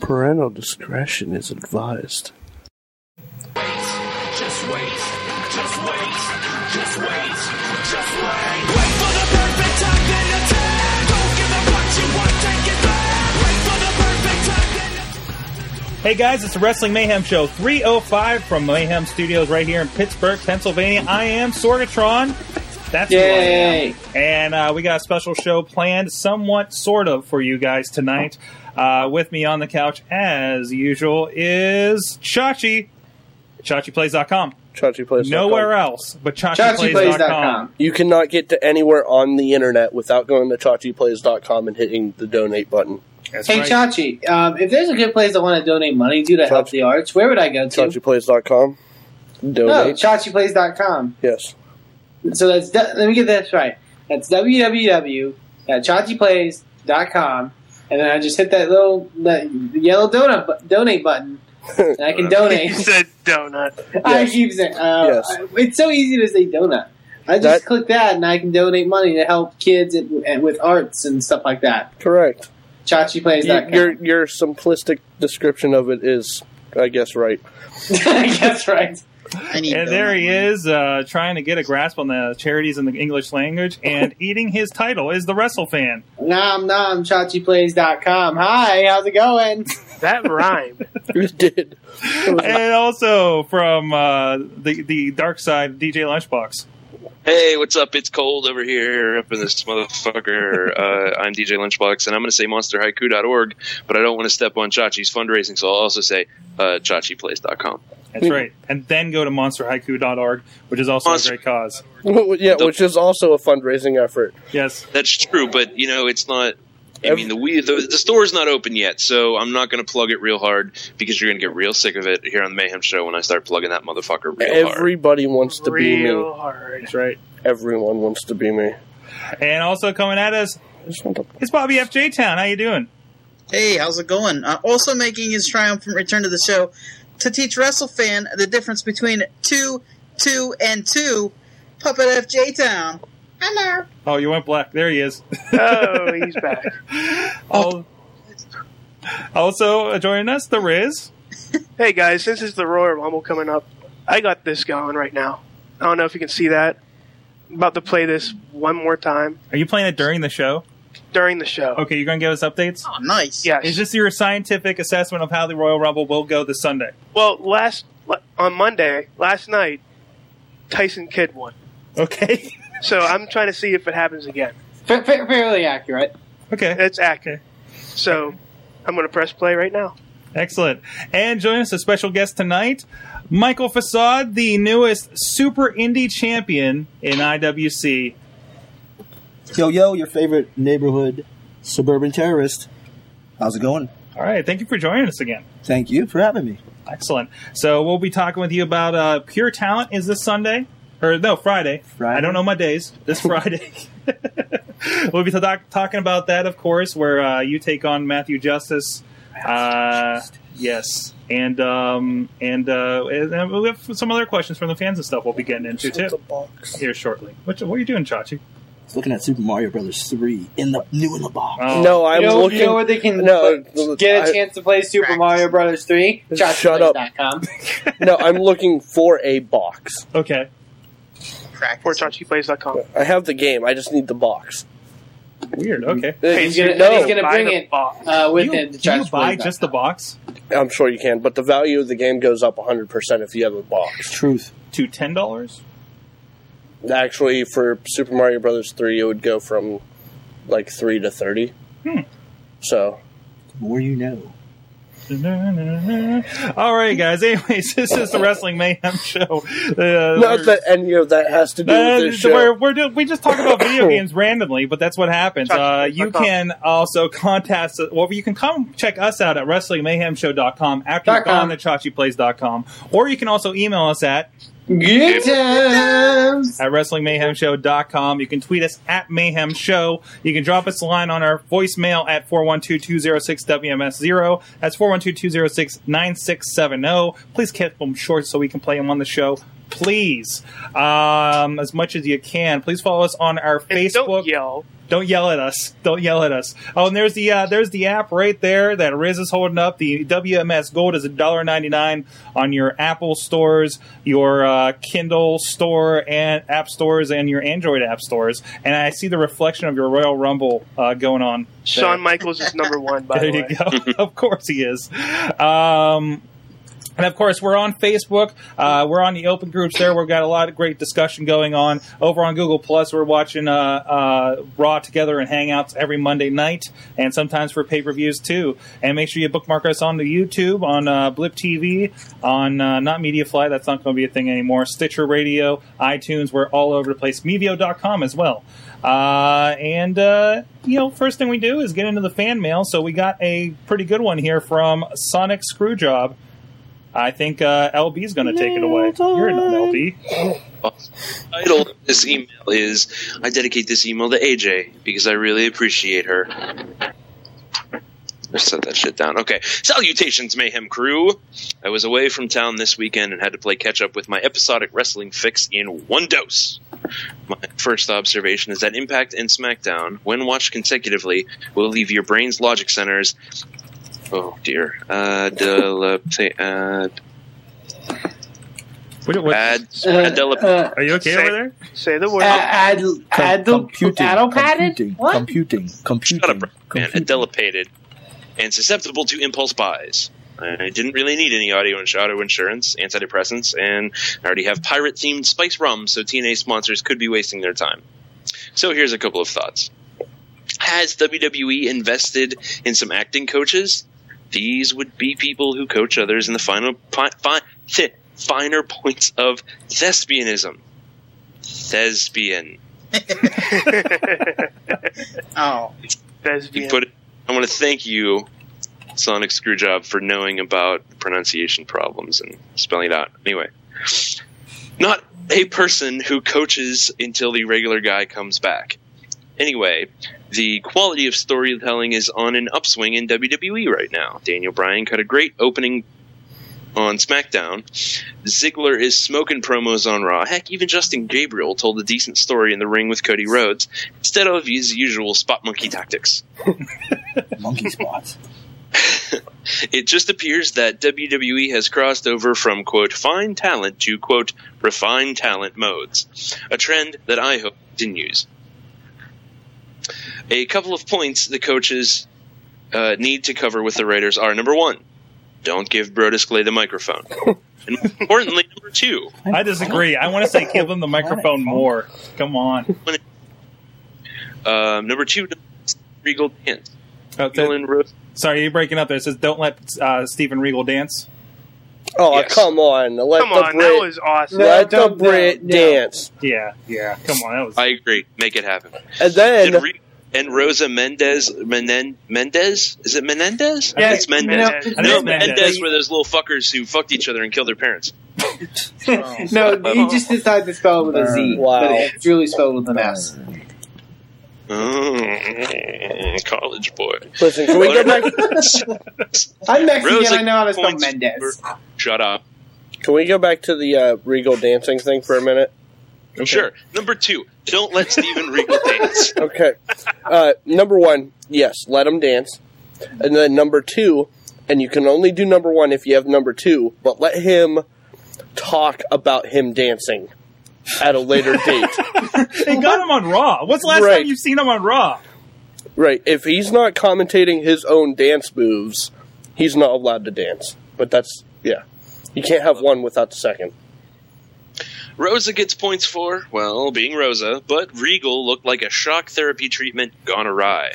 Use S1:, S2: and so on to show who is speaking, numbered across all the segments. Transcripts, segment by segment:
S1: Parental discretion is advised.
S2: Just wait, just wait, just wait, just wait. Wait for the perfect time and attack. Don't give up what you want, take it back. Wait for the perfect time and
S3: Hey guys, it's the Wrestling Mayhem Show 305 from Mayhem Studios right here in Pittsburgh, Pennsylvania. I am Sorgatron. That's
S4: Yay.
S3: who I am. And uh, we got a special show planned, somewhat sort of, for you guys tonight. Uh, with me on the couch, as usual, is Chachi. ChachiPlays.com.
S1: ChachiPlays.com.
S3: Nowhere else but ChachiPlays.com.
S4: ChachiPlays.com.
S1: You cannot get to anywhere on the internet without going to ChachiPlays.com and hitting the donate button.
S3: That's
S4: Hey
S3: right.
S4: Chachi, um, if there's a good place I want to donate money to to help
S1: Chachi.
S4: the arts, where would I go to?
S1: ChachiPlays.com.
S4: No,
S1: Donate.
S4: ChachiPlays.com.
S1: yes.
S4: So that's de- let me get this right. That's www.chachiplays.com, and then I just hit that little that yellow donut bu- donate button, and I can donate.
S5: He said donut.
S4: I
S1: Yes.
S4: keep saying uh,
S1: Yes.
S4: I- it's so easy to say donut. I just
S1: That-
S4: click that, and I can donate money to help kids at, at, with arts and stuff like that.
S1: Correct. Y-
S4: ChachiPlays.com.
S1: your your simplistic description of it is, I guess, right.
S4: I guess right.
S6: I need
S3: And there
S6: donut
S3: he
S6: money.
S3: is, uh, trying to get a grasp on the charities in the English language, and eating his title is the Wrestle Fan.
S4: Nom nom chachiplays.com. Hi, how's it going?
S5: That rhymed.
S1: It did.
S3: and also from uh, the the dark side, DJ Lunchbox.
S7: Hey, what's up? It's cold over here, up in this motherfucker. Uh, I'm DJ Lunchbox, and I'm going to say monsterhaiku.org, but I don't want to step on Chachi's fundraising, so I'll also say uh, chachiplays.com.
S1: Hmm.
S3: That's right. And then go to monsterhaiku.org, which is also
S7: Monster-
S3: a great cause.
S1: yeah, which is also a fundraising effort.
S3: Yes.
S7: That's true, but you know, it's not. I mean, the we the, the store's not open yet, so I'm not going to plug it real hard because you're going to get real sick of it here on the Mayhem Show when I start plugging that motherfucker real hard.
S1: Everybody wants to be me.
S5: Real hard.
S3: That's right.
S1: Everyone wants to be me.
S3: And also coming at us,
S1: I just want to-
S3: it's Bobby FJ Town. How you doing?
S6: Hey, how's it going? Uh, also making his triumphant return to the show to teach WrestleFan the difference between two, two, and two. Puppet FJ Town. Hello.
S3: Oh, you went black. There he is.
S5: Oh, he's back.
S3: Al- also uh, joining us, the Riz.
S5: Hey guys, since it's the Royal Rumble coming up, I got this going right now. I don't know if you can see that. I'm about to play this one more time
S3: Are you playing it during the show?
S5: during the show.
S3: Okay, you're going to give us updates?
S6: Oh, nice.
S5: Yes.
S3: Is this your scientific assessment of how the Royal Rumble will go this Sunday?
S5: well, last on Monday, last night, Tyson Kidd won.
S3: Okay.
S5: So I'm trying to see if it happens again.
S4: Fa- fa- fairly accurate.
S3: okay.
S5: It's accurate. So I'm going to press play right now.
S3: Excellent. And join us a special guest tonight, Michael Facade, the newest super indie champion in IWC.
S8: Yo, yo, your favorite neighborhood suburban terrorist. How's it going?
S3: All right, thank you for joining us again.
S8: Thank you for having me.
S3: Excellent. So we'll be talking with you about uh, Pure Talent is this Sunday or no Friday.
S8: Friday.
S3: I don't know my days. This Friday. we'll be talk- talking about that, of course, where uh, you take on Matthew Justice. Uh, yes, and um, and, uh, and and we have some other questions from the fans and stuff. We'll be getting into too here shortly. What, what are you doing, Chachi?
S8: Just looking at Super Mario Brothers 3 in the new in the box.
S3: Oh,
S1: no,
S4: Um, You
S1: I'm
S4: know,
S1: looking.
S4: you know where they can
S1: No,
S4: put- get a
S1: I-
S4: chance to play Super
S6: Practice.
S4: Mario Brothers 3?
S1: Shut up.
S4: ChachiPlays.com.
S1: no, I'm looking for a box.
S3: Okay.
S5: Or
S6: Practice.
S5: chachiplays.com.
S1: I have the game. I just need the box. Uh,
S3: Weird. Okay.
S4: He's gonna-
S1: no,
S4: he's gonna
S5: Buy
S4: bring
S5: the
S4: it
S5: box.
S4: uh, with
S3: you,
S4: him to
S3: do you buy
S4: ChachiPlays.com.
S3: just the box
S1: I'm sure you can, but the value of the game goes up 100% if you have a box.
S8: Truth.
S3: to ten dollars?
S1: Actually, for Super Mario Brothers 3, it would go from like 3 to 30.
S3: Hmm.
S1: So,
S8: The more you know.
S3: All right, guys. Anyways, this is the Wrestling Mayhem Show. Uh,
S1: not that any of that has to do
S3: uh,
S1: with this show.
S3: we're, we're do- we just talk about video games randomly, but that's what happens. Uh, you can also contact, well, you can come check us out at WrestlingMayhemShow.com after
S4: Dot
S3: you've gone
S4: com.
S3: to ChachiPlays.com, or you can also email us at
S4: Good times!
S3: at WrestlingMayhemShow.com. You can tweet us at Mayhem Show. You can drop us a line on our voicemail at 412-206-WMS0. That's 412-206-9670. Please keep them short so we can play them on the show. Please. Um, as much as you can. Please follow us on our
S5: And
S3: Facebook.
S5: Don't yell.
S3: Don't yell at us. Don't yell at us. Oh, and there's the uh, there's the app right there that Riz is holding up. The WMS Gold is $1.99 on your Apple stores, your uh, Kindle store and app stores, and your Android app stores. And I see the reflection of your Royal Rumble uh, going on. there.
S5: Shawn Michaels is number one, by
S3: there
S5: the way.
S3: you go. of course he is. Um, and of course, we're on Facebook. Uh, we're on the open groups there. We've got a lot of great discussion going on over on Google Plus. We're watching uh, uh, Raw together and Hangouts every Monday night, and sometimes for pay per views too. And make sure you bookmark us on the YouTube, on uh, Blip TV, on uh, not MediaFly. That's not going to be a thing anymore. Stitcher Radio, iTunes. We're all over the place. Mevio.com as well. Uh, and, uh, you know, first thing we do is get into the fan mail. So we got a pretty good one here from Sonic Screwjob. I think uh, LB's going to take it away. You're not LB.
S7: title of this email is I dedicate this email to AJ because I really appreciate her. I set that shit down. Okay. Salutations, Mayhem crew. I was away from town this weekend and had to play catch up with my episodic wrestling fix in one dose. My first observation is that Impact and SmackDown, when watched consecutively, will leave your brain's logic centers. Oh dear. Uh, dilata- uh,
S3: What, what,
S7: ad-
S4: Uh,
S7: adela-
S4: uh,
S3: are you okay
S5: Say-
S3: over there?
S5: Say the word.
S4: ad, ad,
S8: computing,
S4: addle
S8: computing,
S4: padded? What?
S8: computing, computing,
S7: Shut up, man.
S8: computing.
S7: Adelapated and susceptible to impulse buys. I didn't really need any audio and auto insurance, antidepressants, and I already have pirate themed spice rum, so TNA sponsors could be wasting their time. So here's a couple of thoughts. Has WWE invested in some acting coaches? These would be people who coach others in the final pi- fi- th- finer points of thespianism. Thespian.
S6: Oh,
S7: You
S5: Thespian.
S7: put. I want to thank you, Sonic Screwjob, for knowing about pronunciation problems and spelling it out. Anyway, not a person who coaches until the regular guy comes back. Anyway, the quality of storytelling is on an upswing in WWE right now. Daniel Bryan cut a great opening on SmackDown. Ziggler is smoking promos on Raw. Heck, even Justin Gabriel told a decent story in the ring with Cody Rhodes instead of his usual spot monkey tactics.
S8: Monkey spots.
S7: It just appears that WWE has crossed over from, quote, fine talent to, quote, refined talent modes, a trend that I hope continues. A couple of points the coaches uh, need to cover with the writers are number one, don't give Brodus Clay the microphone. and more importantly, number two,
S3: I disagree. I want to say give him the microphone more. Come on.
S7: um, number two, Regal Dance.
S3: Oh,
S7: Regal
S3: th-
S7: and Rose
S3: sorry, you're breaking up there. It says don't let uh, Stephen Regal dance.
S1: Oh,
S7: Yes.
S1: come on. Let
S5: Come
S1: the
S5: on,
S1: Brit,
S5: that was awesome.
S4: No,
S1: let the
S4: don't- no,
S1: Brit
S4: no.
S1: dance.
S3: Yeah, yeah. Come on. That was.
S7: I agree. Make it happen.
S1: And then,
S7: And, Re- and Rosa Mendez, Menen- Mendez? Is it Menendez? I think
S4: Yeah,
S7: it's Mendez.
S5: Mendez.
S4: it's
S3: I know
S7: No,
S3: it's Mendez.
S7: Mendez were those little fuckers who fucked each other and killed their parents.
S4: No, he just decided to spell it with a Z.
S1: Wow.
S4: But it's really spelled with an S.
S7: Mm, Oh, college boy.
S1: listen, can we go back?
S4: I'm Mexican,
S7: Rosa
S4: I know how to spell
S7: points
S4: Mendez.
S7: for- Shut up.
S1: Can we go back to the uh, Regal dancing thing for a minute?
S7: Sure. Number two, don't let Steven Regal dance.
S1: Okay. Uh, number one, yes, let them dance. And then number two, and you can only do number one if you have number two, but let him talk about him dancing at a later date.
S3: they got him on Raw. What's the last
S1: Right.
S3: time you've seen him on Raw?
S1: Right. If he's not commentating his own dance moves, he's not allowed to dance. But that's, yeah. You can't have one without the second.
S7: Rosa gets points for, well, being Rosa, but Regal looked like a shock therapy treatment gone awry.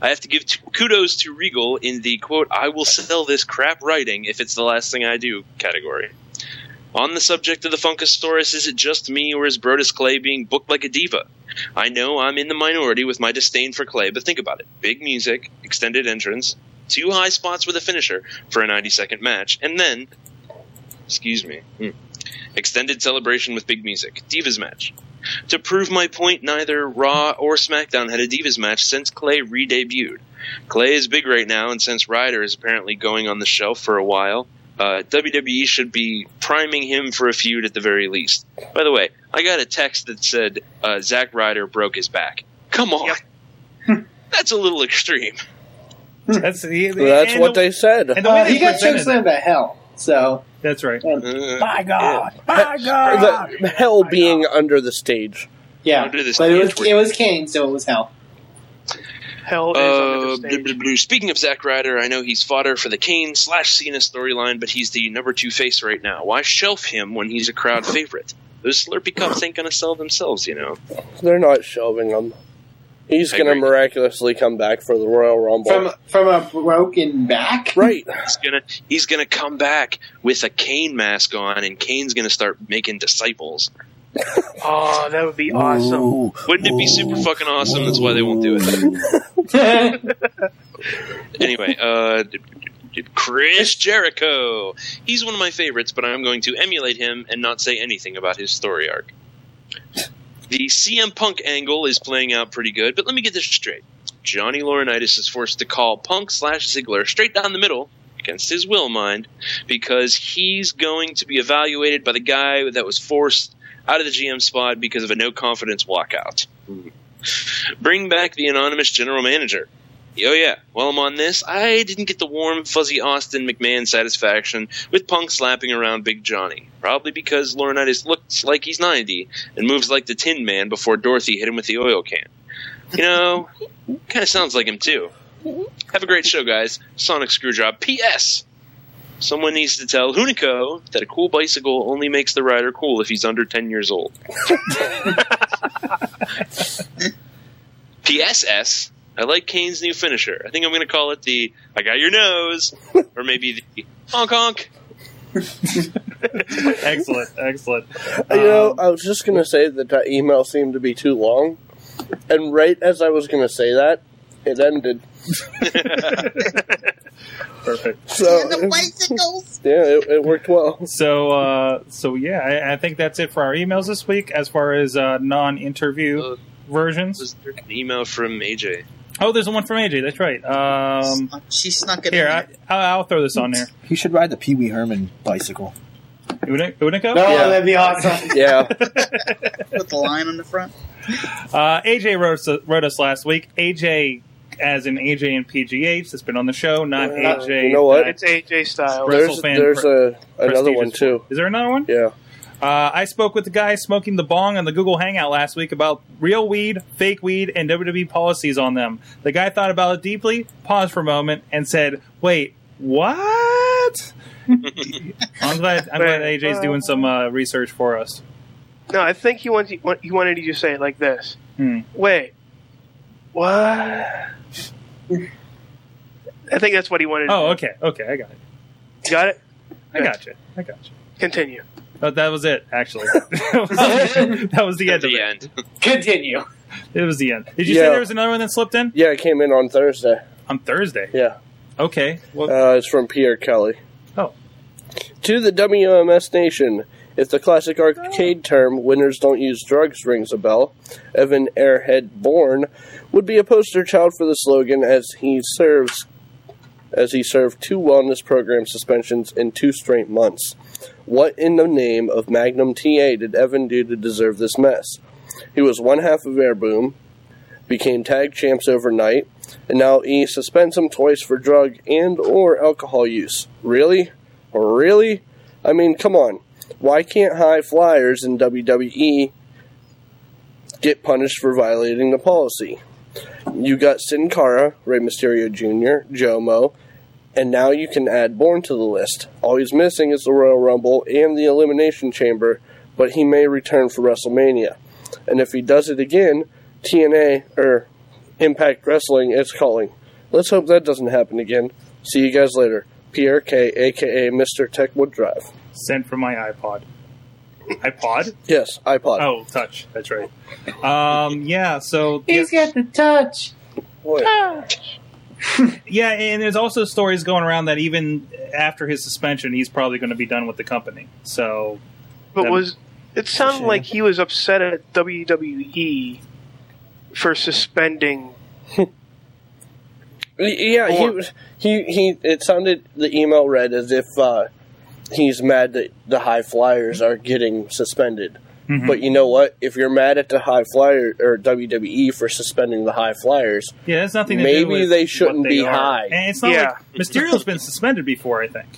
S7: I have to give t- kudos to Regal in the quote, I will sell this crap writing if it's the last thing I do category. On the subject of the Funkasaurus, is it just me or is Brodus Clay being booked like a diva? I know I'm in the minority with my disdain for Clay, but think about it. Big music, extended entrance, two high spots with a finisher for a 90 second match, and then, excuse me, hmm, extended celebration with big music, Divas match. To prove my point, neither Raw or SmackDown had a Divas match since Clay re debuted. Clay is big right now, and since Ryder is apparently going on the shelf for a while, uh, WWE should be priming him for a feud at the very least. By the way, I got a text that said uh, Zack Ryder broke his back. Come on.
S5: Yep.
S7: That's a little extreme.
S3: That's, the-
S1: That's
S3: and
S1: what
S3: the-
S1: they said.
S3: and the way
S4: Uh,
S3: they
S4: he got
S3: presented-
S4: chokeslammed to hell. So Um,
S3: That's right.
S7: Uh,
S3: By God, by
S4: Ah.
S3: God.
S1: The hell being under the stage.
S4: yeah,
S7: Don't do this
S4: but
S7: to
S4: it
S7: me,
S4: was
S7: it's
S4: it was Kane, so it was hell.
S5: Hell is under
S7: Uh,
S5: the
S7: blah,
S5: stage.
S7: blah, blah. Speaking of Zack Ryder, I know he's fodder for the Kane slash Cena storyline, but he's the number two face right now. Why shelf him when he's a crowd favorite? Those Slurpee cups ain't gonna sell themselves, you know.
S1: They're not shoving him. He's
S7: I
S1: going to
S7: agree.
S1: miraculously come back for the Royal Rumble.
S4: From from a broken back.
S1: right.
S7: He's gonna he's gonna come back with a Kane mask on, and Kane's gonna start making disciples.
S5: Oh, that would be awesome.
S8: Ooh,
S7: Wouldn't it be super
S8: ooh,
S7: fucking awesome? That's why they won't do it. Anyway, uh, d- d- Chris Jericho. He's one of my favorites, but I'm going to emulate him and not say anything about his story arc. The CM Punk angle is playing out pretty good, but let me get this straight. Johnny Laurinaitis is forced to call Punk slash Ziggler straight down the middle, against his will, mind, because he's going to be evaluated by the guy that was forced out of the GM spot because of a no confidence walkout. Bring back the anonymous general manager. Oh yeah. While I'm on this, I didn't get the warm, fuzzy Austin McMahon satisfaction with Punk slapping around Big Johnny. Probably because Laurinaitis looks like he's 90 and moves like the Tin Man before Dorothy hit him with the oil can. You know, kind of sounds like him too. Have a great show, guys. Sonic Screwdrop. P.S. Someone needs to tell Hunico that a cool bicycle only makes the rider cool if he's under 10 years old. PSS. I like Kane's new finisher. I think I'm going to call it the I got your nose, or maybe the honk honk.
S3: Excellent, excellent.
S1: you know,
S3: Um,
S1: I was just going to say that that email seemed to be too long. And right as I was going to say that, it ended.
S3: perfect.
S1: So,
S6: the bicycles.
S1: yeah, it, it worked well.
S3: So, uh, so yeah, I, I think that's it for our emails this week. As far as uh, non-interview
S7: Uh,
S3: versions,
S7: Was there an email from AJ?
S3: oh, there's one from AJ. That's right. Um,
S6: she snuck it
S3: here,
S6: in.
S3: I, I'll I'll throw this on there.
S8: He should ride the Pee Wee Herman bicycle.
S3: Udin- Udinko?
S4: No,
S1: Yeah.
S4: that'd be awesome.
S1: Yeah.
S6: with the line on the front.
S3: Uh, AJ wrote us, wrote us last week. AJ, as in AJ and PGH, that's been on the show. Not
S1: Uh,
S3: AJ.
S1: you know what?
S3: that-
S5: It's AJ style.
S3: Right.
S1: There's,
S3: WrestleFan
S1: there's a, another one,
S3: prestigious
S1: too.
S3: Is there another one?
S1: Yeah.
S3: Uh, I spoke with the guy smoking the bong on the Google Hangout last week about real weed, fake weed, and WWE policies on them. The guy thought about it deeply, paused for a moment, and said, "Wait, what?" I'm glad. I'm glad AJ's doing some uh, research for us.
S5: No, I think he wanted he wanted you to say it like this.
S3: Hmm.
S5: Wait, what? I think that's what he wanted.
S3: Oh, okay, okay, I got it.
S5: Got it.
S3: I got you. I got you.
S5: Continue.
S3: But that was it, actually. that, was, that was the end of
S7: the
S3: it.
S7: end.
S4: Continue.
S3: It was the end. Did you say
S1: Yeah.
S3: there was another one that slipped in
S1: Yeah, it came in on Thursday.
S3: on Thursday?
S1: Yeah.
S3: Okay. Well,
S1: Uh, it's from Pierre Kelly.
S3: Oh.
S1: To the WMS Nation, if the classic
S3: Oh.
S1: arcade term "winners don't use drugs" rings a bell, Evan Airhead Bourne would be a poster child for the slogan as he serves as he served two wellness program suspensions in two straight months. What in the name of Magnum TA did Evan do to deserve this mess? He was one half of Airboom, became tag champs overnight, and now E suspends him twice for drug and or alcohol use. Really? Really? I mean, come on. Why can't high flyers in WWE get punished for violating the policy? You got Sin Cara, Rey Mysterio Jr., Jomo, and now you can add Bourne to the list. All he's missing is the Royal Rumble and the Elimination Chamber, but he may return for WrestleMania. And if he does it again, TNA or Impact Wrestling is calling. Let's hope that doesn't happen again. See you guys later. Pierre K, aka Mr. Techwood Drive.
S3: sent from my iPod. iPod?
S1: Yes, iPod.
S3: Oh, touch. That's right. Um, yeah. So
S4: He's got the touch.
S1: Boy.
S3: yeah, and there's also stories going around that even after his suspension, he's probably going to be done with the company. So
S5: But
S3: Them.
S5: was it sounded
S8: Sure.
S5: like he was upset at WWE E for suspending?
S1: Y- Yeah, he,
S5: Or-
S1: was- he he. It sounded the email read as if uh, he's mad that the high flyers are getting suspended
S3: Mm-hmm.
S1: But you know what? If you're mad at the high flyer or WWE for suspending the high flyers,
S3: Yeah, that's nothing. To do
S1: Maybe
S3: with
S1: they
S3: what
S1: shouldn't
S3: they
S1: be
S3: are.
S1: high.
S3: And it's not
S5: Yeah.
S3: like Mysterio's been suspended before. I think.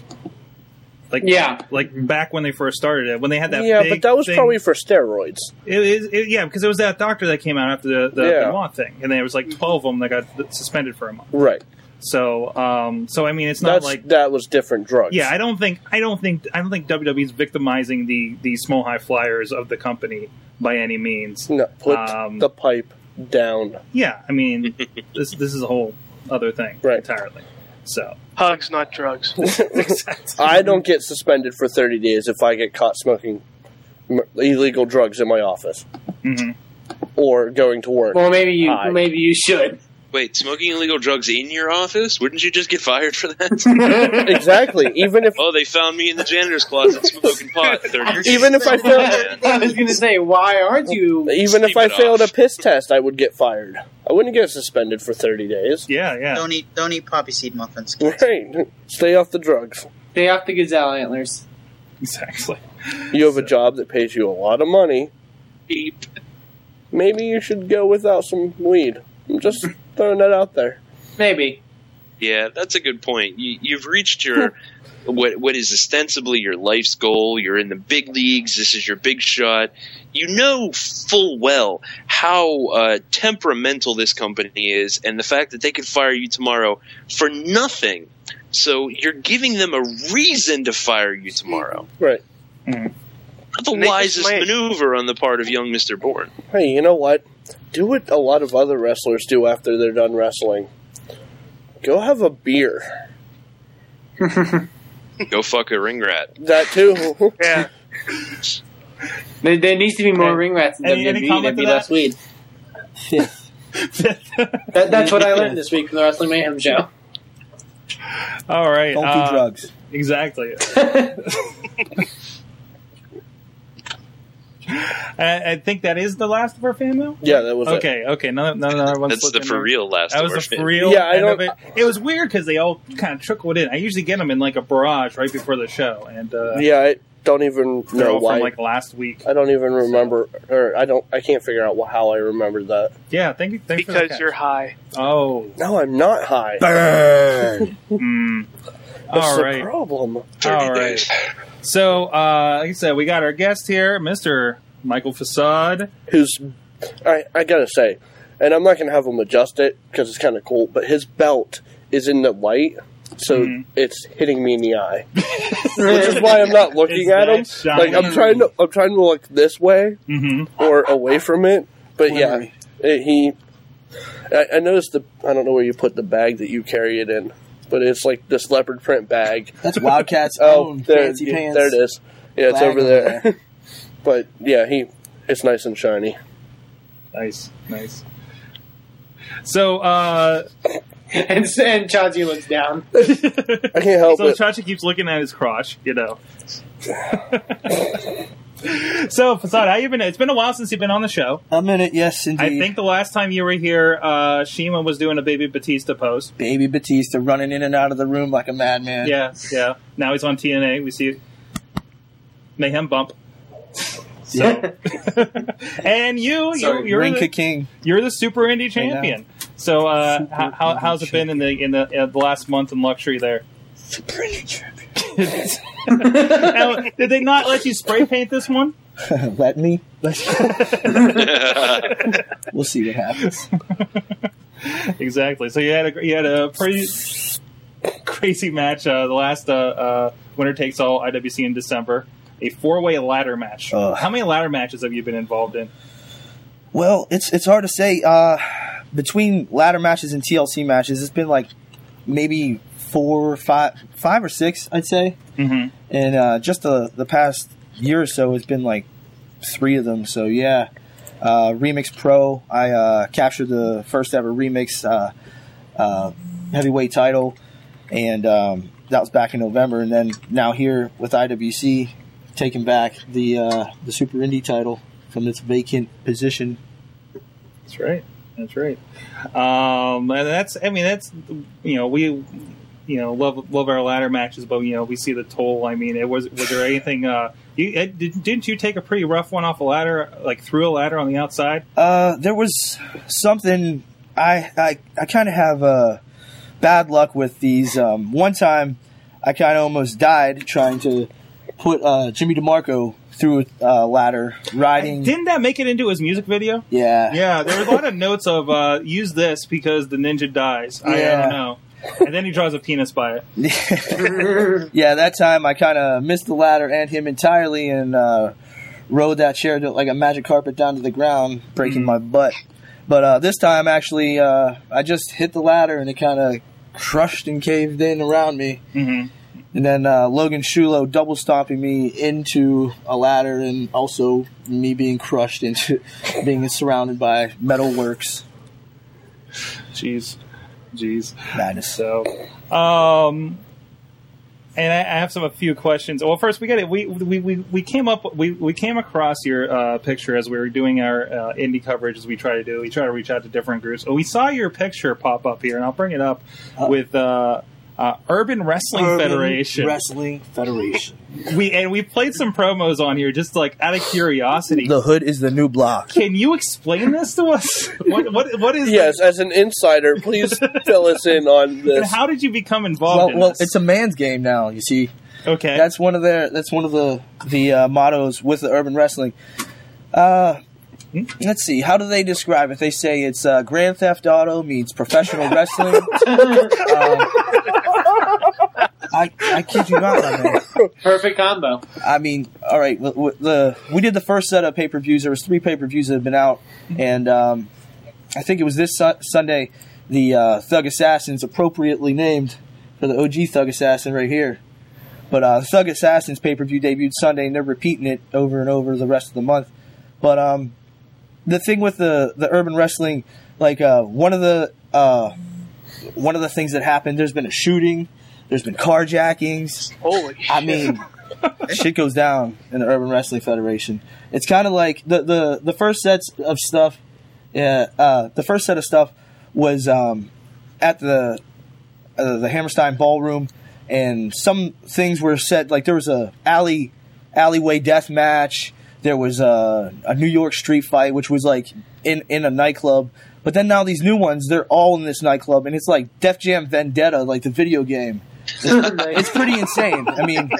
S3: Like
S4: Yeah.
S3: like back when they first started it, when they had that.
S1: yeah,
S3: big
S1: but that was
S3: thing-
S1: probably for steroids.
S3: It, it, it- yeah, because it was that doctor that came out after the the
S1: Yeah.
S3: Benoit thing, and there was like twelve of them that got suspended for a month.
S1: Right.
S3: So, um, so I mean, it's not
S1: That's
S3: like
S1: that was different drugs.
S3: yeah, I don't think I don't think I don't think WWE's victimizing the the small high flyers of the company by any means.
S1: No, put
S3: Um,
S1: the pipe down.
S3: Yeah, I mean, this this is a whole other thing
S1: Right.
S3: entirely. So
S5: Hugs, not drugs.
S1: I don't get suspended for 30 days if I get caught smoking m- illegal drugs in my office
S8: Mm-hmm.
S3: mhm.
S1: or going to work.
S4: Well, maybe you
S1: Aye.
S4: maybe you should.
S7: Wait, smoking illegal drugs in your office? Wouldn't you just get fired for that?
S1: exactly. Even if
S7: oh, they found me in the janitor's closet smoking pot. at 30 years
S1: even if I failed
S7: Yeah.
S4: I was gonna say, why aren't you?
S1: even if
S7: Sleep
S1: I
S7: it off.
S1: failed a piss test, I would get fired. I wouldn't get suspended for 30 days.
S3: yeah, yeah.
S4: e-
S6: Don't eat don't eat poppy seed muffins.
S1: Right. Stay off the drugs.
S4: Stay off the gazelle antlers.
S3: Exactly.
S1: You have a job that pays you a lot of money.
S7: Beep.
S1: Maybe you should go without some weed. I'm just throwing that out there.
S4: Maybe.
S7: Yeah, that's a good point. You, you've reached your what what is ostensibly your life's goal. You're in the big leagues. This is your big shot. You know full well how uh, temperamental this company is, and the fact that they could fire you tomorrow for nothing. So you're giving them a reason to fire you tomorrow.
S1: Right.
S7: Not the
S5: And they just
S7: wisest
S5: might.
S7: maneuver on the part of young Mister Bourne.
S1: Hey, you know what? Do what a lot of other wrestlers do after they're done wrestling. Go have a beer.
S7: Go fuck a ring rat.
S1: That too.
S5: Yeah.
S4: There, there needs to be more
S3: Any-
S4: ring rats in
S3: any-
S4: WWE.
S3: any
S4: There'd
S3: comment
S4: be
S3: to that?
S4: less weed.
S8: Fifth.
S4: That, that's what I learned this week from the Wrestling Mayhem show.
S3: All right.
S8: Don't
S3: uh,
S8: do drugs.
S3: Exactly. I, I think that is the last of our fan mail.
S1: yeah, that was it.
S3: Okay, okay. None, none, none of
S7: That's the for real last.
S3: That
S7: of
S3: was
S7: our
S3: the
S7: shit.
S3: for real.
S1: Yeah, I
S3: end of
S1: don't-
S3: It. it was weird because they all kind of trickled in. I usually get them in like a barrage right before the show, and uh,
S1: Yeah, I don't even
S3: they're
S1: know
S3: all
S1: why.
S3: from like last week.
S1: I don't even remember, or I don't. I can't figure out wh- how I remembered that.
S3: Yeah, thank you. Thanks for
S5: because
S3: that.
S5: you're high.
S3: oh,
S1: No, I'm not high.
S8: Burn.
S3: mm.
S1: That's
S3: all
S1: the
S3: right,
S1: problem.
S7: 30
S3: all right.
S7: days.
S3: So, uh, like I said, we got our guest here, Mister Michael Facade.
S1: Who's I? I gotta say, and I'm not gonna have him adjust it because it's kind of cool. But his belt is in the light, so
S3: Mhm.
S1: it's hitting me in the eye, which is why I'm not
S3: It's
S1: looking at
S3: that
S1: him.
S3: shiny.
S1: Like I'm trying to, I'm trying to look this way
S3: Mm-hmm.
S1: or away from it. But yeah,
S8: Wary.
S1: it, he. I, I noticed the. I don't know where you put the bag that you carry it in, but it's like this leopard print bag.
S8: That's Wildcat's
S1: Oh,
S8: own
S1: there,
S8: fancy
S1: yeah,
S8: pants.
S1: there it is. Yeah, it's
S8: Flag
S1: over
S8: over
S1: there. but yeah, he it's nice and shiny.
S3: Nice, nice. So, uh,
S4: And, and Chachi looks down.
S1: I can't help
S3: so
S1: it.
S3: Chachi keeps looking at his crotch, you know. so, Facade, how you been? It's been a while since you've been on the show.
S8: A minute, yes, indeed.
S3: I think the last time you were here, uh, Shima was doing a Baby Batista post.
S8: Baby Batista running in and out of the room like a madman.
S3: Yeah, yeah. Now he's on TNA. We see Mayhem Bump. So, and you, you
S4: Sorry,
S3: you're
S8: Rinka
S3: the,
S8: King.
S3: you're the Super Indie
S8: know.
S3: champion. So, uh,
S8: Super
S3: how- how,
S8: Indie
S3: how's it been in the in the, uh, the last month in luxury there? Now, did they not let you spray paint this one?
S8: Let me. we'll see what happens.
S3: Exactly. So you had a you had a pretty crazy match. Uh, the last uh, uh, winner takes all IWC in December, a four way ladder match.
S8: Ugh.
S3: How many ladder matches have you been involved in?
S8: Well, it's it's hard to say. Uh, between ladder matches and TLC matches, it's been like maybe four or five, five or six, I'd say.
S3: Mm-hmm.
S8: And uh, just the the past year or so, it's been like three of them. So yeah, uh, Remix Pro, I uh, captured the first ever Remix uh, uh, heavyweight title, and um, that was back in November. And then now here with IWC, taking back the uh, the Super Indie title from its vacant position.
S3: That's right. That's right. Um, and that's I mean that's you know we. you know love love our ladder matches, but you know we see the toll. I mean, it was was there anything? Uh, you it, did, didn't you take a pretty rough one off a ladder, like through a ladder on the outside?
S8: Uh, there was something I I, I kind of have uh, bad luck with these. Um, one time, I kind of almost died trying to put uh, Jimmy DeMarco through a uh, ladder riding.
S3: Didn't that make it into his music video?
S8: yeah,
S3: Yeah, there was a lot of notes of uh, use this because the ninja dies. I, I
S8: Yeah.
S3: don't know. And then he draws a penis by it.
S8: yeah. That time I kind of missed the ladder and him entirely, and uh, rode that chair to, like a magic carpet down to the ground, breaking my butt. But uh, this time, actually, uh, I just hit the ladder and it kind of crushed and caved in around me.
S3: hmm
S8: And then uh, Logan Shulo double stomping me into a ladder and also me being crushed into being surrounded by metal works.
S3: Jeez, jeez.
S8: Madness.
S3: So, um, and I, I have some a few questions. Well, first we got it. We, we we we came up we we came across your uh, picture as we were doing our uh, indie coverage as we try to do. We try to reach out to different groups. Oh, We saw your picture pop up here, and I'll bring it up with. Uh, uh, Urban Wrestling
S8: Uh-huh. Urban
S3: Federation.
S8: Wrestling Federation.
S3: we and we played some promos on here just like out of curiosity.
S8: The hood is the new block.
S3: Can you explain this to us? What what what is
S1: Yes, as an insider, please fill us in on
S3: this? And
S1: this.
S3: how did you become involved
S8: Well,
S3: in
S8: well,
S3: this?
S8: it's a man's game now. You see,
S3: okay.
S8: that's one of their. That's one of the the uh, mottos with the urban wrestling. Uh,
S3: Hmm?
S8: let's see. How do they describe it? They say it's uh, Grand Theft Auto meets professional wrestling. Um, I I kid you not, my man.
S4: Perfect combo.
S8: I mean, all right. w- w- The we did the first set of pay per views. There was three pay per views that have been out, and um, I think it was this su- Sunday. The uh, Thug Assassins, appropriately named for the OG Thug Assassin right here, but uh, Thug Assassins pay per view debuted Sunday, and they're repeating it over and over the rest of the month. But um, the thing with the the urban wrestling, like uh, one of the uh, one of the things that happened, there's been a shooting, there's been carjackings.
S5: Holy
S8: I mean, shit goes down in the Urban Wrestling Federation. It's kind of like the, the the first sets of stuff. Yeah, uh, the first set of stuff was um, at the uh, the Hammerstein Ballroom, and some things were set. Like there was a alley alleyway death match. There was a, a New York street fight, which was like in in a nightclub. But then now these new ones, they're all in this nightclub, and it's like Def Jam Vendetta, like the video game
S4: Nice.
S8: it's pretty insane. I mean,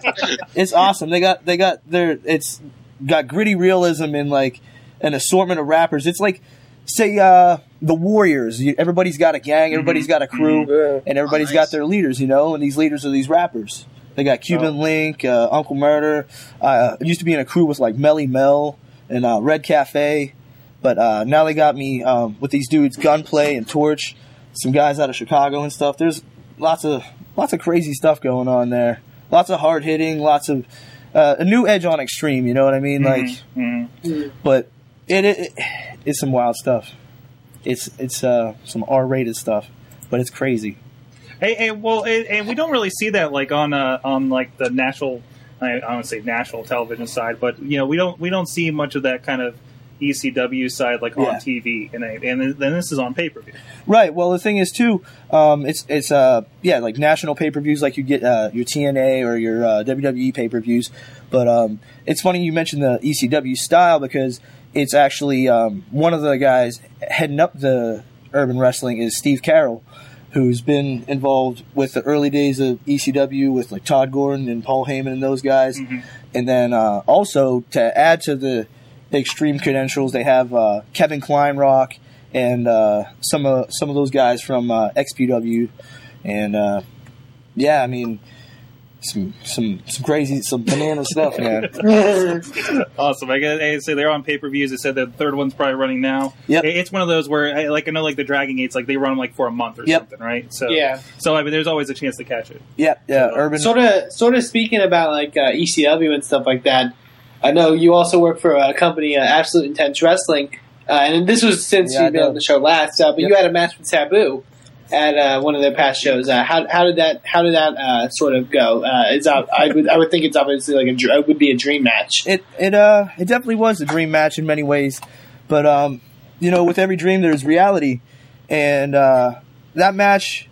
S8: it's awesome. They got they got their it's got gritty realism and like an assortment of rappers. It's like say uh the Warriors. You- Everybody's got a gang. Everybody's got a crew,
S1: Yeah.
S8: and everybody's
S6: Oh, nice.
S8: got their leaders. You know, and these leaders are these rappers. They got Cuban Link, uh, Uncle Murder. Uh, I used to be in a crew with like Melly Mel and uh, Red Cafe, but uh, now they got me um, with these dudes, Gunplay and Torch, some guys out of Chicago and stuff. There's lots of lots of crazy stuff going on there. Lots of hard hitting, lots of uh, a new edge on extreme. You know what I mean?
S5: Mm-hmm.
S8: Like,
S3: Mhm.
S8: but it, it it's some wild stuff. It's it's uh, some R rated stuff, but it's crazy.
S3: Hey, hey, well, and, and we don't really see that like on uh, on like the national, I, I don't say national television side, but you know we don't we don't see much of that kind of ECW side like on
S8: Yeah.
S3: TV, and I, and then this is on pay per view.
S8: Right. Well, the thing is too, um, it's it's uh yeah like national pay per views like you get uh, your TNA or your uh, WWE pay per views, but um, it's funny you mentioned the ECW style because it's actually um, one of the guys heading up the urban wrestling is Steve Carroll, who's been involved with the early days of ECW with like Todd Gordon and Paul Heyman and those guys, and then uh, also to add to the extreme credentials, they have uh, Kevin Kleinrock and uh, some of some of those guys from uh, XPW, and uh, yeah, I mean some some some crazy some banana stuff, man.
S3: Awesome. I guess I say they're on pay per views. It said that the third one's probably running now.
S8: Yep.
S3: It- It's one of those where I, like I know like the Dragon Gates like they run them like for a month or
S8: Yep.
S3: something, right? So
S4: Yeah.
S3: So I mean, there's always a chance to catch it.
S8: Yeah, yeah, urban.
S4: Sort of, sort of speaking about like uh, ECW and stuff like that. I know you also work for a company, uh, Absolute Intense Wrestling, uh, and this was since
S8: Yeah, I
S4: you've been
S8: know.
S4: on the show last. Uh, but
S8: Yep.
S4: you had a match with Taboo at uh, one of their past shows. Uh, how, how did that? How did that uh, sort of go? Uh, it's ob- I would I would think it's obviously like a dr- it would be a dream match.
S8: it it uh it definitely was a dream match in many ways, but um you know with every dream there's reality, and uh, that match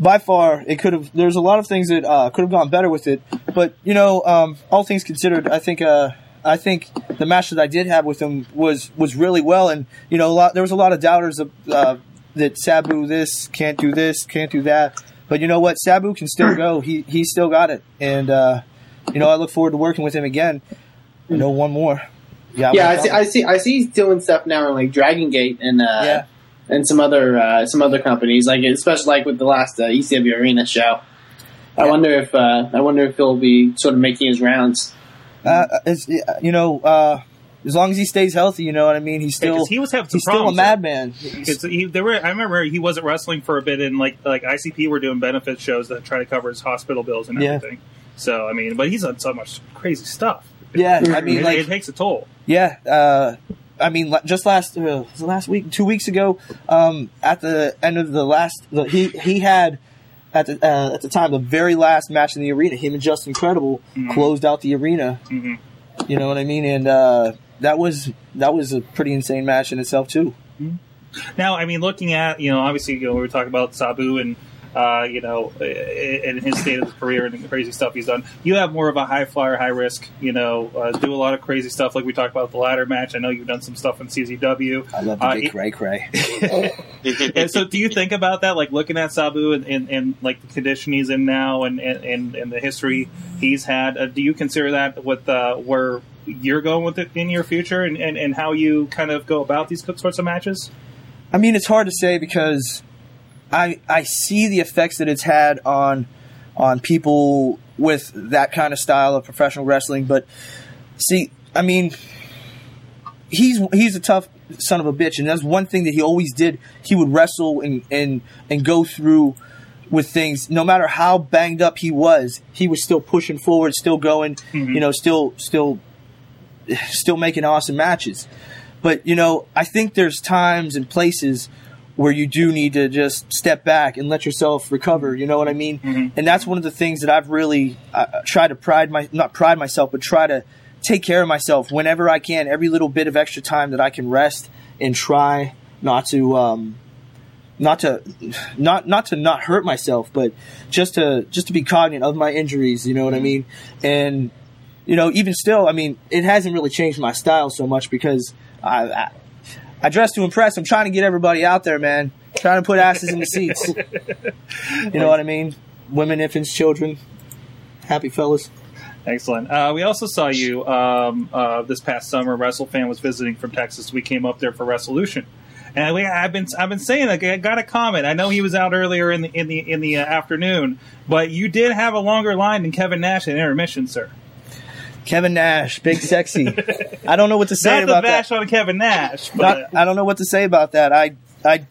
S8: by far, it could have. There's a lot of things that uh, could have gone better with it, but you know, um, all things considered, I think. Uh, I think the match that I did have with him was was really well, and you know, a lot, there was a lot of doubters of, uh, that Sabu this can't do this, can't do that. But you know what, Sabu can still go. He he still got it, and uh, you know, I look forward to working with him again. You know, one more.
S4: yeah, I
S8: one
S4: see, I see. I see. He's doing stuff now in like Dragon Gate and uh,
S8: yeah.
S4: and some other uh, some other companies. Like especially like with the last uh, ECW Arena show. I
S8: Yeah.
S4: wonder if uh, I wonder if he'll be sort of making his rounds.
S8: Uh, it's, you know, uh, as long as he stays healthy, you know what I mean. He's still
S3: 'cause he was having some
S8: he's still a
S3: problems.
S8: madman.
S3: Because he, there were, I remember he wasn't wrestling for a bit, and like like ICP were doing benefit shows that try to cover his hospital bills and
S8: Yeah.
S3: everything. So I mean, but he's done so much crazy stuff.
S8: Yeah, I
S3: It-
S8: mean,
S3: it
S8: like,
S3: takes a toll.
S8: yeah, uh, I mean, la- just last uh, was it last week, two weeks ago, um, at the end of the last, the, he he had at the uh, at the time the very last match in the arena. Him and Justin Credible closed out the arena.
S3: Mhm.
S8: You know what I mean? And uh, that was that was a pretty insane match in itself too.
S3: Now, I mean, looking at you know, obviously, you know, we were talking about Sabu and uh, you know, i- in his state of his career and the crazy stuff he's done. You have more of a high flyer, high risk. You know, uh, do a lot of crazy stuff like we talked about the ladder match. I know you've done some stuff in CZW.
S8: I love the
S3: Uh,
S8: big
S3: it-
S8: cray cray.
S3: and so, do you think about that, like looking at Sabu and, and, and like the condition he's in now, and and, and, and the history he's had? Uh, do you consider that with uh, where you're going with it in your future, and, and, and how you kind of go about these sorts of matches?
S8: I mean, it's hard to say because I I see the effects that it's had on on people with that kind of style of professional wrestling. But see, I mean, he's he's a tough son of a bitch, and that's one thing that he always did. He would wrestle and and and go through with things no matter how banged up he was he was still pushing forward still going you know still still still making awesome matches but you know, I think there's times and places where you do need to just step back and let yourself recover. You know what I mean? And that's one of the things that I've really uh, tried to pride my not pride myself, but try to take care of myself whenever I can. Every little bit of extra time that I can rest and try not to um, not to not not to not hurt myself, but just to just to be cognizant of my injuries. You know what I mean? And you know, even still, I mean, it hasn't really changed my style so much because I, I, I dress to impress. I'm trying to get everybody out there, man. Trying to put asses in the seats. You know what I mean? Women, infants, children, happy fellas.
S3: Excellent. Uh, we also saw you um, uh, this past summer. WrestleFan was visiting from Texas. We came up there for Resolution, and we, I've been I've been saying like, I got a comment. I know he was out earlier in the in the in the uh, afternoon, but you did have a longer line than Kevin Nash in intermission, sir.
S8: Kevin Nash, big sexy. I don't know what to say
S3: Not the
S8: about that.
S3: bash on Kevin Nash, but
S8: Not- I don't know what to say about that. I, I,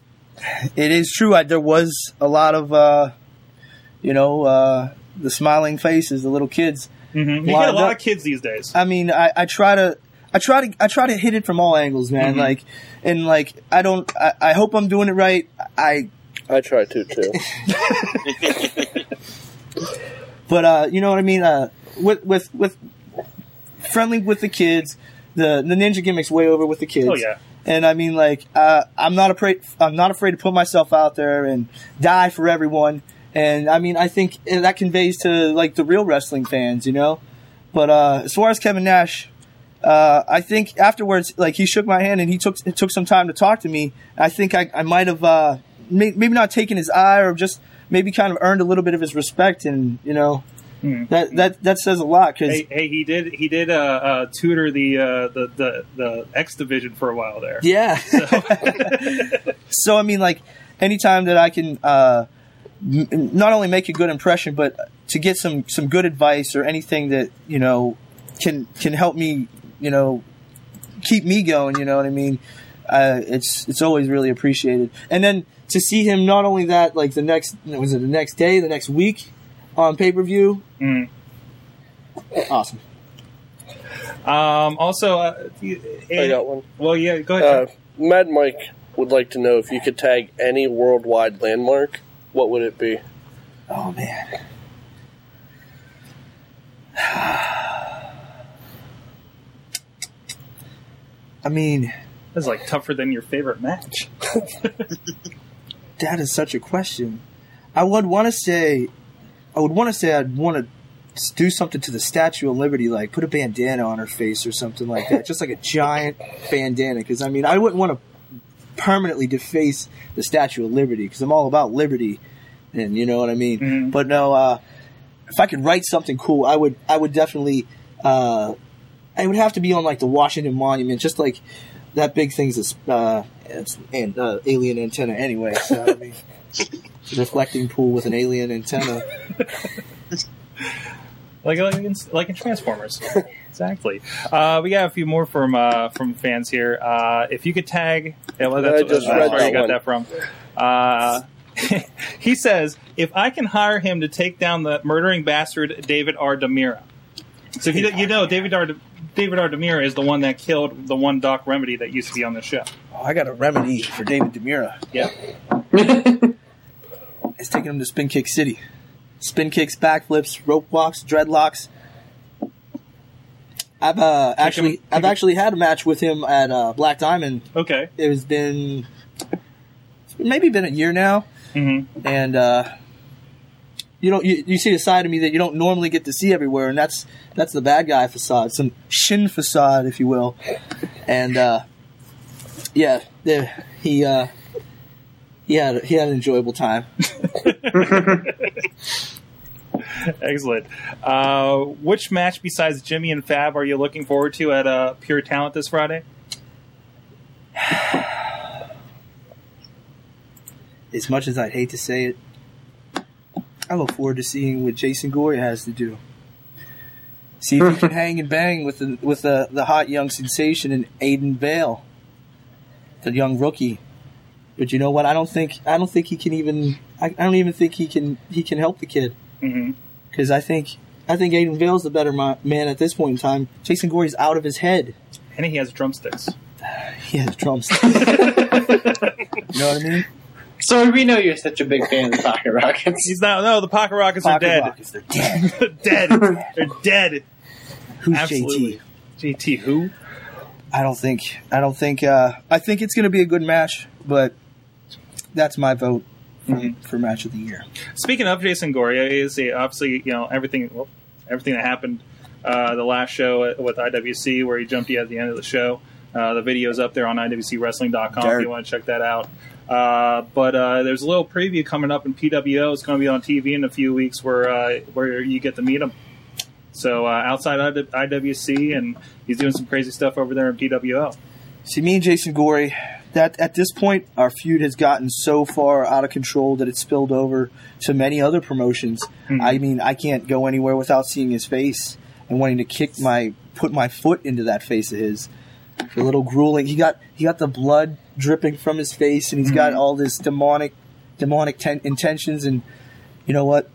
S8: it is true. I, there was a lot of, uh, you know, uh, the smiling faces, the little kids.
S3: Mhm. you get a
S8: Lined
S3: lot
S8: up.
S3: of kids these days.
S8: I mean, I, I try to. I try to I try to hit it from all angles, man.
S3: Mm-hmm.
S8: Like, and like I don't. I, I hope I'm doing it right. I
S1: I try to too.
S8: but uh, you know what I mean. Uh, with with with friendly with the kids, the the ninja gimmicks way over with the kids.
S3: Oh, yeah.
S8: And I mean, like, uh, I'm not afraid. I'm not afraid to put myself out there and die for everyone. And I mean, I think that conveys to like the real wrestling fans, you know. But uh, as far as Kevin Nash, uh, I think afterwards, like he shook my hand and he took it took some time to talk to me. I think I, I might have uh, may, maybe not taken his eye or just maybe kind of earned a little bit of his respect, and you know that that that says a lot because
S3: Hmm. Hey, hey, he did he did uh, uh, tutor the, uh, the the the X division for a while there.
S8: yeah. so I mean, like anytime that I can uh, m- not only make a good impression, but to get some some good advice or anything that you know can can help me, you know, keep me going. You know what I mean? Uh, it's it's always really appreciated. And then to see him, not only that, like the next was it the next day, the next week on pay per view.
S3: Mm.
S8: Awesome.
S3: Um, also, uh, you-
S1: I got one.
S3: well, yeah, go ahead.
S1: Uh, Mad Mike would like to know if you could tag any worldwide landmark, what would it be?
S8: Oh man. I mean,
S3: That's like tougher than your favorite match.
S8: that is such a question. I would want to say, I would want to say I'd want to do something to the Statue of Liberty, like put a bandana on her face or something like that, just like a giant bandana. Because I mean, I wouldn't want to permanently deface the Statue of Liberty because I'm all about liberty, and you know what I mean.
S3: Mhm.
S8: But no, uh, if I could write something cool, I would. I would definitely. Uh, it would have to be on like the Washington Monument, just like that big thing's this uh, it's an uh, alien antenna anyway. So I mean, reflecting pool with an alien antenna.
S3: like like in, like in Transformers. exactly. Uh, we got a few more from uh, from fans here. Uh, if you could tag, yeah, well, that's,
S1: I just
S3: that's
S1: read
S3: where
S1: that
S3: you got
S1: one.
S3: that from. Uh, he says, if I can hire him to take down the murdering bastard David R. Demira. So if you, you know David R. De- David R. Demira is the one that killed the one Doc Remedy that used to be on the show.
S8: Oh, I got a remedy for David Demura.
S3: Yeah.
S8: It's taking him to Spin Kick City. Spin kicks, backflips, rope walks, dreadlocks. I've uh, actually
S3: take
S8: I've actually had a match with him at uh, Black Diamond.
S3: Okay.
S8: It has been it's maybe been a year now.
S3: hmm
S8: and uh, you don't you, you see a side of me that you don't normally get to see everywhere, and that's that's the bad guy facade, some shin facade, if you will, and uh, yeah, the, he uh, he had he had an enjoyable time. Mm-hmm.
S3: Excellent. Uh, which match besides Jimmy and Fab are you looking forward to at uh, Pure Talent this Friday?
S8: As much as I'd hate to say it, I look forward to seeing what Jason Gore has to do. See if he can hang and bang with the with the, the hot young sensation in Aiden Vale, the young rookie. But you know what? I don't think I don't think he can even I, I don't even think he can he can help the kid
S3: hmm
S8: because I think I think Aiden Vale's the better mi- man at this point in time. Jason Gore's out of his head.
S3: And he has drumsticks.
S8: He has drums. you know what I mean?
S4: So we know you're such a big fan of Pocket Rockets.
S3: He's not. No, the Pocket Rockets
S8: Pocket
S3: are dead.
S8: Rockets, they're dead.
S3: dead. They're dead.
S8: Who's JT?
S3: Absolutely. JT who?
S8: I don't think. I don't think. Uh, I think it's going to be a good match, but that's my vote for,
S3: Mm-hmm.
S8: for match of the year.
S3: Speaking of Jason Gore, he is he obviously you know everything well, everything that happened uh, the last show at- with IWC where he jumped you at the end of the show. Uh, the video's up there on IWCWrestling.com if
S8: Dirt.
S3: you want to check that out. Uh, but uh, there's a little preview coming up in PWO. It's going to be on TV in a few weeks where uh, where you get to meet him. So uh, outside IWC, and he's doing some crazy stuff over there in PWO.
S8: See, me and Jason Gorey, that at this point, our feud has gotten so far out of control that it spilled over to many other promotions. I mean, I can't go anywhere without seeing his face and wanting to kick my put my foot into that face of his. The little grueling. He got he got the blood dripping from his face, and he's got all this demonic demonic ten- intentions. And you know what?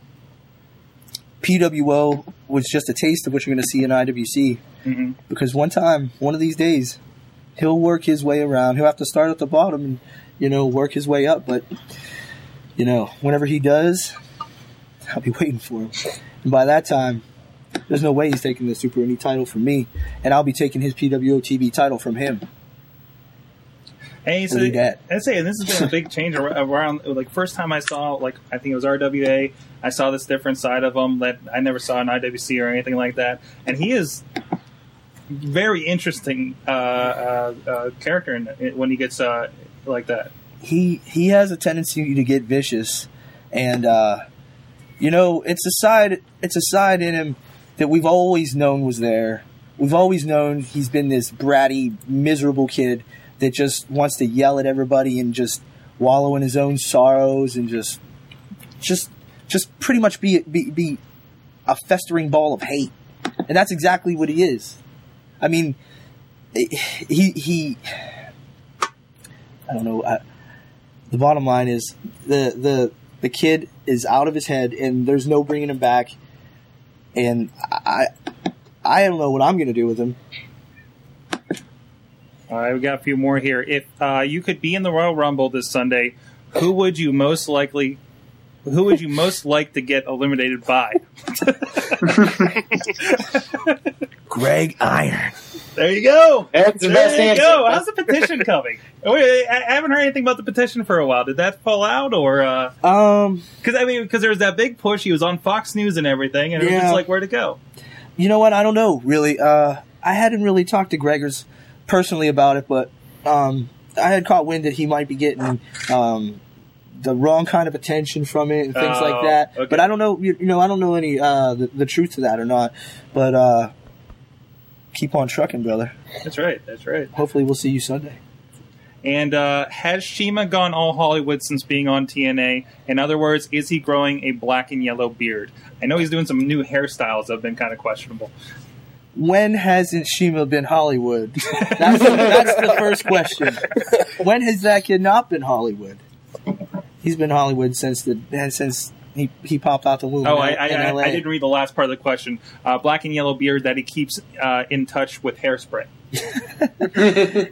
S8: PWO was just a taste of what you're going to see in IWC.
S3: Mhm.
S8: Because one time, one of these days, he'll work his way around. He'll have to start at the bottom and you know work his way up. But you know, whenever he does, I'll be waiting for him. And by that time, there's no way he's taking the Super Indie title from me, and I'll be taking his PWO TV title from him.
S3: And he
S8: Believe
S3: said,
S8: that.
S3: I say, and this has been a big change ar- around, like, first time I saw, like, I think it was RWA, I saw this different side of him that I never saw in IWC or anything like that. And he is very interesting uh, uh, uh, character in, in- when he gets, uh, like that.
S8: he he has a tendency to get vicious, and uh, you know it's a side it's a side in him that we've always known was there. We've always known he's been this bratty, miserable kid that just wants to yell at everybody and just wallow in his own sorrows and just just just pretty much be be, be a festering ball of hate, and that's exactly what he is. I mean, he he. I don't know. I, the bottom line is the the the kid is out of his head, and there's no bringing him back. And I I don't know what I'm going to do with him.
S3: All right, we got a few more here. If uh, you could be in the Royal Rumble this Sunday, who would you most likely, who would you most like to get eliminated by?
S8: Greg Iron.
S3: There you go.
S4: That's the
S3: there
S4: best
S3: you
S4: answer.
S3: go. How's the petition coming? Wait, I I haven't heard anything about the petition for a while. Did that fall out or? uh
S8: Um,
S3: Because I mean, because there was that big push. He was on Fox News and everything, and it was
S8: Yeah.
S3: just like, where'd it go?
S8: you know what? I don't know really. Uh, I hadn't really talked to Gregor's personally about it, but um, I had caught wind that he might be getting um, the wrong kind of attention from it and things
S3: Oh,
S8: like that.
S3: okay.
S8: But I don't know. You, you know, I don't know any uh, the, the truth to that or not. But uh, keep on trucking, brother.
S3: That's right. That's right.
S8: Hopefully, we'll see you Sunday.
S3: And uh, has Shima gone all Hollywood since being on TNA? In other words, is he growing a black and yellow beard? I know he's doing some new hairstyles that have been kind of questionable.
S8: when hasn't Shima been Hollywood? That's, that's the first question. When has that kid not been Hollywood? He's been Hollywood since the and since he, he popped out the womb.
S3: Oh, I,
S8: in,
S3: I,
S8: in
S3: I,
S8: LA.
S3: I didn't read the last part of the question. Uh, black and yellow beard that he keeps uh, in touch with hairspray.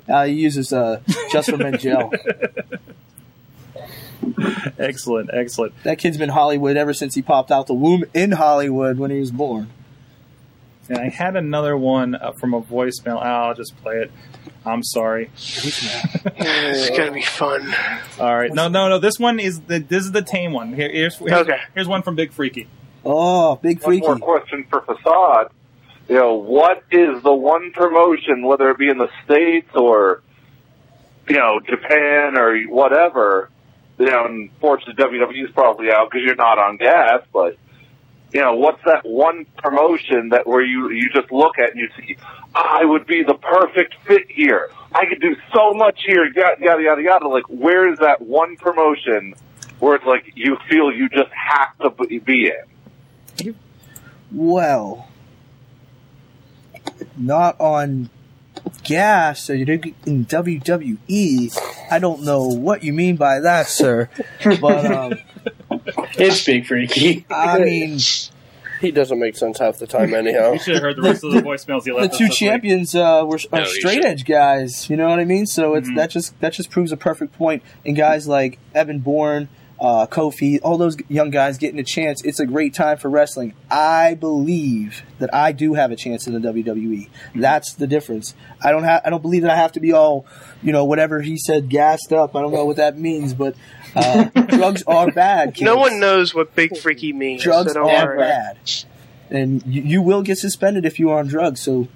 S8: Uh, he uses uh, just for men gel.
S3: Excellent, excellent.
S8: That kid's been Hollywood ever since he popped out the womb in Hollywood when he was born.
S3: And I had another one uh, from a voicemail. Ah, I'll just play it. I'm sorry.
S5: It's gonna be fun.
S3: All right. No, no, no. This one is the this is the tame one. Here, here's here's,
S5: Okay.
S3: here's one from Big Freaky.
S8: Oh, big
S9: One
S8: freaky!
S9: more question for Facade. You know, what is the one promotion, whether it be in the States or, you know, Japan or whatever, you know, and fortunately WWE's probably out because you're not on gas, but, you know, what's that one promotion that where you, you just look at and you see, "Ah, I would be the perfect fit here. I could do so much here, yada, yada, yada, yada. Like, where is that one promotion where it's like you feel you just have to be- be in?
S8: Well, not on gas, so you're in WWE. I don't know what you mean by that, sir. But um,
S4: It's big freaky.
S8: I mean,
S1: He doesn't make sense half the time, anyhow.
S3: We should have heard the rest of the voicemails he
S8: the
S3: left. us
S8: two
S3: this week.
S8: champions uh, were
S7: No,
S8: are
S7: you
S8: straight
S7: should.
S8: edge guys. You know what I mean? So
S3: Mm-hmm.
S8: it's that just that just proves a perfect point. And guys like Evan Bourne. Uh, Kofi, all those young guys getting a chance. It's a great time for wrestling. I believe that I do have a chance in the WWE.
S3: Mm-hmm.
S8: That's the difference. I don't have. I don't believe that I have to be all, you know, whatever he said, gassed up. I don't know what that means, but uh, drugs are bad. Kids
S5: No one knows what big freaky means.
S8: drugs
S5: so don't
S8: are
S5: worry.
S8: bad, and you, you will get suspended if you are on drugs. So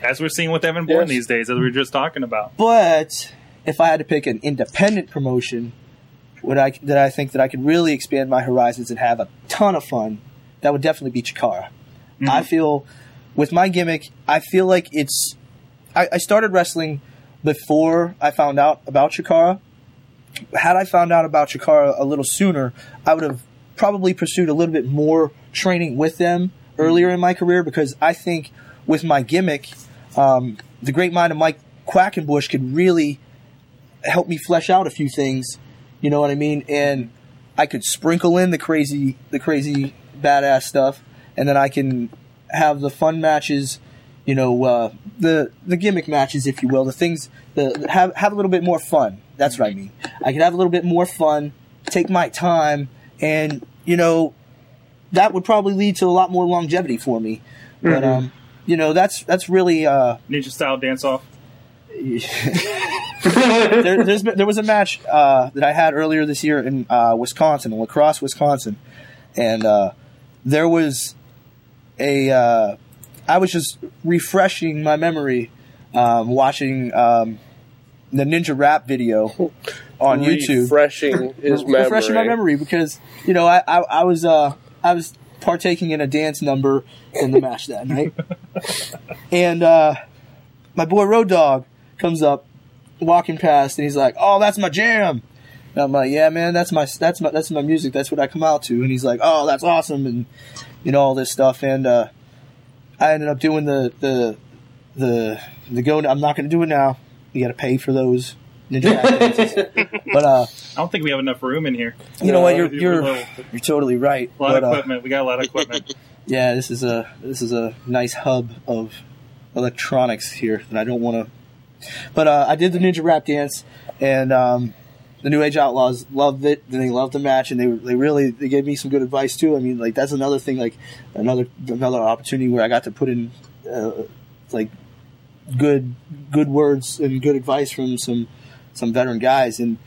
S3: as we're seeing with Evan Bourne
S1: Yes.
S3: these days, as we were just talking about.
S8: But if I had to pick an independent promotion, would I that I think that I could really expand my horizons and have a ton of fun, that would definitely be Chikara. I feel with my gimmick, I feel like it's. I, I started wrestling before I found out about Chikara. Had I found out about Chikara a little sooner, I would have probably pursued a little bit more training with them earlier in my career because I think with my gimmick, um, the great mind of Mike Quackenbush could really help me flesh out a few things. You know what I mean? And I could sprinkle in the crazy, the crazy badass stuff, and then I can have the fun matches. You know, uh, the the gimmick matches, if you will, the things the have have a little bit more fun. That's what I mean. I could have a little bit more fun, take my time, and you know, that would probably lead to a lot more longevity for me. But um, you know, that's that's really. Uh,
S3: Mm-hmm. Ninja style dance off.
S8: there, there's been, there was a match uh, that I had earlier this year in uh, Wisconsin, in Lacrosse, Wisconsin, and uh, there was a. Uh, I was just refreshing my memory, um, watching um, the Ninja Rap video on YouTube
S1: Refreshing his memory.
S8: refreshing my memory because you know I, I, I was uh, I was partaking in a dance number in the match that night, and uh, my boy Road Dog comes up walking past and he's like, "Oh, that's my jam." And I'm like, "Yeah, man, that's my that's my that's my music. That's what I come out to." And he's like, "Oh, that's awesome," and you know all this stuff. And uh, I ended up doing the the the the go. I'm not going to do it now. You got to pay for those. Ninja dances. but uh,
S3: I don't think we have enough room in here.
S8: you know what?
S3: Yeah,
S8: You're
S3: we do
S8: you're
S3: a little-
S8: you're totally right.
S3: A lot of
S8: But, uh,
S3: equipment. We got a lot of equipment.
S8: yeah, this is a this is a nice hub of electronics here that I don't want to. But uh, I did the ninja rap dance, and um, the New Age Outlaws loved it. And they loved the match, and they they really they gave me some good advice too. I mean, like that's another thing, like another another opportunity where I got to put in uh, like good good words and good advice from some some veteran guys and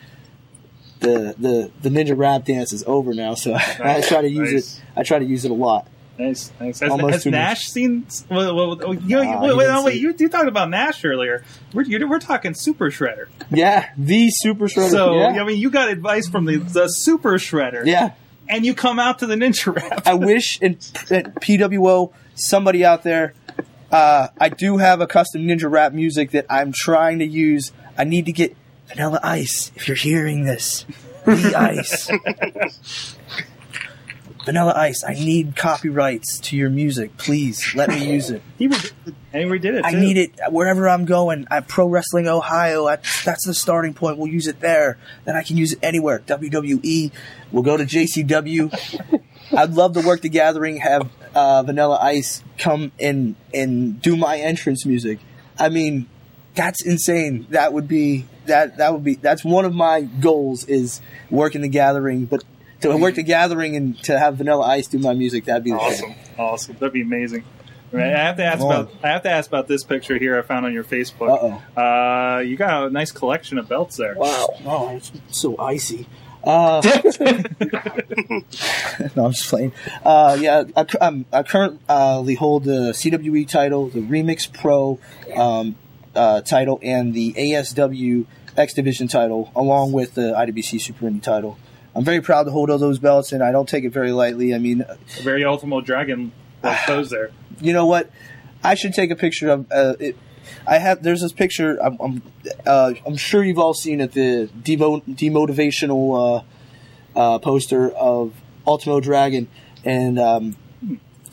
S8: the the the ninja rap dance is over now so I try to use
S3: Nice.
S8: it I try to use it a lot
S3: Nice, nice. Has,
S8: Almost
S3: has
S8: too much.
S3: Nash seen? Well, well, well, you,
S8: Nah,
S3: wait,
S8: he
S3: wait,
S8: didn't
S3: no, wait,
S8: see-
S3: you, you talked about Nash earlier. We're, you, we're talking Super Shredder.
S8: yeah the super shredder
S3: So I
S8: yeah.
S3: mean, you got advice from the, the Super Shredder,
S8: yeah
S3: and you come out to the Ninja Rap.
S8: I wish in that PWO somebody out there. Uh, I do have a custom ninja rap music that I'm trying to use. I need to get Vanilla Ice. If you're hearing this, the Ice, Vanilla Ice. I need copyrights to your music. Please let me use it.
S3: He redid, and he redid it.
S8: I
S3: too.
S8: need it wherever I'm going. At Pro Wrestling Ohio, I, that's the starting point. We'll use it there. Then I can use it anywhere. WWE. We'll go to JCW. I'd love to work the gathering. Have uh, Vanilla Ice come and and do my entrance music. I mean, that's insane. That would be that that would be that's one of my goals is working the gathering, but. To work the gathering and to have Vanilla Ice do my music, that'd be the Mm-hmm. shit.
S3: Awesome, awesome. That'd be amazing. Right, I have to ask
S8: Lord.
S3: about. I have to ask about this picture here I found on your Facebook.
S8: Uh-oh.
S3: Uh, you got a nice collection of belts there.
S1: Wow.
S8: Oh, it's so icy. Uh, no, I'm just playing. Uh, yeah, I, cu- I'm, I currently hold the CWE title, the Remix Pro um, uh, title, and the ASW X Division title, along with the IWC Super Indie title. I'm very proud to hold all those belts, and I don't take it very lightly. I mean,
S3: Very Ultimo Dragon
S8: Ah.
S3: like those there.
S8: you know what? I should take a picture of uh, it. I have there's this picture. I'm I'm, uh, I'm sure you've all seen it. The demo, demotivational uh, uh, poster of Ultimo Dragon, and um,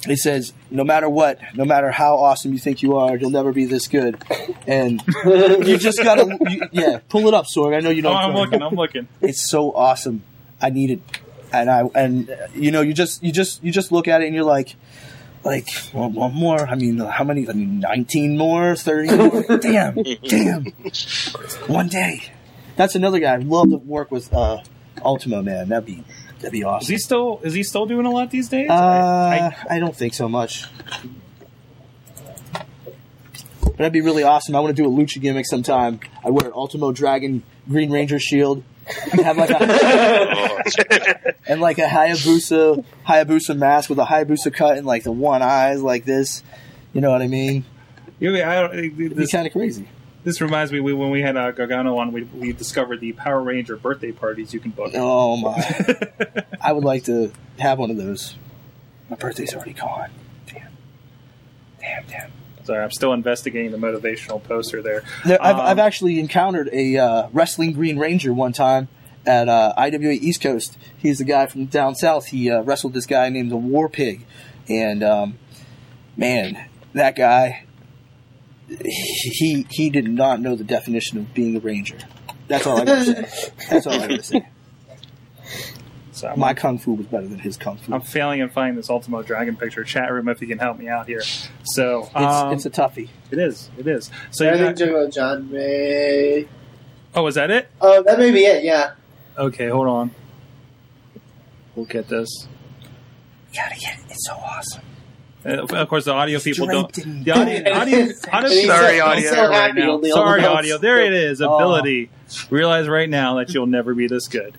S8: it says, "No matter what, no matter how awesome you think you are, you'll never be this good." And you just gotta, you, yeah, pull it up, Sorg. I know you
S3: Oh,
S8: don't.
S3: I'm looking. I'm looking.
S8: It's so awesome. I need it, and I and uh, you know you just you just you just look at it and you're like, like one, one more. I mean, how many? I mean, nineteen more, thirty more. damn, damn. One day. That's another guy. I'd love to work with uh, Ultimo, man. That'd be that'd be
S3: Is
S8: awesome.
S3: he still? Is he still doing a lot these days?
S8: Uh,
S3: I- I-
S8: I, don't think so much. But that'd be really awesome. I want to do a lucha gimmick sometime. I wear an Ultimo Dragon Green Ranger shield. And have like a
S7: Oh,
S8: and like a Hayabusa Hayabusa mask with a Hayabusa cut and like the one eyes like this. You know what I mean?
S3: you- I don't-
S8: It'd be
S3: this,
S8: kind of crazy.
S3: this reminds me we, when we had uh, Gargano on, we, we discovered the Power Ranger birthday parties you can book.
S8: Oh my! I would like to have one of those. My birthday's already gone. Damn! Damn! Damn!
S3: Sorry, I'm still investigating the motivational poster there.
S8: There, I've, I've
S3: Um,
S8: actually encountered a uh, wrestling Green Ranger one time at uh, IWA East Coast. He's the guy from down south. He uh, wrestled this guy named the War Pig, and um, man, that guy he he did not know the definition of being a ranger. That's all I gotta say. That's all I gotta say.
S3: so I'm,
S8: My kung fu was better than his kung fu.
S3: I'm failing in finding this Ultimo Dragon picture. Chat room, if you can help me out here. So
S8: It's,
S3: um,
S8: it's a toughie.
S3: it is. It is. So
S4: I
S3: you
S4: think
S3: got,
S4: Juggalo John may.
S3: oh, is that it?
S4: Oh, that may be it. Yeah.
S3: Okay, hold on. We'll get this.
S8: Gotta get it. It's so awesome.
S3: Uh, of course, the audio people don't.
S8: Draped in
S3: The audio, audio, audio
S4: He's
S3: people
S5: Sorry,
S4: he's
S5: audio.
S4: so
S5: Right
S4: happy
S5: now.
S4: with the
S3: Sorry,
S4: old-
S3: audio. There it is.
S8: Oh.
S3: Ability. Realize right now that you'll never be this good.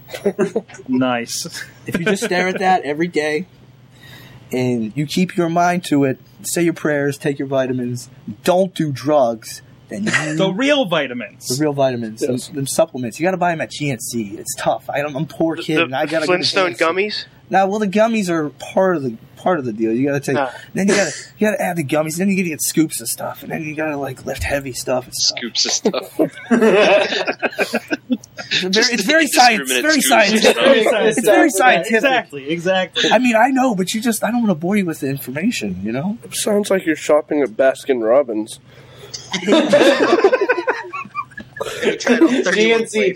S3: nice.
S8: If you just stare at that every day and you keep your mind to it, say your prayers, take your vitamins, don't do drugs, then you
S3: The real
S8: the
S3: vitamins.
S8: real vitamins, them, them supplements. You gotta buy them at GNC. It's tough. I, I'm a poor
S5: The,
S8: kid and I gotta get a
S5: Flintstone
S8: GNC.
S5: gummies.
S8: Now, well, the gummies are part of the part of the deal. You gotta take,
S5: Nah.
S8: then you gotta you gotta add the gummies. Then you gotta get scoops of stuff, and then you gotta like lift heavy stuff. And stuff.
S7: scoops of stuff.
S8: It's very, it's very science. It's very
S7: Discriminate
S8: science.
S7: scoops.
S8: It's very scientific.
S3: Exactly, exactly.
S8: I mean, I know, but you just I don't want to bore you with the information. You know,
S1: Sounds like you're shopping at Baskin Robbins.
S4: GNC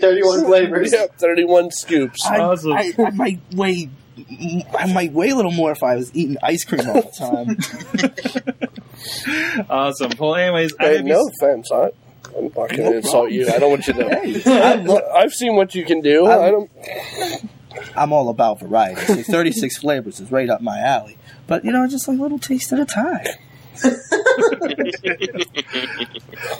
S4: 31 flavors.
S1: Yeah, 31 scoops.
S8: I,
S3: Awesome.
S8: I, I might weigh I might weigh a little more if I was eating ice cream all the time.
S3: Awesome. Well, anyways, I
S1: Hey,
S3: have you-
S1: no offense. I, I'm not going to insult you. I don't want you to.
S8: hey, Um,
S1: I've, I've seen what you can do.
S8: I'm-
S1: I don't.
S8: I'm all about variety. See, 36 flavors is right up my alley. But you know, just a little taste at a time.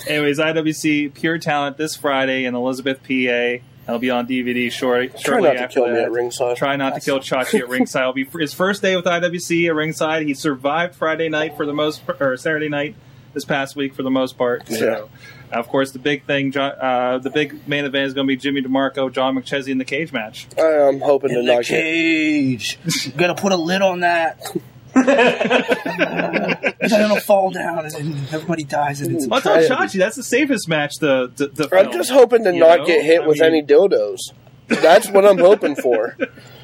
S3: Anyways, IWC Pure Talent this Friday in Elizabeth, PA. I'll be on DVD short,
S1: Try
S3: shortly
S1: not to
S3: after
S1: kill
S3: that.
S1: me at ringside.
S3: Try not to kill Chachi at ringside. It'll be his first day with IWC at ringside. He survived Friday night for the most, or Saturday night this past week for the most part. So, of course, the big thing, Jo- uh, the big main event is going to be Jimmy DeMarco, John McChesney in the cage match.
S1: I'm hoping to
S8: in the
S1: not get.
S8: cage. I'm gonna put a lid on that. so it'll fall down and then everybody dies and it's a
S3: Well, I
S8: tragedy.
S3: told Chachi that's the safest match. The to, to
S1: I'm
S3: film.
S1: just hoping to
S3: You
S1: not
S3: know?
S1: get hit
S3: I
S1: with
S3: mean-
S1: any dildos. That's what I'm hoping for.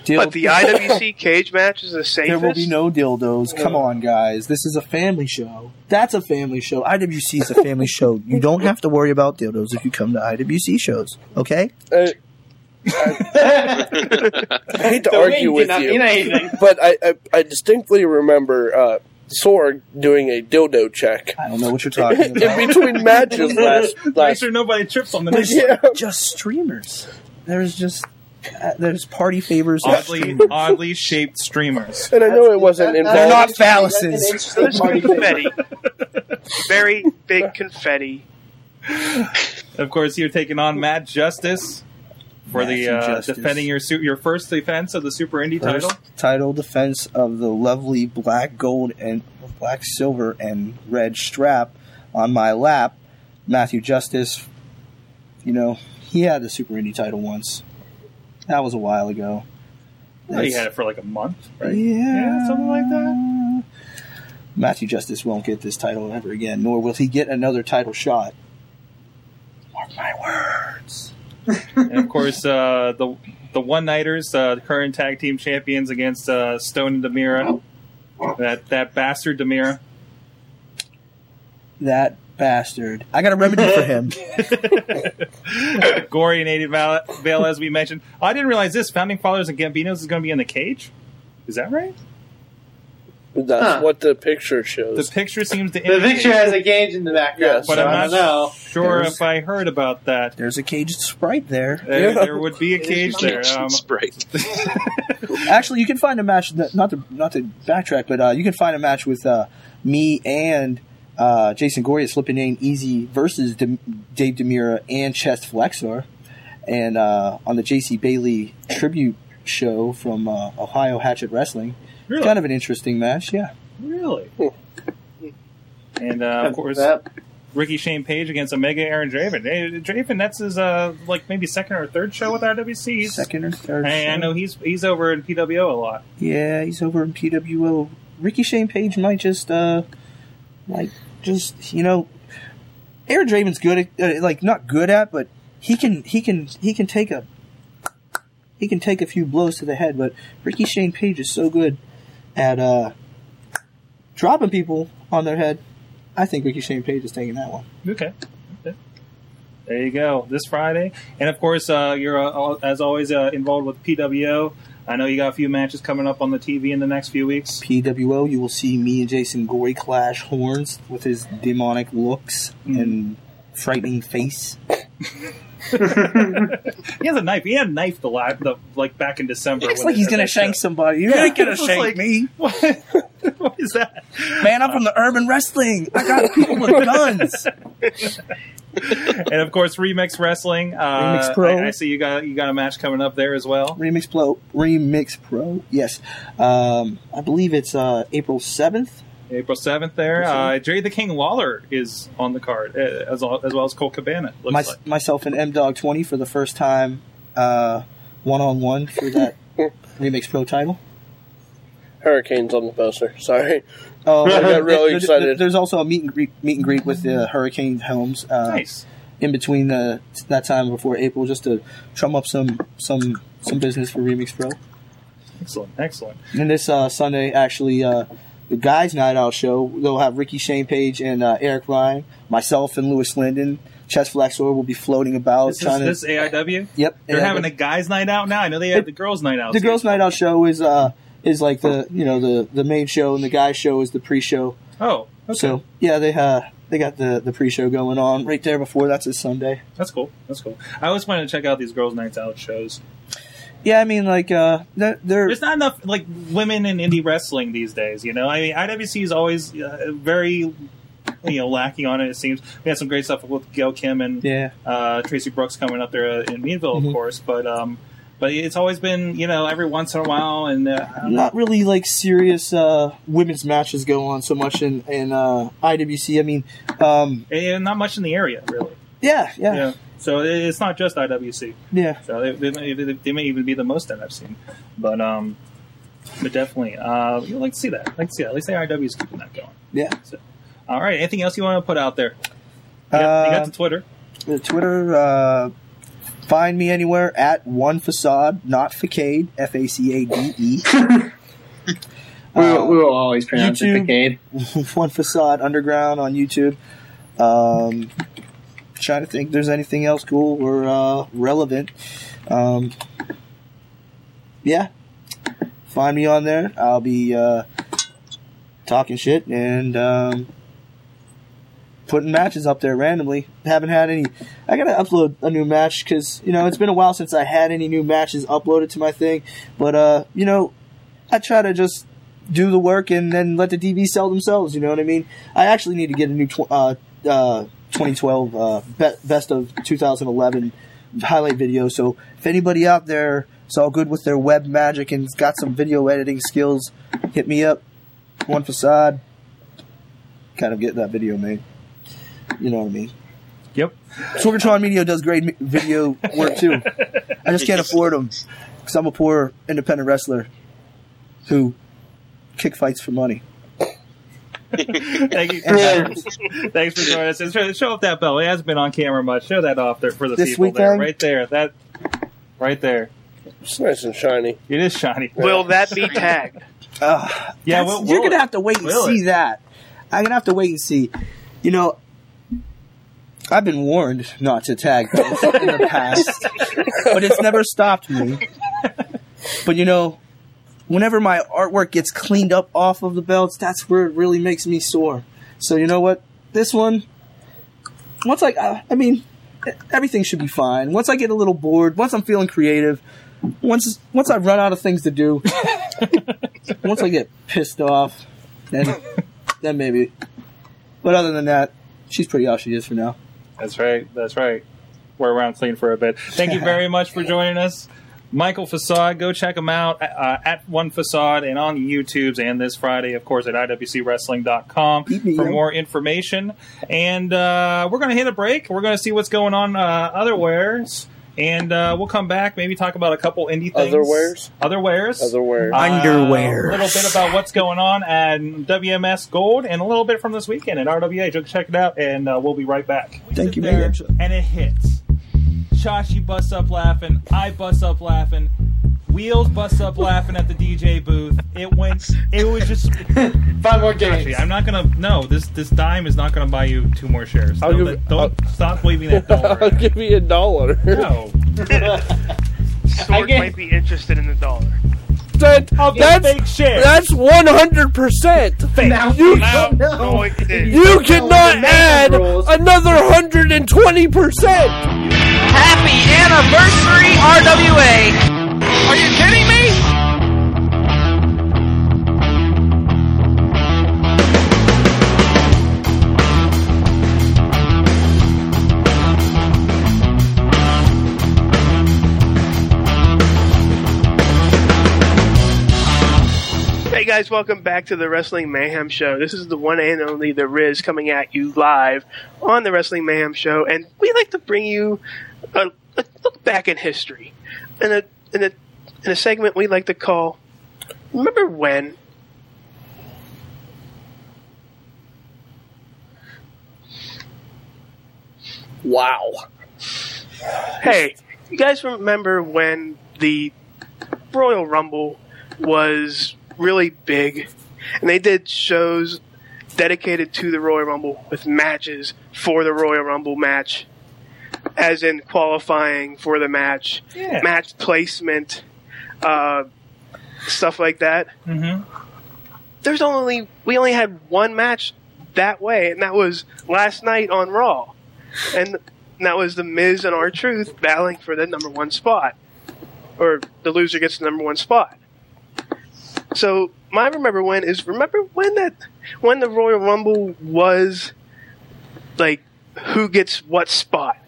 S8: Deal-
S5: But the IWC cage match is the safest.
S8: There will be no dildos. Come on, guys. This is a family show. That's a family show. IWC is a family show. You don't have to worry about dildos if you come to IWC shows. Okay?
S1: I, uh, I, I hate to argue with you, but I, I, I distinctly remember uh, Sorg doing a dildo check
S8: I don't know what you're talking
S1: in
S8: about.
S1: between matches last
S3: Make
S1: last.
S3: sure nobody trips on the
S8: There's
S3: next
S1: Yeah.
S8: just streamers. There's just uh, there's party favors. of
S3: oddly
S8: streamers.
S3: oddly shaped streamers.
S1: And I know it wasn't
S4: That-
S1: involved.
S4: that's
S8: not
S4: interesting- that's
S8: phalluses.
S4: an interesting
S5: There's
S4: party favor.
S5: confetti. Very big confetti.
S3: Of course, you're taking on Matt Justice for the
S8: Matthew
S3: uh,
S8: Justice.
S3: defending your su- your first defense of the Super Indie
S8: First
S3: title.
S8: title defense of the lovely black gold and black silver and red strap on my lap. Matthew Justice, you know, he had the Super Indie title once. That was a while ago.
S3: Well, he had it for like a month, right?
S8: Yeah,
S3: Yeah, something like
S8: that. Matthew Justice won't get this title ever again, nor will he get another title shot. Mark my words.
S3: and of course, uh, the the one nighters, uh, the current tag team champions against uh, Stone and Demira.
S1: Oh.
S3: That that bastard Demira.
S8: That bastard. I got a remedy for him.
S3: Gory and Aiden Val- Vale, as we mentioned. Oh, I didn't realize this. Founding Fathers and Gambinos is going to be in the cage. Is that right?
S1: That's
S4: Huh.
S1: what the picture
S3: The
S1: shows.
S3: picture seems to
S4: The
S3: indicate.
S4: picture has a gauge in the background,
S1: Yes,
S4: but
S3: but
S4: so
S3: I'm
S4: I
S3: not
S4: don't know.
S3: sure if I heard about that.
S8: There's a caged sprite there.
S3: There,
S1: Yeah.
S3: there would be a cage there. Um,
S7: Sprite.
S8: Actually, you can find a match. That, not to not to backtrack, but uh, you can find a match with uh, me and uh, Jason Gory at Slippin' Name Easy versus Dem Dave Demira and Chest Flexor, and uh, on the JC Bailey tribute show from uh, Ohio Hatchet Wrestling.
S3: Really?
S8: Kind of an interesting match, yeah.
S3: Really? And uh, of course,
S4: Yep.
S3: Ricky Shane Page against Omega Aaron Draven. Eh, Draven, that's his uh, like maybe second or third show with RWC. He's-
S8: Second or third.
S3: I, I
S8: show.
S3: know he's he's over in PWO a lot.
S8: Yeah, he's over in PWO. Ricky Shane Page might just, uh, like, just you know, Aaron Draven's good at, uh, like, not good at, but he can, he can, he can take a, he can take a few blows to the head. But Ricky Shane Page is so good at uh, dropping people on their head. I think Ricky Shane Page is taking that one.
S3: Okay. okay. There you go. This Friday, and of course, uh, you're uh, al- as always uh, involved with PWO. I know you got a few matches coming up on the TV in the next few weeks.
S8: PWO, you will see me and Jason Gory clash horns with his demonic looks and frightening face.
S3: He has a knife. He had a knife the, la- the like back in December.
S8: Looks
S3: when
S8: like
S3: they
S8: he's
S3: did
S8: gonna
S3: that
S8: shank
S3: show.
S8: somebody. You're
S3: Yeah,
S8: not gonna
S3: it's
S8: shank
S3: like-
S8: me,
S3: What? what is that?
S8: man. I'm from the urban wrestling. I got people with guns.
S3: and of course, Remix Wrestling. Uh,
S8: Remix Pro.
S3: I, I see you got you got a match coming up there as well.
S8: Remix Pro, Remix Pro. Yes, um, I believe it's uh, April seventh.
S3: April seventh. There, uh, Jerry the King Lawler is on the card uh, as well as, well as Cole Cabana. Looks
S8: My,
S3: like.
S8: myself and M Dog Twenty for the first time, one on one for that Remix Pro title.
S1: Hurricanes on the poster. Sorry.
S8: Oh,
S1: I got really
S8: there- there-
S1: excited.
S8: There's also a meet and greet, meet and greet with the Hurricane Helms. Uh,
S3: Nice.
S8: in between the, that time before April, just to drum up some some some business for Remix Pro.
S3: Excellent. Excellent.
S8: And this uh, Sunday, actually, uh, the guys' night out show, they'll have Ricky Shane Page and uh, Eric Ryan, myself and Lewis Linden. Chest Flexor will be floating about.
S3: This is
S8: trying
S3: this
S8: to,
S3: AIW.
S8: yep.
S3: They're
S8: and
S3: having a guys' night out now. I know they had the girls' night out.
S8: the
S3: too.
S8: girls' night out show is uh, is like the you know the the main show, and the guys' show is the pre-show.
S3: Oh, okay.
S8: So yeah, they uh, they got the the pre-show going on right there before. That's this Sunday.
S3: that's cool. That's cool. I always wanted to check out these girls' nights out shows.
S8: Yeah, I mean, like, uh, they're, they're
S3: There's not enough like women in indie wrestling these days. You know, I mean, IWC is always uh, very you know lacking on it. It seems we had some great stuff with Gail Kim and
S8: yeah,
S3: uh, Tracy Brooks coming up there uh, in Meadville, of
S8: Mhm.
S3: course. But um, but it's always been you know every once in a while, and uh, I don't know.
S8: not really like serious uh, women's matches go on so much in in uh, IWC. I mean, um,
S3: and not much in the area really.
S8: yeah, yeah, yeah,
S3: Yeah. So it- it's not just IWC. So they, they, may, they, they may even be the most that I've seen. But um, but definitely, uh, you like to see that. Like to see that. At least the IW is keeping that going.
S8: Yeah.
S3: So, all right. Anything else you want to put out there? You got, you got
S8: Uh,
S3: the Twitter.
S8: The Twitter. Uh, find me anywhere at one facade, not facade, F A C A D E.
S4: We will, we will always pronounce
S8: YouTube.
S4: it Decade.
S8: One Facade Underground on YouTube. Um, trying to think if there's anything else cool or uh, relevant. Um, yeah. Find me on there. I'll be uh, talking shit and um, putting matches up there randomly. Haven't had any. I gotta upload a new match because you know it's been a while since I had any new matches uploaded to my thing. But uh, you know, I try to just do the work and then let the DV sell themselves. You know what I mean? I actually need to get a new tw- uh, uh, 2012 uh, be- best of 2011 highlight video. So if anybody out there is all good with their web magic and's got some video editing skills, hit me up. One facade. Kind of get that video made. You know what I mean?
S3: Yep.
S8: Sorgatron Media does great mi- video work too. I just can't afford them because I'm a poor independent wrestler who kick fights for money.
S3: Thank you. Thanks for joining us. And show- Show off that bell. It hasn't been on camera much. Show that off there for the
S8: This
S3: people
S8: weekend?
S3: there. Right there. That. Right there.
S1: It's nice and shiny.
S3: It is shiny.
S5: Will that be tagged?
S8: Ugh,
S3: Yeah,
S8: that's-
S3: will-
S8: you're
S3: will
S8: gonna
S3: it?
S8: have to wait and
S3: Will
S8: see
S3: it?
S8: that. I'm gonna have to wait and see. You know, I've been warned not to tag those in the past, but it's never stopped me. But you know, whenever my artwork gets cleaned up off of the belts, that's where it really makes me sore. So you know what? This one, once I, I- I mean, everything should be fine. Once I get a little bored, once I'm feeling creative, once once I run out of things to do, once I get pissed off, then then maybe. But other than that, she's pretty all she is for now.
S3: That's right. That's right. We're around clean for a bit. Thank you very much for joining us. Michael Facade, go check him out uh, at One Facade and on YouTube's and this Friday, of course, at IWCWrestling.com
S8: me,
S3: for
S8: yo.
S3: more information. And uh, we're going to hit a break. We're going to see what's going on uh, otherwares. And uh, we'll come back, maybe talk about a couple indie things.
S1: Otherwares?
S3: Otherwares.
S1: Otherwise,
S3: Uh,
S8: Underwear.
S3: A little bit about what's going on at WMS Gold and a little bit from this weekend at RWA. Go check it out, and uh, we'll be right back. We
S8: Thank
S3: sit
S8: you,
S3: there,
S8: Megan.
S3: And it hits. Chachi busts up laughing. I bust up laughing. Wheels busts up laughing at the DJ booth. It went. It was just.
S4: Five more games.
S3: Actually, I'm not gonna. No, this this dime is not gonna buy you two more shares.
S1: I'll
S3: Don't,
S1: give-
S3: don't stop waving that
S1: I'll
S3: dollar.
S1: give you a dollar.
S3: no,
S5: Sword
S4: get-
S5: might be interested in the dollar.
S1: That,
S3: that's
S1: that's
S3: fake share.
S1: that's one hundred percent.
S4: Now-
S1: You
S5: No,
S4: No.
S3: Oh.
S5: no, it did.
S1: you
S4: the
S1: cannot
S4: math
S1: add
S4: rules.
S1: another hundred and twenty percent.
S2: Happy anniversary, RWA! Are you kidding me?
S5: Hey guys, welcome back to the Wrestling Mayhem Show. This is the one and only The Riz coming at you live on the Wrestling Mayhem Show, and we like to bring you a, a look back in history in a in a in a segment we like to call "Remember When."
S1: Wow.
S5: Hey, you guys remember when the Royal Rumble was really big, and they did shows dedicated to the Royal Rumble with matches for the Royal Rumble match, as in qualifying for the match,
S3: Yeah.
S5: match placement, uh, stuff like that.
S3: Mhm.
S5: There's only we only had one match that way, and that was last night on Raw, and. And that was the Miz and our Truth battling for the number one spot. or the loser gets the number one spot. So my remember when is remember when that when the Royal Rumble was like who gets what spot.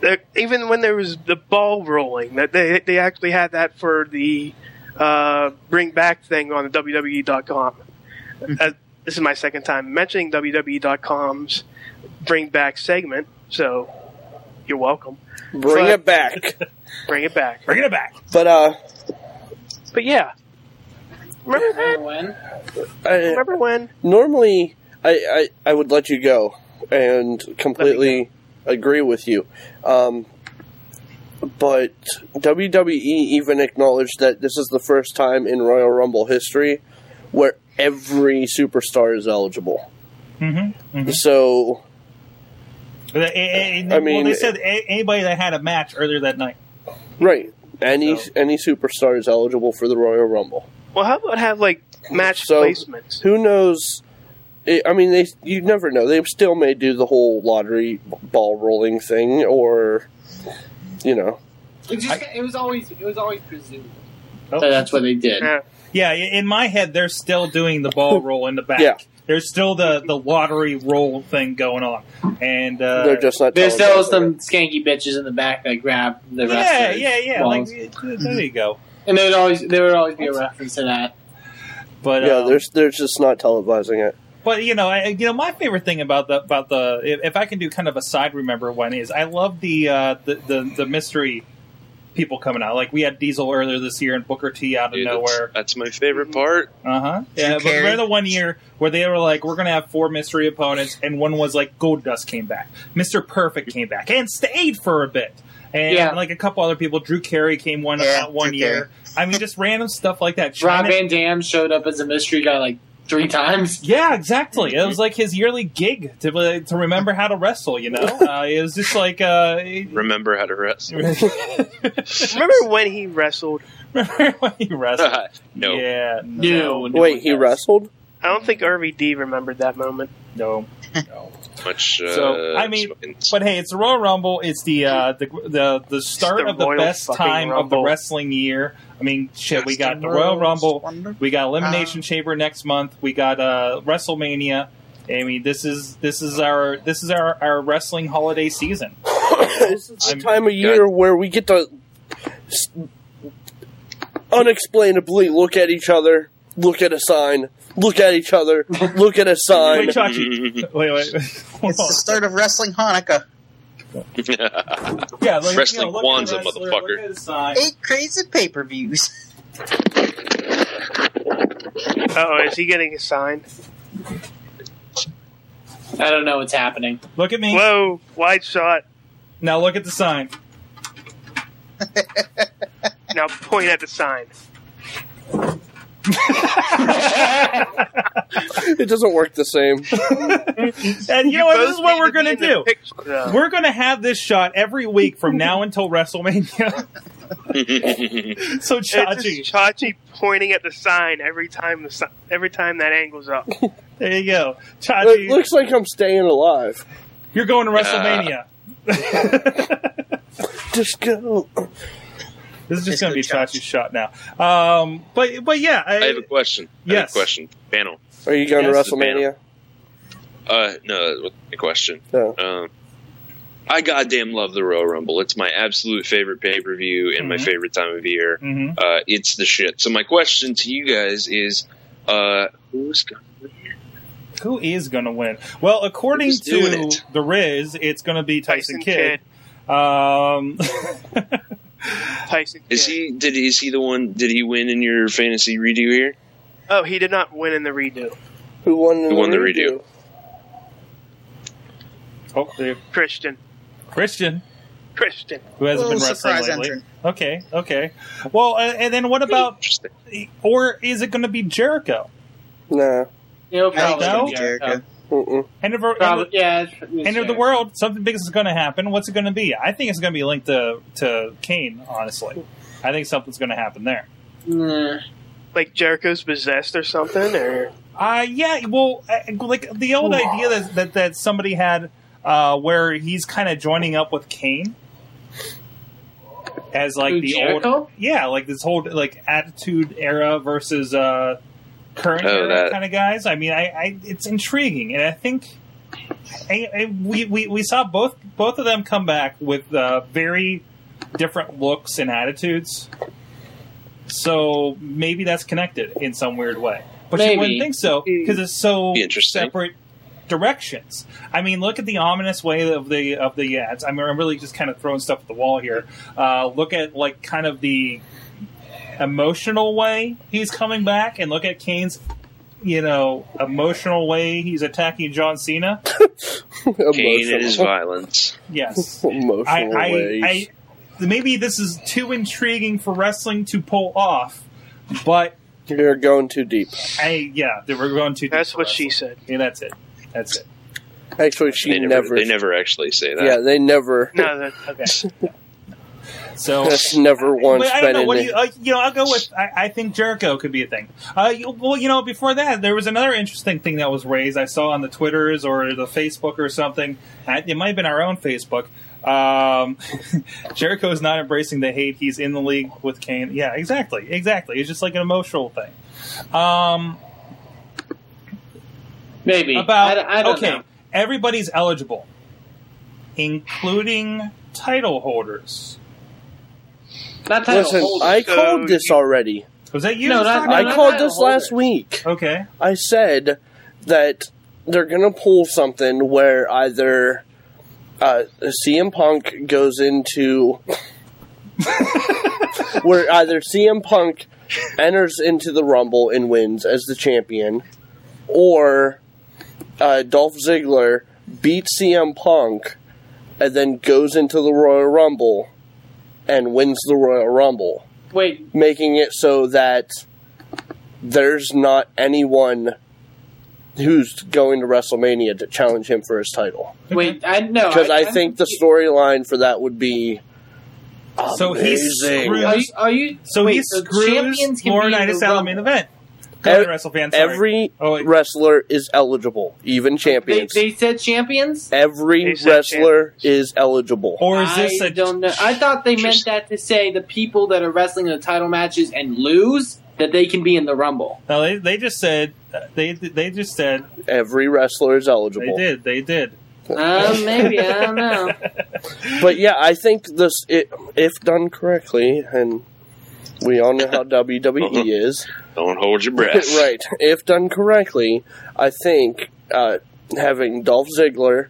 S5: There, even when there was the ball rolling, that they they actually had that for the uh, bring back thing on the WWE.com.
S3: Mm-hmm.
S5: Uh, this is my second time mentioning WWE.com's bring back segment, so you're welcome.
S1: Bring
S5: But-
S1: it back.
S5: Bring it back.
S3: Bring it back.
S1: But uh,
S5: But yeah. Remember that?
S4: When?
S1: I,
S5: Remember when?
S1: normally I, I, I would let you go and completely agree with you. Um, but WWE even acknowledged that this is the first time in Royal Rumble history where every superstar is eligible.
S3: Mm-hmm.
S1: So I
S3: I mean,
S1: mean,
S3: well, they said a- anybody that had a match earlier that night.
S1: right, any
S3: So-
S1: any superstar is eligible for the Royal Rumble.
S5: Well, how about have like match
S1: So-
S5: placements?
S1: who knows? I I mean, they you never know. They still may do the whole lottery ball rolling thing, or you know,
S10: It, just, it was always it was always presumed.
S3: Oh.
S4: So that's what they did.
S5: Yeah.
S3: Yeah, i- in my head, they're still doing the ball roll in the back.
S1: Yeah.
S3: There's still the, the lottery roll thing going on. And uh,
S1: they're just not.
S4: There's
S1: telling
S4: still
S1: us
S4: some skanky bitches in the back that grab the
S3: Yeah,
S4: wrestlers.
S3: yeah, yeah. Like,
S4: balls.
S3: there you go.
S4: and there would always there would always be a reference to that.
S3: But
S1: Yeah,
S3: um,
S1: they're they're just not televising it.
S3: But you know, I, you know, my favorite thing about the about the if, if I can do kind of a side remember one is I love the uh, the, the the mystery people coming out. Like we had Diesel earlier this year and Booker T out of
S7: Dude, that's-
S3: nowhere.
S7: That's, my favorite part.
S3: Uh huh. Yeah, but
S6: Carrey.
S3: remember the one year where they were like, "We're gonna have four mystery opponents," and one was like Gold Dust came back, Mister Perfect came back, and stayed for a bit, and
S4: Yeah.
S3: like a couple other people. Drew Carey came one
S6: Yeah,
S3: out one
S6: Drew
S3: year. I mean, just random stuff like that.
S4: Rob
S3: China-
S4: Van Dam showed up as a mystery guy like three times.
S3: Yeah, exactly. It was like his yearly gig to to remember how to wrestle. You know, uh, it was just like uh,
S7: Remember how to rest.
S5: Remember when he wrestled?
S3: remember when he wrestled.
S7: no.
S3: Yeah,
S4: No, no
S1: Wait,
S4: one
S1: he
S4: does.
S1: wrestled?
S5: I don't think RVD remembered that moment.
S3: no.
S7: Much. Uh,
S3: So, I mean,
S7: smoking-
S3: But hey, it's the Royal Rumble. It's the uh, the, the the start
S5: the
S3: of the
S5: Royal
S3: best
S5: fucking
S3: time of the
S5: Rumble.
S3: wrestling year. I mean, shit, we got the
S6: Oh,
S3: Royal Rumble. We got
S5: Uh-huh.
S3: Elimination Chamber next month. We got uh, WrestleMania. I mean, this is this is our this is our, our wrestling holiday season.
S1: this is the
S3: I'm-
S1: time of year where we get to s- unexplainably look at each other, look at a sign, look at each other, look at a sign.
S3: Wait, Chachi. wait, wait. Hold
S6: Mm-hmm. It's the
S3: on.
S6: start of wrestling Hanukkah.
S3: Yeah, like,
S7: Wrestling
S3: you know, look
S7: Kwanzaa,
S3: at the wrestler,
S7: motherfucker.
S3: look at his sign.
S6: Eight crazy pay per views.
S5: Oh, is he getting a sign?
S4: I don't know what's happening.
S3: Look at me.
S5: Whoa, wide shot.
S3: Now look at the sign.
S5: Now point at the sign.
S1: It doesn't work the same.
S3: And you know what? This is
S5: Both
S3: what
S5: need
S3: we're going to
S5: be in the
S3: do.
S5: picture, though.
S3: We're going to have this shot every week from now until WrestleMania. so,
S5: It's
S3: Chachi,
S5: just Chachi pointing at the sign every time the si- every time that angle's up.
S3: there you go.
S1: It
S3: Chachi,
S1: looks like I'm staying alive.
S3: you're going to WrestleMania.
S1: Just go.
S3: this is
S6: It's
S3: just going to
S6: the
S3: be Chachi's shot now. Um, but, but yeah. I,
S7: I have a question. I have
S3: Yes.
S7: a question. Panel.
S1: Are you going
S3: Yes,
S1: to WrestleMania?
S7: Uh, no, a question.
S1: No.
S7: Um, I goddamn love the Royal Rumble. It's my absolute favorite pay per view and my
S3: Mhm.
S7: favorite time of year.
S3: Mhm.
S7: Uh, it's the shit. So my question to you guys is, uh, who's gonna
S3: Who is going to win? Well, according
S7: Who's
S3: to
S7: doing it?
S3: The Riz, it's going to be Tyson,
S5: Tyson
S3: Kidd. Um,
S5: Tyson.
S7: is
S5: Kidd.
S7: he? Did is he the one? Did he win in your fantasy redo here?
S5: Oh, he did not win in the redo.
S1: Who won the
S7: Who won the
S1: redo?
S7: redo?
S3: oh, there-
S5: Christian.
S3: Christian,
S5: Christian.
S3: who hasn't been
S6: Little
S3: wrestling
S6: surprise
S3: lately.
S6: entrant.
S3: Okay, okay. Well, uh, and then what about,
S7: Interesting.
S3: or is it going to be Jericho?
S1: Nah.
S4: It'll
S6: think
S4: probably
S3: so.
S4: be Jericho.
S6: Jericho.
S1: Mm-mm.
S3: End of, end
S4: Probably,
S3: of,
S4: yeah. it's- it's
S3: end of the
S4: Jericho.
S3: world. Something big is going to happen. What's it going to be? I think it's going to be linked to to Kane. Honestly, I think something's going to happen there.
S4: Mm.
S5: Like Jericho's possessed or something, or
S3: Uh yeah. Well, uh, like the old idea that that, that somebody had uh, where he's kind of joining up with Kane. as like
S10: Who,
S3: the old
S10: Jericho?
S3: yeah like this whole like attitude era versus uh current
S7: Oh,
S3: era
S7: that.
S3: kind of guys i mean I, I it's intriguing and i think I, I, we, we we saw both both of them come back with uh, very different looks and attitudes so maybe that's connected in some weird way but you
S10: Maybe.
S3: wouldn't think so because it's so
S7: Be interesting.
S3: separate directions. I mean, look at the ominous way of the of the ads. I mean, I'm really just kind of throwing stuff at the wall here. Uh, look at like kind of the emotional way he's coming back, and look at Kane's you know emotional way he's attacking John Cena.
S7: Kane and his violence.
S3: Yes,
S1: Emotional
S3: I, I,
S1: ways.
S3: I maybe this is too intriguing for wrestling to pull off, but
S1: You're going too deep.
S3: I yeah, they we're going to.
S5: That's what she said.
S3: Yeah, that's it. That's it.
S1: Actually, she
S7: They never, they
S1: never
S7: never actually say that.
S1: Yeah, they never.
S5: No, that,
S3: Okay. So
S1: That's never once
S3: Wait, I don't
S1: been
S3: know.
S1: in
S3: What do
S1: the-
S3: you, uh, you know, I'll go with. I, I think Jericho could be a thing. Uh, you, well, you know, before that, there was another interesting thing that was raised. I saw on the Twitters or the Facebook or something. I- It might have been our own Facebook. Um, Jericho is not embracing the hate. He's in the league with Kane. Yeah, exactly, exactly. It's just like an emotional thing. Um,
S10: Maybe
S3: about
S10: I, don't- I don't
S3: okay,
S10: know.
S3: everybody's eligible, including title holders.
S10: Not title
S1: Listen,
S10: holders.
S1: I
S5: So
S1: called this
S5: you-
S1: already.
S3: Was that you?
S10: No,
S3: that
S10: that-
S3: started
S10: no,
S1: I
S3: that?
S10: not
S1: called
S10: title
S1: this last
S10: holders.
S1: week.
S3: Okay.
S1: I said that they're going to pull something where either uh, CM Punk goes into. where either CM Punk enters into the Rumble and wins as the champion, or uh, Dolph Ziggler beats CM Punk and then goes into the Royal Rumble and wins the Royal Rumble
S10: Wait,
S1: making it so that there's not anyone who's going to WrestleMania to challenge him for his title.
S3: Mm-hmm.
S10: wait. I know
S1: Because I, think the storyline for that would be
S3: So he
S1: Amazing.
S3: screws.
S10: Are you? Are you
S3: so
S10: wait,
S3: he
S10: so
S3: screws
S10: champions can be in
S3: Laurinaitis
S10: the
S3: out of the
S10: Rumble.
S3: main event. Go ahead,
S1: Ev-
S3: WrestleFan. Sorry.
S1: every
S3: Oh, wait.
S1: wrestler is eligible, even
S10: They,
S1: champions.
S10: they said champions.
S1: every
S5: They said
S1: wrestler is eligible.
S3: or is this
S10: I
S3: a
S10: don't know. I thought they meant that to say the people that are wrestling in the title matches and lose that they can be in the Rumble.
S3: no? They, they just said uh, they they just said
S1: Every wrestler is
S3: they
S1: eligible.
S3: did they did.
S10: Uh, maybe I don't know.
S1: But yeah, I think this, it, if done correctly, and we all know how WWE is,
S7: Don't hold your breath.
S1: right. If done correctly, I think uh, having Dolph Ziggler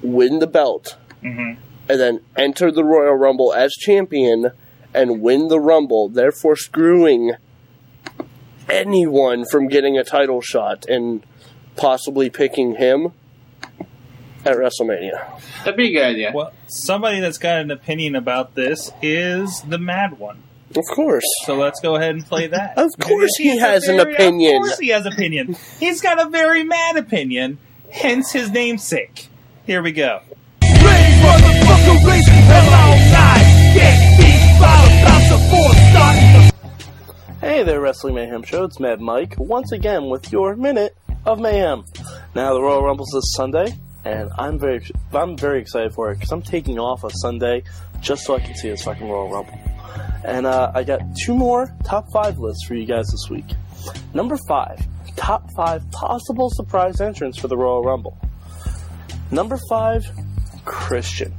S1: win the belt
S3: Mhm.
S1: and then enter the Royal Rumble as champion and win the Rumble, therefore screwing anyone from getting a title shot and possibly picking him at WrestleMania.
S10: That'd be a good idea.
S3: Well, somebody that's got an opinion about this is the mad one.
S1: Of course.
S3: So let's go ahead and play that.
S1: Of course he
S3: He's
S1: has
S3: a
S1: an
S3: very-
S1: opinion.
S3: Of course he has opinion. He's got a very mad opinion, hence his namesake. Here we go.
S11: Hey there, Wrestling Mayhem Show. It's Mad Mike once again with your minute of mayhem. Now the Royal Rumble's this Sunday, and I'm very, I'm very excited for it because I'm taking off a Sunday just so I can see this fucking Royal Rumble. And uh, I got two more top five lists for you guys this week. Number five, top five possible surprise entrants for the Royal Rumble. Number five, Christian.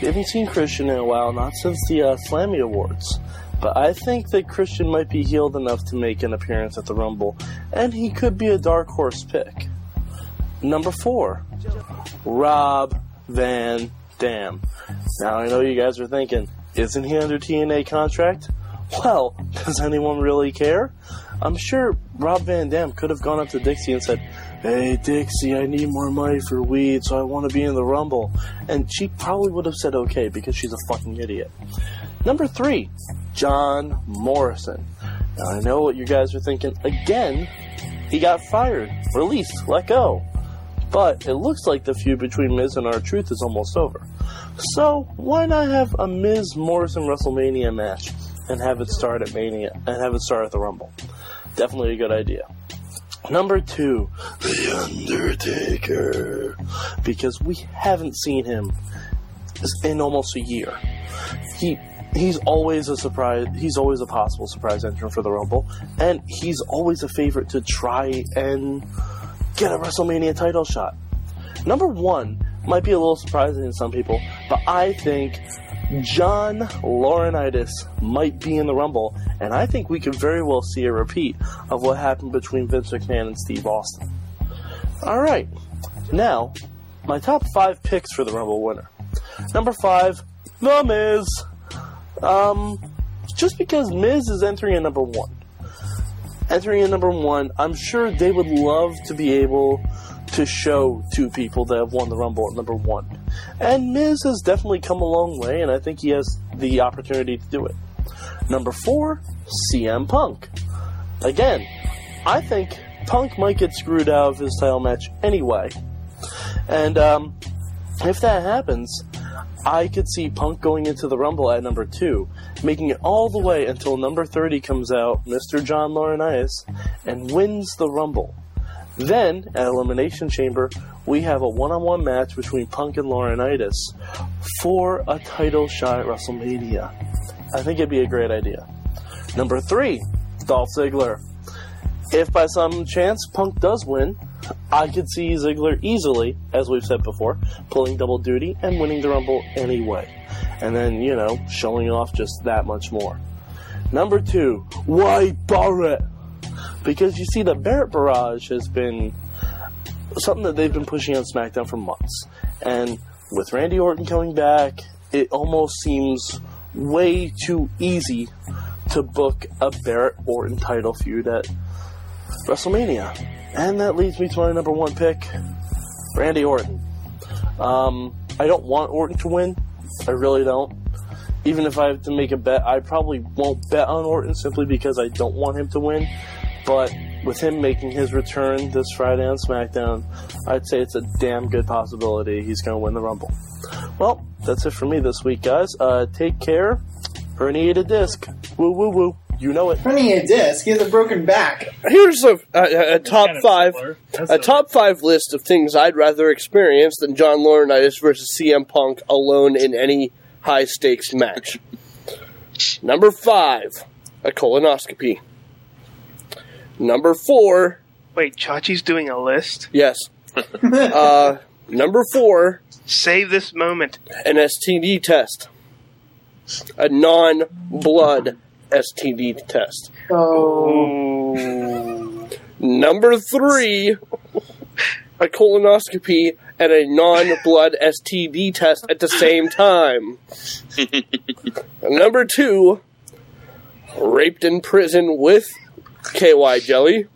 S11: We haven't seen Christian in a while, not since the uh, Slammy Awards. But I think that Christian might be healed enough to make an appearance at the Rumble, and he could be a dark horse pick. Number four, Rob Van Dam. Now I know you guys are thinking, isn't he under TNA contract? Well, does anyone really care? I'm sure Rob Van Dam could have gone up to Dixie and said, Hey Dixie, I need more money for weed, so I want to be in the Rumble. And she probably would have said okay because she's a fucking idiot. Number three, John Morrison. Now I know what you guys are thinking. Again, he got fired, released, let go. But it looks like the feud between Miz and our Truth is almost over. So why not have a Miz Morrison WrestleMania match and have it start at Mania and have it start at the Rumble? Definitely a good idea. Number two, The Undertaker. Because we haven't seen him in almost a year. He he's always a surprise. He's always a possible surprise entrant for the Rumble, and he's always a favorite to try and get a WrestleMania title shot. Number one might be a little surprising to some people, but I think John Laurinaitis might be in the Rumble, and I think we could very well see a repeat of what happened between Vince McMahon and Steve Austin. All right, now my top five picks for the Rumble winner. Number five, The Miz. Um, just because Miz is entering at number one. Entering at number one, I'm sure they would love to be able to show two people that have won the Rumble at number one. And Miz has definitely come a long way, and I think he has the opportunity to do it. Number four, CM Punk. Again, I think Punk might get screwed out of his title match anyway. And um, if that happens, I could see Punk going into the Rumble at number two, making it all the way until number 30 comes out, Mr. John Laurinaitis, and wins the Rumble. Then, at Elimination Chamber, we have a one on one match between Punk and Laurinaitis for a title shot at WrestleMania. I think it'd be a great idea. Number three, Dolph Ziggler. If by some chance Punk does win, I could see Ziggler easily, as we've said before, pulling double duty and winning the Rumble anyway. And then, you know, showing off just that much more. Number two, why Barrett? Because you see, the Barrett barrage has been something that they've been pushing on SmackDown for months. And with Randy Orton coming back, it almost seems way too easy to book a Barrett Orton title feud at WrestleMania. And that leads me to my number one pick, Randy Orton. Um, I don't want Orton to win. I really don't. Even if I have to make a bet, I probably won't bet on Orton simply because I don't want him to win. But with him making his return this Friday on SmackDown, I'd say it's a damn good possibility he's going to win the Rumble. Well, that's it for me this week, guys. Uh, take care. Herniated disc. Woo woo woo. You know it.
S4: Running a disc, he has a broken back.
S1: Here's a, a, a top
S3: Kind of
S1: five,
S3: similar. That's
S1: a top five list of things I'd rather experience than John Laurinaitis versus CM Punk alone in any high stakes match. Number five, a colonoscopy. Number four,
S5: Wait, Chachi's doing a list.
S1: yes. uh, number four,
S5: Save this moment.
S1: an STD test, a non-blood STD test.
S5: Oh.
S1: Number three, a colonoscopy and a non blood STD test at the same time. Number two, raped in prison with KY jelly.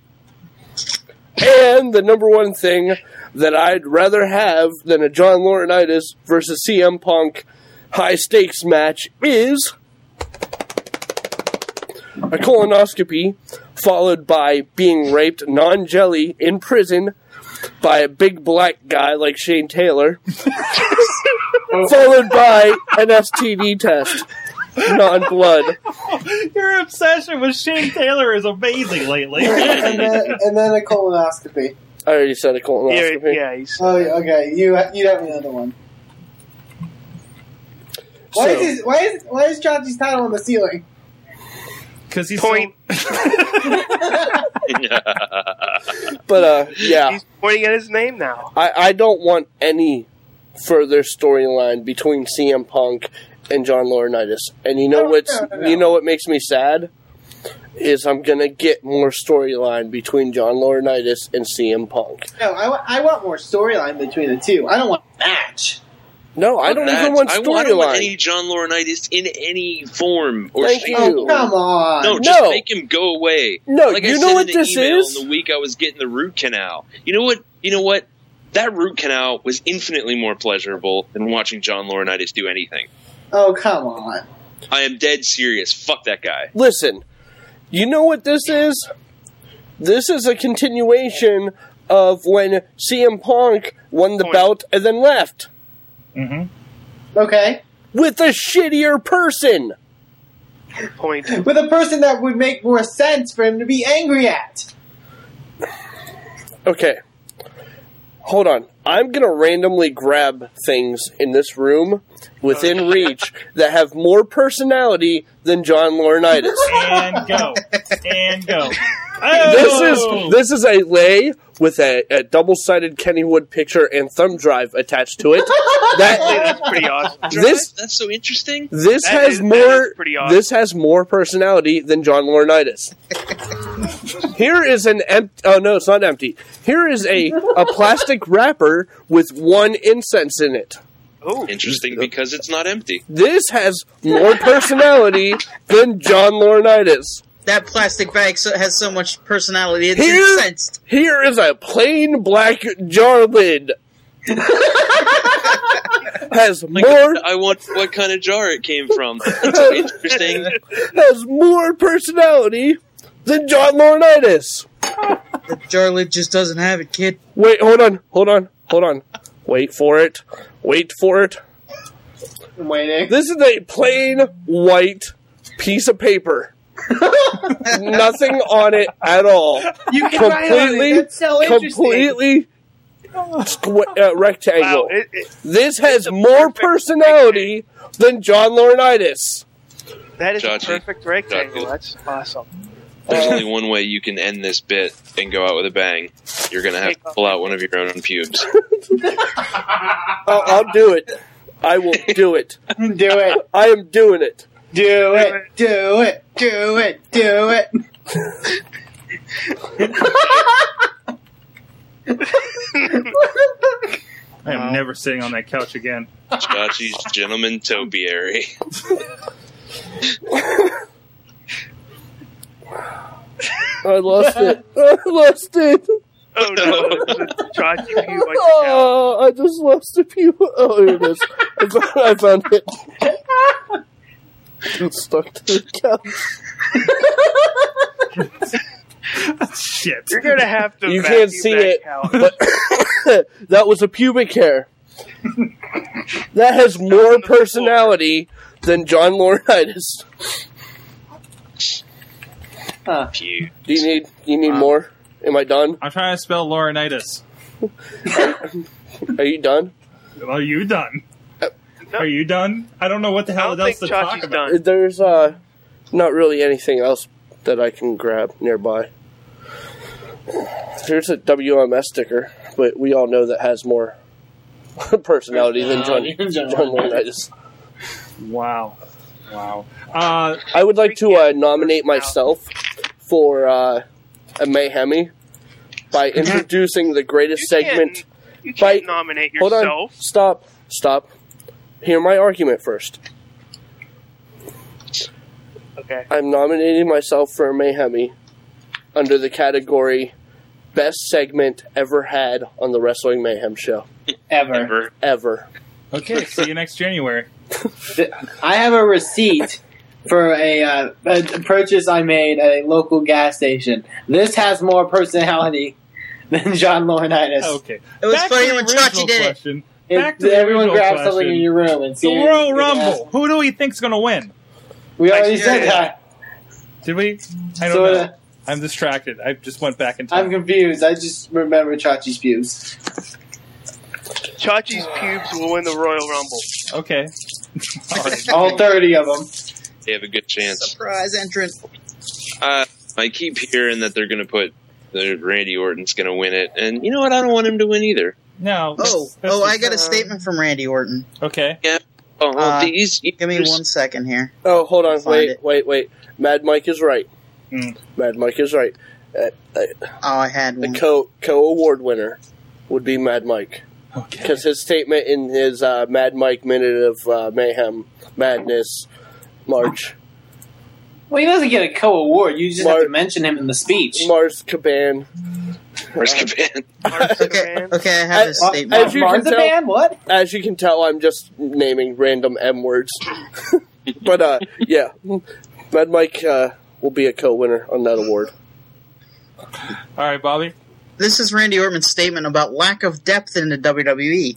S1: And the number one thing that I'd rather have than a John Laurinaitis versus CM Punk high stakes match is a colonoscopy followed by being raped non jelly in prison by a big black guy like Shane Taylor, followed by an STD test, non blood.
S3: Your obsession with Shane Taylor is amazing lately.
S4: and, then, and then a colonoscopy.
S1: I already said a
S5: Yeah,
S1: colonoscopy.
S5: yeah, he's.
S4: Oh, yeah, okay. You you have another one. Why
S1: So-
S4: is his, why is why is Chachi's title on the ceiling?
S3: Because he's
S5: Point.
S1: But uh, yeah,
S5: He's pointing at his name now.
S1: I, I don't want any further storyline between CM Punk and John Laurinaitis. And you know
S5: Oh,
S4: No,
S1: what's
S4: no, no.
S1: you know what makes me sad is I'm gonna get more storyline between John Laurinaitis and CM Punk.
S4: No, I, wa- I want more storyline between the two. I don't want a match.
S1: No, I don't
S7: That-
S1: even want
S7: I I don't want
S1: storyline.
S7: any John Laurinaitis in any form or
S1: Thank
S7: shape.
S1: you.
S4: Oh, come on.
S7: No, just
S1: No.
S7: make him go away.
S1: No,
S7: like I
S1: you
S7: said
S1: know
S7: in
S1: what
S7: the
S1: this
S7: email
S1: is?
S7: In the week I was getting the root canal. You know what? You know what? That root canal was infinitely more pleasurable than watching John Laurinaitis do anything.
S4: Oh, come on.
S7: I am dead serious. Fuck that guy.
S1: Listen, you know what this is? This is a continuation of when CM Punk won the
S5: Point.
S1: belt and then left
S3: hmm
S4: Okay.
S1: with a shittier person.
S5: Point.
S4: With a person that would make more sense for him to be angry at.
S1: Okay. hold on. I'm gonna randomly grab things in this room within reach that have more personality than John Laurinaitis.
S3: And go. And go.
S1: This
S3: Oh!
S1: is this is a lay with a, a double-sided Kennywood picture and thumb drive attached to it. That
S5: That's pretty awesome.
S1: this
S7: That's so interesting.
S1: this
S5: Uh, That
S1: has
S5: is- that
S1: more
S5: is pretty awesome.
S1: this has more personality than John Laurinaitis. Here is an empty. Oh no, it's not empty. Here is a a plastic wrapper with one incense in it.
S7: Interesting because it's not empty.
S1: This has more personality than John Laurinaitis.
S6: That plastic bag so, has so much personality. It's
S1: Here-
S6: incensed.
S1: Here is a plain black jar lid. has more
S7: I want what kind of jar it came from. That's so interesting.
S1: has more personality than John Laurinaitis.
S6: The jar lid just doesn't have it, kid.
S1: Wait, hold on, hold on, hold on. Wait for it. Wait for it.
S4: I'm waiting.
S1: This is a plain white piece of paper. Nothing on it at all.
S10: You can
S1: write on it. Completely- That's
S10: so
S1: Completely squ- uh, rectangle.
S5: Wow, it, it,
S1: This has more personality than John Laurinaitis.
S5: that is
S7: Judgy.
S5: a perfect rectangle.
S7: Judgy.
S5: That's awesome.
S7: There's only one way you can end this bit and go out with a bang. You're gonna have to pull out one of your own pubes.
S1: I'll, I'll do it. I will do it.
S4: Do it.
S1: I am doing it.
S4: Do it. Do it. Do it. Do it.
S3: I am never sitting on that couch again.
S7: Chachi's gentleman topiary.
S1: I lost it. I lost it.
S5: Oh no, there's a Judgy pew on your couch.
S1: Oh, I just lost a few. Oh, here it is. I found, I found it. It's stuck to the couch.
S3: Shit.
S5: You're gonna have to.
S1: You
S5: vacuum
S1: can't see
S5: that
S1: it,
S5: couch.
S1: but that was a pubic hair. That has more personality than John Laurinaitis.
S7: Pew.
S1: Do you need? Do you need more? Am I done?
S3: I'm trying to spell Laurinaitis.
S1: Are you done?
S3: Are you done? Are you done? I don't know what the
S5: I
S3: hell
S5: don't think
S3: else to talk
S5: Chachi's
S3: about.
S5: done.
S1: There's uh, not really anything else that I can grab nearby. There's a WMS sticker, but we all know that has more personality than John, John Laurinaitis.
S3: Wow. Wow. Uh,
S1: I would like to uh, nominate myself for uh, a Mayhemi by introducing the greatest
S5: You
S1: segment.
S5: Can't, you can't
S1: Bite.
S5: nominate
S1: Hold
S5: yourself.
S1: on, stop, stop. Hear my argument first.
S5: Okay.
S1: I'm nominating myself for a Mayhemi under the category best segment ever had on the Wrestling Mayhem show
S4: Ever.
S7: Ever.
S1: ever.
S3: okay, see you next January.
S4: I have a receipt for a, uh, a purchase I made at a local gas station. This has more personality than John Laurinaitis.
S3: Oh, Okay.
S6: It was
S3: Back to
S6: funny
S3: the
S6: when
S3: original
S6: Chachi did it.
S3: question.
S4: It-
S3: Back to the
S4: everyone
S3: original
S4: grabs
S3: question.
S4: something in your room and see
S3: The
S4: it.
S3: Royal Rumble. Who do we think's going to win?
S4: We already said
S6: Yeah.
S4: that.
S3: Did we? I don't
S4: So,
S3: know.
S4: uh,
S3: I'm distracted. I just went back in time.
S4: I'm confused. I just remember Chachi's views.
S5: Chachi's pubes will win the Royal Rumble.
S3: okay. All right.
S4: All 30 of them.
S7: They have a good chance.
S6: Surprise entrant.
S7: Uh, I keep hearing that they're gonna put that Randy Orton's gonna win it, and you know what? I don't want him to win either.
S3: No.
S6: Oh,
S3: that's- that's
S6: oh! I
S3: just- uh,
S6: got a statement from Randy Orton.
S3: Okay.
S7: Oh, well,
S6: Uh,
S7: these,
S6: Give me
S7: there's-
S6: one second here.
S1: Oh, hold on,
S6: Find
S1: wait,
S6: it.
S1: wait, wait. Mad Mike is right.
S10: Hmm.
S3: Mm.
S1: Mad Mike is right. Uh,
S6: Oh, I had
S1: The
S6: one.
S1: co co award winner would be Mad Mike
S3: Okay.
S1: because his statement in his uh, Mad Mike minute of uh, mayhem madness March
S10: Well, he doesn't get a co award. You just have
S1: Mark-
S10: to mention him in the speech.
S1: Mars Caban.
S7: Where's Caban?
S5: Mark
S6: Okay,
S5: Moran.
S6: okay, I have a
S1: I-
S6: statement.
S1: Uh, As you can
S10: Martha
S1: tell-
S10: Van? What?
S1: As you can tell, I'm just naming random M words, but uh, yeah, Mad Mike uh, will be a co winner on that award.
S3: All right, Bobby.
S6: This is Randy Orton's statement about lack of depth in the WWE.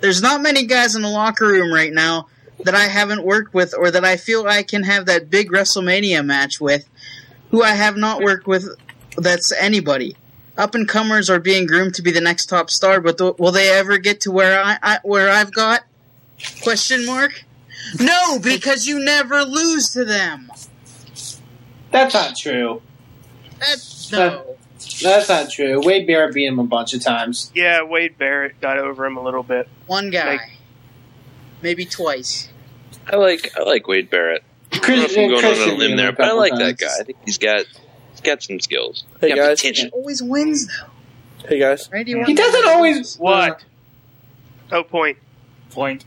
S6: There's not many guys in the locker room right now that I haven't worked with or that I feel I can have that big WrestleMania match with who I have not worked with that's anybody. up and comers are being groomed to be the next top star, but th- will they ever get to where I, I where I've got? Question mark. No, because you never lose to them.
S4: That's not true.
S6: That's no.
S4: That's not true. Wade Barrett beat him a bunch of times.
S5: Yeah, Wade Barrett got over him a little bit.
S6: One guy, maybe twice.
S7: I like I like Wade Barrett. I don't know if I'm going on a limb there, but I like that guy. I think he's got he's got some skills.
S1: Hey,
S7: Got
S1: guys.
S7: potential.
S6: Always wins though.
S1: Hey guys,
S6: Right? You
S4: He
S6: want-
S4: doesn't always.
S5: What? Oh, point.
S3: Point.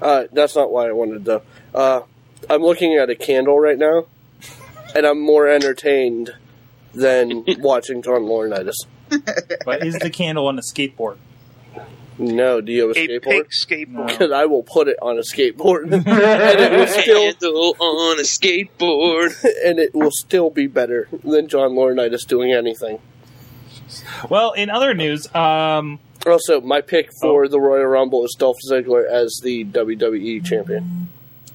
S1: uh, that's not why I wanted to. Uh, I'm looking at a candle right now, and I'm more entertained than watching John Laurinaitis.
S3: But is the candle on a skateboard?
S1: No, do you have a
S5: A
S1: skateboard?
S5: pink skateboard.
S1: Because I will put it on a skateboard, and it will still
S7: Handle on a skateboard.
S1: and it will still be better than John Laurinaitis doing anything.
S3: Well, in other news, um,
S1: Also, my pick for the Royal Rumble is Dolph Ziggler as the WWE champion.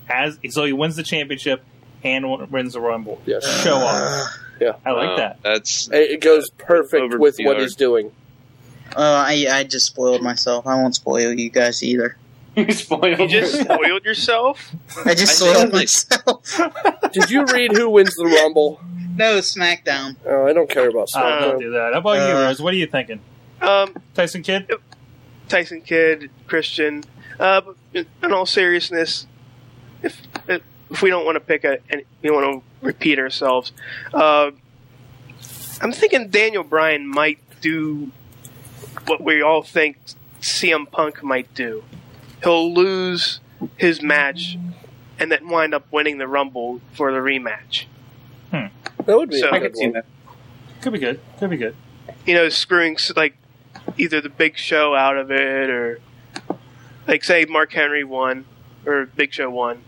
S3: as so he wins the championship and w- wins the Rumble.
S1: Yes,
S3: Show off.
S1: Yeah.
S3: I like
S7: Wow,
S3: that.
S7: Oh, That's
S1: it it goes perfect
S7: Over
S1: with what
S7: PR.
S1: he's doing.
S6: Oh, I I just spoiled myself. I won't spoil you guys either.
S4: You spoiled
S5: You just
S4: yourself.
S5: spoiled yourself.
S6: I just
S7: I
S6: soiled
S7: think-
S6: myself.
S1: Did you read who wins the Rumble?
S6: no, SmackDown.
S1: Oh, I don't care about
S3: Oh, don't
S1: SmackDown.
S3: do that. How about you,
S6: Uh,
S3: Rose? What are you thinking?
S5: Um,
S3: Tyson Kidd?
S5: Tyson Kidd, Christian. Uh, but in all seriousness, if if we don't want to pick a, and we want to repeat ourselves, uh, I'm thinking Daniel Bryan might do what we all think CM Punk might do. He'll lose his match and then wind up winning the Rumble for the rematch.
S1: that would be
S5: So-
S1: a
S5: I
S1: good
S5: could
S1: one.
S3: Could be good. Could be good.
S5: you know, screwing s- like either the Big Show out of it, or like say Mark Henry won or Big Show won,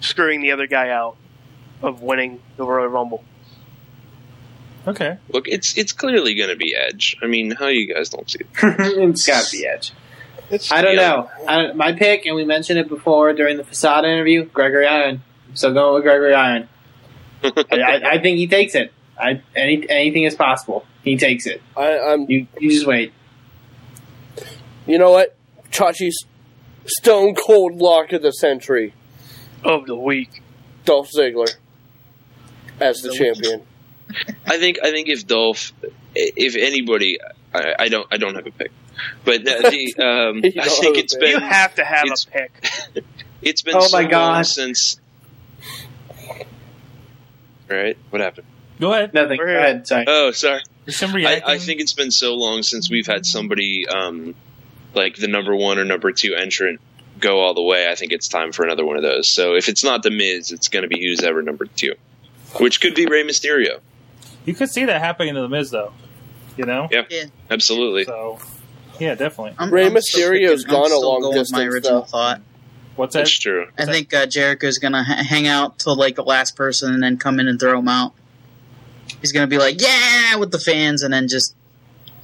S5: screwing the other guy out of winning the Royal Rumble.
S3: Okay.
S7: look. It's it's clearly going to be Edge. I mean, how you guys don't see it?
S4: it's got to be Edge.
S5: It's,
S4: I don't
S7: Yeah.
S4: know. I don't, my pick, and we mentioned it before during the facade interview, Gregory Iron. So going with Gregory Iron. I, I, I think he takes it. I, any, anything is possible. He takes it.
S1: I, I'm.
S4: You, you just wait.
S1: You know what? Chachi's stone cold lock of the century.
S5: of the week.
S1: Dolph Ziggler as the champion.
S7: I think I think if Dolph, if anybody, I, I don't I don't have a pick, but the, the, um,
S1: You don't
S7: I think
S1: have a
S7: it's
S1: pick.
S7: been
S5: You have to have
S7: it's-
S5: a pick.
S7: It's been
S4: Oh
S7: so
S4: my
S7: long
S4: God.
S7: since. All right, what happened?
S3: Go ahead.
S4: Nothing. Go
S5: We're here.
S4: ahead. Sorry.
S7: Oh, sorry.
S3: There's some
S7: I,
S3: reacting.
S7: I think it's been so long since we've had somebody um, like the number one or number two entrant go all the way. I think it's time for another one of those. So if it's not the Miz, it's going to be who's ever number two, which could be Rey Mysterio.
S3: you could see that happening to the Miz, though. You know?
S7: Absolutely.
S3: So, yeah, definitely.
S6: I'm,
S1: Rey
S6: I'm still
S1: Mysterio's
S6: sticking- I'm
S1: gone a
S6: still
S1: long
S6: going with My
S1: distance,
S6: original
S1: though.
S6: thought.
S3: What's that?
S7: That's true.
S6: I think uh, Jericho's gonna ha- hang out till like the last person, and then come in and throw him out. He's gonna be like, "Yeah," with the fans, and then just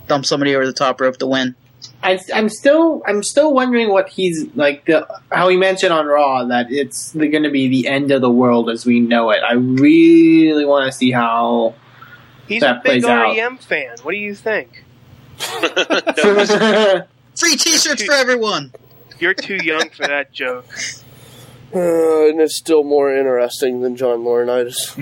S6: dump somebody over the top rope to win.
S4: I, I'm still, I'm still wondering what he's like. The, how he mentioned on Raw that it's going to be the end of the world as we know it. I really want to see how.
S5: He's
S4: That
S5: a big
S4: plays out.
S5: REM fan. What do you think?
S6: Free T-shirts for everyone.
S5: You're too young for that joke.
S1: Uh, and it's still more interesting than John Laurinaitis.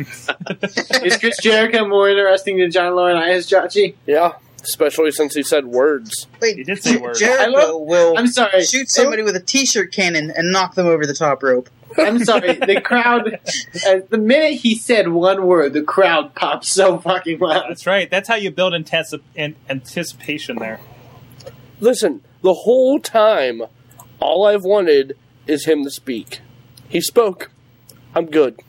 S4: is Chris Jericho more interesting than John Laurinaitis, Jochy?
S1: yeah, especially since he said words.
S6: Wait,
S3: He did say
S6: Jer-
S3: words.
S4: I
S6: Jericho
S4: love-
S6: will
S4: I'm sorry.
S6: shoot somebody with a T-shirt cannon and knock them over the top rope.
S4: I'm sorry. The crowd, uh, the minute he said one word, the crowd popped so fucking loud.
S3: That's right. That's how you build anticip- an- anticipation there.
S1: Listen, the whole time, all I've wanted is him to speak. He spoke. I'm good.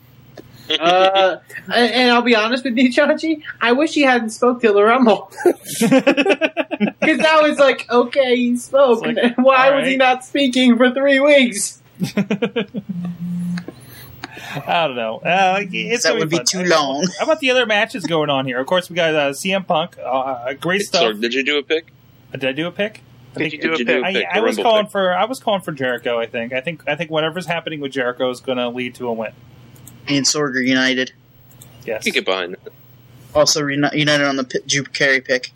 S4: Uh, and, and I'll be honest with you, Chachi. I wish he hadn't spoke till the Rumble because now it's like, okay, he spoke.
S3: It's like,
S4: Why
S3: all
S4: was he
S3: right.
S4: not speaking for three weeks?
S3: I don't know. Uh, it's
S6: That
S3: gonna
S6: would be
S3: fun.
S6: too long.
S3: How about the other matches going on here? Of course, we got uh, CM Punk. Uh, great
S7: So
S3: stuff.
S7: did you do a pick?
S3: Did I do a pick? I
S5: Did
S3: think
S5: you do
S7: Did
S5: a
S7: you do
S5: pick?
S7: a-
S3: I,
S7: pick,
S3: I
S7: the
S3: was
S7: Rumble
S3: calling
S7: pick.
S3: for I was calling for Jericho. I think. I think. I think whatever's happening with Jericho is going to lead to a win.
S6: And Sorg are united.
S3: Yes.
S7: You get behind. that.
S6: also re- united on the p- Drew Carey pick,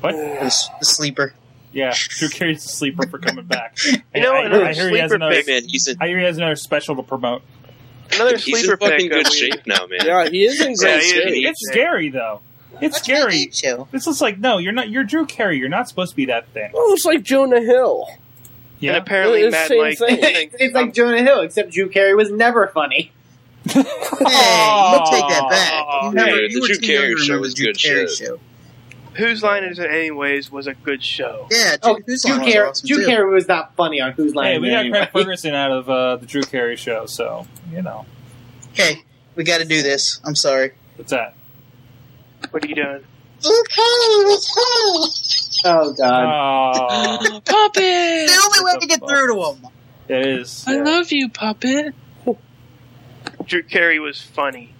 S3: What?
S6: the, s- the sleeper.
S3: Yeah, Drew Carey's a sleeper for coming back.
S5: You know,
S3: I,
S5: another
S3: I, I hear he has
S5: sleeper
S3: another.
S5: pick-
S7: man, he's in
S3: I hear he has another special to promote.
S5: Another
S7: he's in
S5: sleeper
S7: fucking
S5: pick. that
S7: good
S5: we-
S7: shape now, man.
S1: Yeah, he is in
S5: Yeah,
S1: great
S5: he is.
S1: shape.
S3: It's scary though. It's
S6: That's my
S3: scary.
S6: game show.
S3: This is like no, you're not. You're Drew Carey. You're not supposed to be that thin.
S1: Almost like Jonah Hill.
S5: And
S3: Yeah.
S5: apparently,
S1: It's the
S5: Mad
S1: same
S5: Mike.
S1: thing.
S5: thinks
S4: It's
S5: I'm-
S6: um,
S4: like Jonah Hill, except Drew Carey was never funny.
S6: Hey, you take that back. You never,
S7: Hey,
S6: you
S7: the
S6: were
S7: Drew
S6: too
S7: Carey
S6: young to
S7: show
S6: remember
S7: was
S6: the Drew
S7: good
S6: Carey
S7: shit.
S6: show.
S5: Whose line is it anyways? Was a good show.
S6: Yeah, Drew,
S4: Oh,
S6: who's
S4: Drew
S6: on was
S4: Carey,
S6: awesome
S4: Drew
S6: too.
S4: Carey was not funny on Who's Line
S3: Hey, we got
S4: anyway.
S3: Craig Ferguson out of uh, the Drew Carey show, so you know
S6: Okay, we got to do this. I'm sorry.
S3: what's that?
S5: What are you doing?
S6: Drew Carey was funny.
S4: Oh god,
S3: Aw,
S6: The only way to get through to him.
S3: it is.
S6: I love you, puppet.
S5: Drew Carey was funny.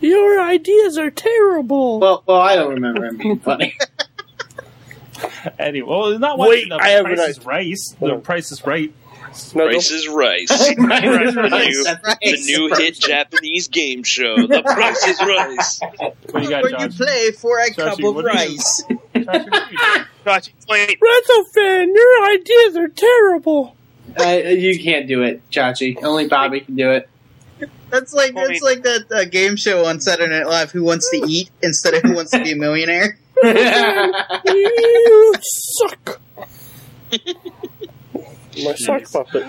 S1: Your ideas are terrible.
S4: well, well, I don't remember him being funny.
S3: Anyway, well, not one
S1: Wait,
S3: of
S1: I have an
S3: Price
S1: idea.
S3: is Rice. The Price is Right.
S1: No,
S7: Rice is Rice.
S4: Right,
S7: The
S4: right,
S7: new-
S4: that's right.
S7: the new hit Japanese game show, The Price is Rice.
S3: What do you got,
S6: Where you
S3: Josh?
S6: play for a
S3: Josh,
S6: cup
S3: you-
S6: of
S3: what do you-
S6: rice.
S3: Josh, what do you got?
S5: Josh, explain.
S1: Retrofan, your ideas are terrible.
S4: Uh, you can't do it, Chachi. Only Bobby can do it.
S6: That's like
S5: Well,
S6: that's
S5: we-
S6: like that uh, game show on Saturday Night Live. Who wants to eat instead of who wants to be a millionaire?
S1: you suck. My sock puppet.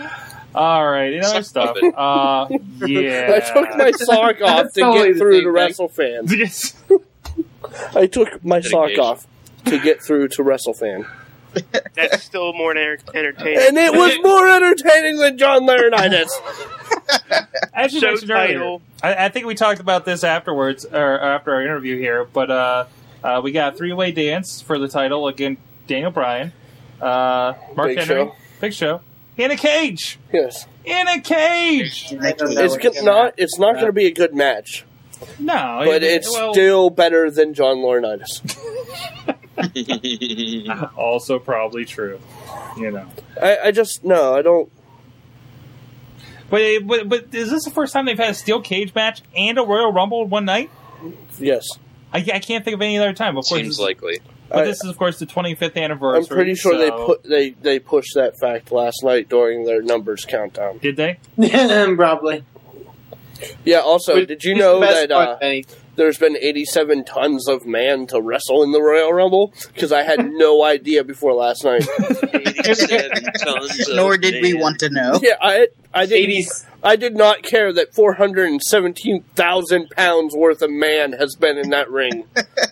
S3: All right, you know stuff.
S7: puppet.
S3: Uh, yeah.
S1: I took my sock off to
S4: Totally
S1: get
S4: the
S1: through
S4: same
S1: to
S4: thing.
S1: WrestleFan. I took my sock
S7: Dedication.
S1: off to get through to WrestleFan.
S5: That's still more enter- entertaining.
S1: And it was more entertaining than John Laurinaitis.
S3: As you
S5: Show
S3: mentioned earlier,
S5: title.
S3: I, I think we talked about this afterwards or after our interview here, but uh, uh, we got three way dance for the title again. Daniel Bryan, uh, Mark
S1: Big
S3: Henry,
S1: Show.
S3: Big Show, in a cage,
S1: yes.
S3: in a cage.
S4: I don't know
S1: It's
S4: what
S1: gonna-
S4: he's
S1: not it's not going to be a good match,
S3: No,
S1: but
S3: it-
S1: it's
S3: Oh, well,
S1: still better than John Laurinaitis.
S3: also probably true. You know,
S1: I, I just no, I don't.
S3: but, but but is this the first time they've had a steel cage match and a Royal Rumble in one night?
S1: Yes,
S3: I, I can't think of any other time. Of course,
S7: Seems
S3: this-
S7: likely.
S3: but
S1: I-
S3: this is of course the 25th anniversary.
S1: I'm pretty sure they
S3: so-
S1: put they they pushed that fact last night during their numbers countdown.
S3: Did they?
S4: doing. Probably.
S1: Yeah. Also, did you
S4: He's the
S1: know
S4: best
S1: that uh,
S4: funny.
S1: there's been 87 tons of man to wrestle in the Royal Rumble? Because I had no idea before last night.
S7: 87 tons
S5: uh,
S7: of
S6: Nor did we
S7: man.
S6: want to know.
S1: yeah, I I did
S4: 80s
S1: I did not care that 417,000 pounds worth of man has been in that ring.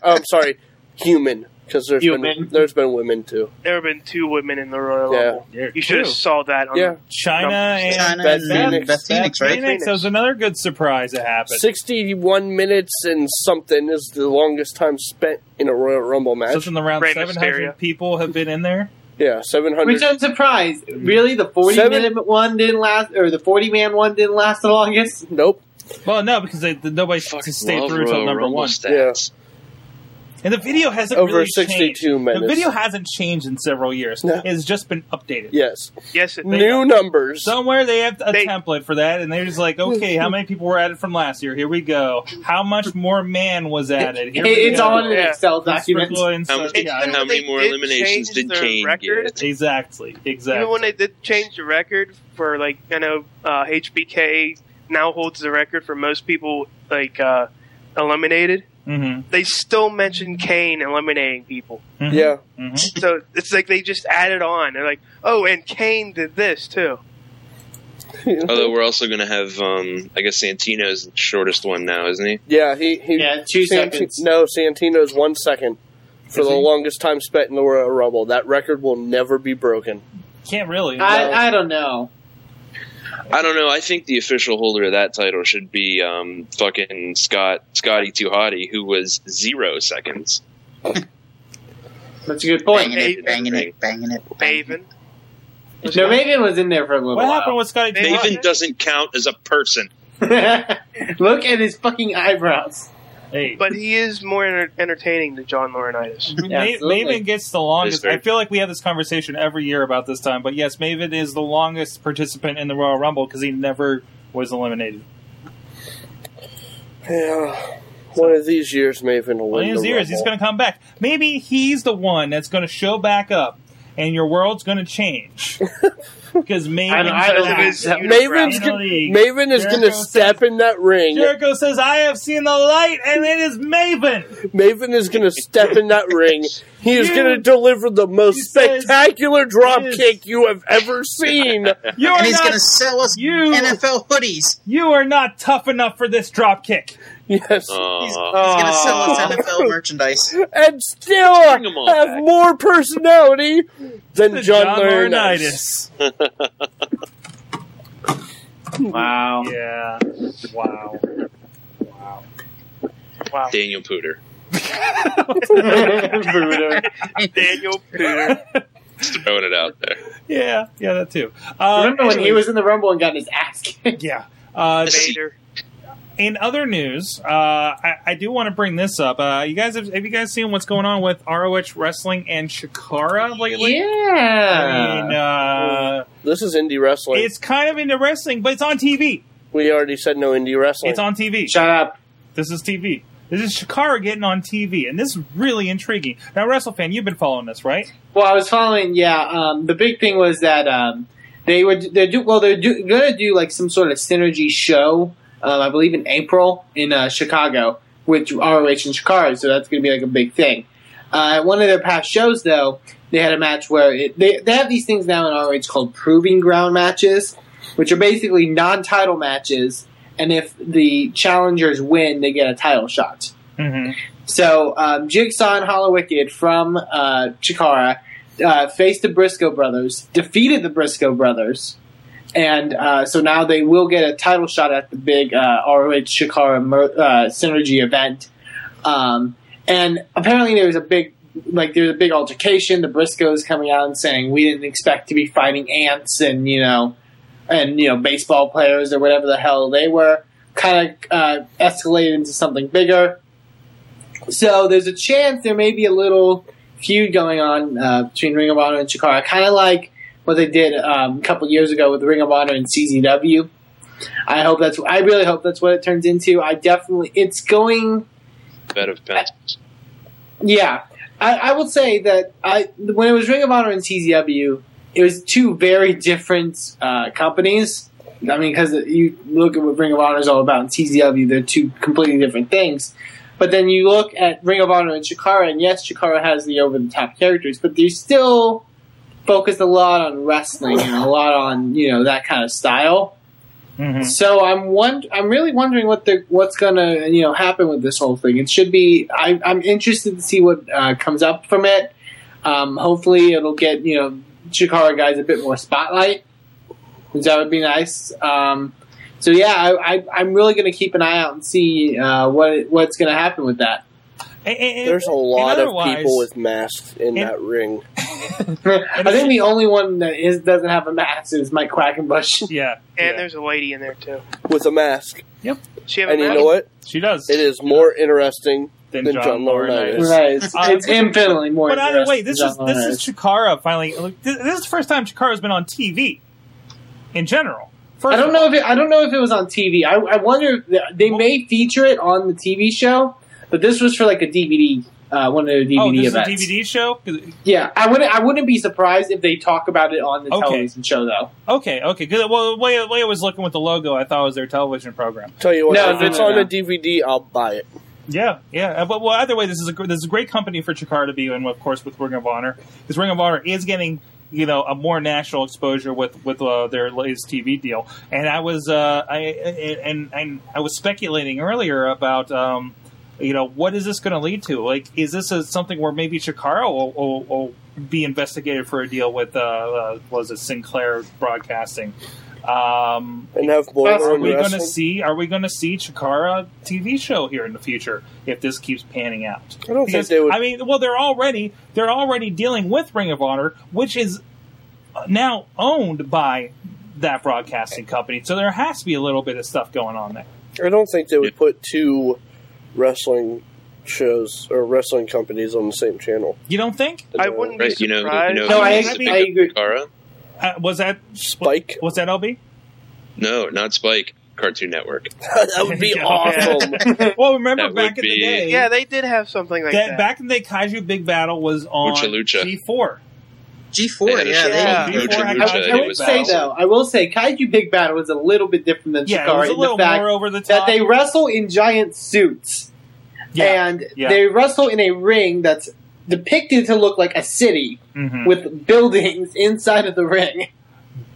S1: I'm sorry, human. Because there's been
S4: Human.
S1: there's been women too.
S5: There have been two women in the Royal
S1: Yeah.
S5: Rumble.
S3: Yeah,
S5: You should have
S3: two.
S5: saw that. On
S1: Yeah.
S3: China and
S6: China
S1: Beth
S6: and
S1: Phoenix.
S6: Beth Phoenix, right?
S3: Phoenix. That was another good surprise that happened.
S1: 61 minutes and something is the longest time spent in a Royal Rumble match.
S3: Something around
S5: Rey
S3: 700
S5: Mysterio.
S3: people have been in there.
S1: Yeah,
S4: Which
S1: 700.
S4: I'm surprised. Really, the 40
S1: Seven-
S4: minute one didn't last, or the 40 man one didn't last the longest.
S1: Nope.
S3: Well, no, because they, the, nobody
S7: Fucking
S3: stayed
S7: love
S3: through till
S7: Royal
S3: number
S7: Rumble
S3: one.
S7: Stats.
S3: And the video hasn't
S1: Over
S3: really
S1: 62
S3: changed. The
S1: minutes.
S3: video hasn't changed in several years.
S1: No.
S3: It's just been updated.
S1: Yes.
S5: Yes, it,
S1: New numbers.
S3: Somewhere they have a
S5: They-
S3: template for that, and they're just like, okay, how many people were added from last year? Here we go. How much more man was added? Here
S4: It-
S3: we
S4: it's
S3: go.
S4: all in an
S5: Yeah.
S4: Excel document.
S3: Sprinkle in
S7: How
S3: some-
S7: much-
S5: It-
S3: yeah,
S5: you know,
S7: How
S5: they
S7: many more
S5: did
S7: eliminations
S5: change
S7: did
S5: their
S7: Kane
S5: record?
S7: get?
S3: exactly, exactly.
S5: Even when they did change the record for like I know uh, HBK now holds the record for most people like uh, eliminated.
S3: Mhm,
S5: They still mention Kane eliminating people,
S3: mhm,
S1: yeah.
S3: mhm.
S5: so it's like they just added on. They're like, oh, and Kane did this too.
S7: Although we're also going to have, um, I guess Santino's the shortest one now, isn't he?
S1: Yeah, he. he
S4: Yeah, two
S1: Santi-
S4: seconds.
S1: No, Santino's one second for the longest time spent in the Royal Rumble. That record will never be broken.
S3: Can't really.
S4: I, I don't know.
S7: I don't know. I think the official holder of that title should be um, fucking Scott Scotty Too Hotty, who was zero seconds.
S4: That's a good
S6: Banging
S4: point.
S6: it, banging it, banging it.
S5: Maven.
S4: No, Maven was in there for a little
S3: what happened
S4: while.
S3: with Scotty?
S5: They-
S3: Pippen?
S7: Maven doesn't count as a person.
S4: Look at his fucking eyebrows.
S3: Hey,
S5: But he is more enter- entertaining than John Laurinaitis.
S4: Yeah,
S3: Ma-
S4: absolutely.
S3: Maven gets the longest.
S7: It's very-
S3: I feel like we have this conversation every year about this time, but yes, Maven is the longest participant in the Royal Rumble because he never was eliminated.
S1: Yeah. One of these years, Maven will
S3: Well,
S1: win.
S3: in his
S1: the
S3: ears, he's
S1: Rumble.
S3: going to come back. Maybe he's the one that's going to show back up, and your world's going to change because
S4: I
S3: Maven.
S4: don't- I don't think so.
S1: Maven's gonna,
S3: Finally,
S1: Maven is going to
S3: Jericho
S1: step in that ring.
S3: Jericho says, "I have seen the light, and it is Maven."
S1: Maven is going to step in that ring. He is
S3: You-
S1: going to deliver the most
S3: He says-
S1: spectacular drop
S3: Yes.
S1: kick you have ever seen.
S3: You
S6: and
S3: are
S6: he's
S3: not.
S6: going to sell us
S3: you-
S6: NFL hoodies.
S3: You are not tough enough for this drop kick.
S1: yes.
S6: He's,
S7: Aw.
S6: he's going to sell us
S3: Oh.
S6: NFL merchandise.
S1: and still
S7: Bring 'em all
S1: have
S7: back.
S1: more personality than
S3: The
S1: John,
S3: John
S1: Laurinaitis.
S3: Laurinaitis.
S4: Wow.
S3: Yeah. Wow. Wow.
S5: Wow.
S7: Daniel Pooter.
S5: Daniel Pooter.
S7: Just throwing it out there.
S3: Yeah. Yeah. That too. Uh,
S4: Remember when he
S3: anyway,
S4: was in the Rumble and got his ass kicked?
S3: Yeah. Uh,
S5: Vader.
S3: in other news, uh, I, I do want to bring this up. Uh, you guys have, have you guys seen what's going on with ROH wrestling and Shakara lately? I mean,
S4: Yeah.
S3: uh,
S1: This is indie wrestling.
S3: it's kind of into wrestling, but it's on TV.
S1: we already said no indie wrestling.
S3: It's on TV.
S4: Shut up.
S3: This is TV. This is Shakara getting on TV, and this is really intriguing. Now, WrestleFan, you've been following this, right?
S4: Well, I was following. Yeah, um, the big thing was that um, they were they do well. They're do, gonna do like some sort of synergy show. Um, I believe in April in uh, Chicago with ROH and Chicago, so that's gonna be like a big thing. Uh, at one of their past shows, though, they had a match where it, they they have these things now in ROH called proving ground matches, which are basically non-title matches, and if the challengers win, they get a title shot.
S3: Mm-hmm.
S4: So um, Jigsaw and Hollow Wicked from uh, Chikara uh, faced the Briscoe brothers, defeated the Briscoe brothers, and uh, so now they will get a title shot at the big uh, ROH Chikara mer- uh, synergy event. Um, and apparently there was a big like there's a big altercation. The Briscoes coming out and saying we didn't expect to be fighting ants and you know and you know baseball players or whatever the hell they were. Kind of uh, escalated into something bigger. So there's a chance there may be a little feud going on uh, between Ring of Honor and Chikara, kind of like what they did um, a couple years ago with Ring of Honor and CZW. I hope that's. I really hope that's what it turns into. I definitely. It's going.
S7: Bed of pencils.
S4: Yeah, I, I will say that I when it was Ring of Honor and CZW, it was two very different uh, companies. I mean, because you look at what Ring of Honor is all about and CZW, they're two completely different things. But then you look at Ring of Honor and Chikara, and yes, Chikara has the over the top characters, but they still focus a lot on wrestling and a lot on you know that kind of style.
S3: Mm-hmm.
S4: So I'm won- I'm really wondering what the what's gonna you know happen with this whole thing. It should be I, I'm interested to see what uh, comes up from it. Um, hopefully it'll get you know Chikara guys a bit more spotlight, which that would be nice. Um, so yeah, I, I, I'm really gonna keep an eye out and see uh, what what's gonna happen with that.
S1: There's a lot of
S3: otherwise-
S1: people with masks
S3: and-
S1: in that ring.
S4: I think the only one that is doesn't have a mask is Mike Quackenbush.
S3: yeah,
S5: And
S3: yeah.
S5: there's a lady in there too.
S1: With a mask.
S5: She have a
S1: And you
S5: mask?
S1: know what?
S3: she does.
S1: It is more interesting
S3: Then
S1: than
S3: John
S1: John Laurinaitis.
S3: Laurinaitis.
S4: Right, it's,
S3: Uh,
S4: it's
S3: but-
S4: infinitely more.
S3: But either way, this is
S4: interesting
S3: this
S4: than
S3: is Chikara finally. Look, this, this is the first time Chikara's been on TV in general. First
S4: I don't
S3: of
S4: know if it, I don't know if it was on TV. I, I wonder if they- they may feature it on the TV show, but this was for like a DVD, uh, one of the DVD
S3: all- Oh, this
S4: events.
S3: is a DVD show.
S4: Yeah, I wouldn't I wouldn't be surprised if they talk about it on the
S3: Okay.
S4: television show though.
S3: Okay, okay. Good. Well, the way, the way I was looking with the logo, I thought it was their television program.
S1: Tell you what,
S4: No,
S1: if
S4: no,
S1: it's
S4: no,
S1: on
S4: no.
S1: a DVD, I'll buy it.
S3: Yeah, yeah. Uh, But well, either way, this is a gr- this is a great company for Chikara to be in, of course, with Ring of Honor, because Ring of Honor is getting you know a more national exposure with with uh, their latest TV deal. And I was uh, I and and I was speculating earlier about. Um, you know what is this going to lead to? Like, is this a, something where maybe Chikara will, will, will be investigated for a deal with uh, uh, was it Sinclair Broadcasting? Um,
S1: And have more
S4: That's-
S3: are
S1: than
S3: we going to
S1: wrestling.
S3: see? Are we going to see Chikara TV show here in the future if this keeps panning out?
S1: I don't think
S3: Because,
S1: they would.
S3: I mean, well, they're already they're already dealing with Ring of Honor, which is now owned by that broadcasting company. So there has to be a little bit of stuff going on there.
S1: I don't think they would put two wrestling shows or wrestling companies on the same channel.
S3: You don't think?
S5: I wouldn't be
S7: Right, you know- you
S5: surprised.
S7: know-
S4: No, I,
S7: Is it
S4: actually- I agree.
S7: Kara?
S3: Uh, was that
S1: Spike.
S3: Was that LB?
S7: No, not Spike. Cartoon Network.
S1: that would be
S3: Yeah.
S1: awesome.
S3: Well, remember
S7: That
S3: back
S7: would
S3: in the
S7: be-
S3: day,
S5: Yeah, they did have something like
S3: that,
S5: that.
S3: back in the day, Kaiju Big Battle was on
S7: Lucha Lucha.
S3: G4.
S7: They
S6: G4,
S7: had a
S5: yeah,
S6: yeah.
S5: they-
S6: They,
S7: show called
S5: Yeah.
S3: Before
S7: Lucha
S3: I
S7: Lucha,
S3: got-
S7: and
S3: I
S7: it
S3: would
S7: was
S4: say
S7: awesome.
S4: though, I will say Kaiju Big Battle is a little bit different than
S3: Yeah, it
S4: Chikara
S3: was a
S4: in the
S3: little
S4: fact
S3: more over the top.
S4: that they wrestle in giant suits
S3: yeah.
S4: and
S3: yeah.
S4: they wrestle in a ring that's depicted to look like a city
S3: Mhm.
S4: with buildings inside of the ring.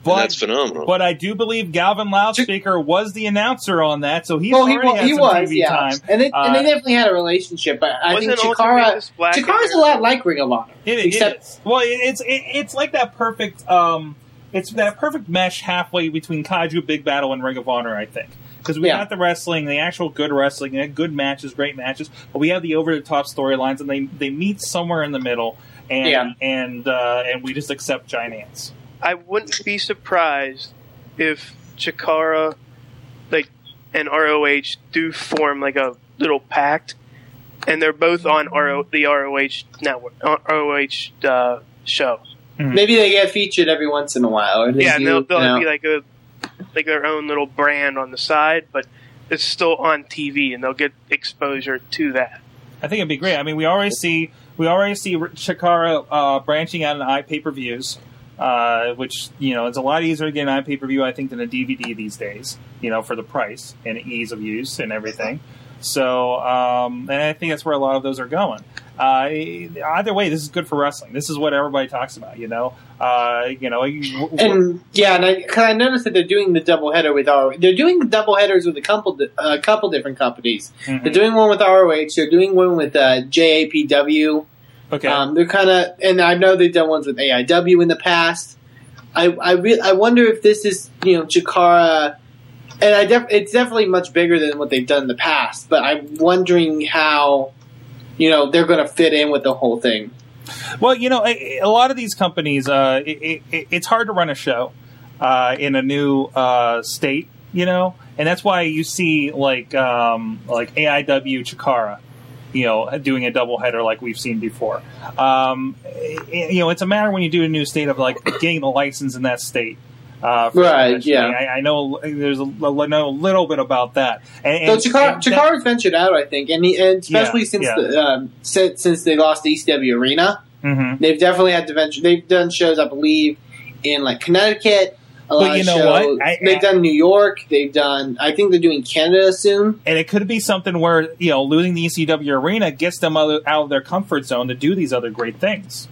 S7: And
S3: but
S7: that's phenomenal.
S3: But I do believe Galvin Loudspeaker was the announcer on that, so he's
S4: well, he,
S3: already
S4: wa-
S3: had
S4: he
S3: some
S4: was,
S3: TV
S4: yeah,
S3: time.
S4: and they, and
S3: Uh,
S4: they definitely had a relationship. But I
S5: Wasn't Ultraman
S4: think Chikara,
S5: just black? in
S4: Chikara's
S5: there?
S4: a lot like Ring of Honor,
S3: It- it-
S4: except
S3: it's- well, it, it's it, it's like that perfect um, it's that perfect mesh halfway between Kaiju Big Battle and Ring of Honor, I think, because we
S4: Yeah.
S3: got the wrestling, the actual good wrestling, and good matches, great matches, but we have the over the top storylines, and they they meet somewhere in the middle, and
S4: Yeah.
S3: and uh, and we just accept giant ants.
S5: I wouldn't be surprised if Chikara, like, and ROH do form like a little pact, and they're both on RO, the ROH network, uh, ROH uh, show.
S3: Hmm.
S4: maybe they get featured every once in a while. Or they
S5: yeah, and
S4: do,
S5: they'll, they'll
S4: you know.
S5: be like a like their own little brand on the side, but it's still on TV, and they'll get exposure to that.
S3: I think it'd be great. I mean, we already see we already see Chikara uh, branching out in i pay per views, uh, which you know it's a lot easier to get an i pay per view I think than a DVD these days. You know, for the price and ease of use and everything. So, um, and I think that's where a lot of those are going. Uh, either way, this is good for wrestling. This is what everybody talks about. You know, uh, you know, you-
S4: And yeah, and I, cause I noticed that they're doing the double header with ROH. They're doing the double headers with a couple di- a couple different companies.
S3: Mhm.
S4: They're doing one with ROH. They're doing one with uh, JAPW.
S3: okay,
S4: Um, they're kind of, and I know they've done ones with AIW in the past. I I, re- I wonder if this is you know Chikara, and I def- it's definitely much bigger than what they've done in the past. But I'm wondering how you know they're going to fit in with the whole thing.
S3: Well, you know, a, a lot of these companies, uh, it, it, it's hard to run a show uh, in a new uh, state, you know, and that's why you see like um, like AIW Chikara, you know, doing a doubleheader like we've seen before. Um, i- you know, it's a matter when you do a new state of like getting the license in that state. Uh, for
S4: Right,
S3: wrestling.
S4: yeah.
S3: I, I know there's a, l- I know a little bit about that. And,
S4: So
S3: and-
S4: Chikara,
S3: and that-
S4: Chikara's ventured out, I think, and, he, and especially
S3: Yeah,
S4: since
S3: yeah.
S4: the um, since, since they lost the ECW Arena,
S3: Mhm.
S4: they've definitely had to venture. They've done shows, I believe, in like Connecticut. A
S3: But
S4: lot
S3: you
S4: of
S3: know
S4: shows.
S3: what? I-
S4: they've
S3: I-
S4: done New York. They've done. I think they're doing Canada soon.
S3: and it could be something where you know losing the ECW arena gets them out out of their comfort zone to do these other great things.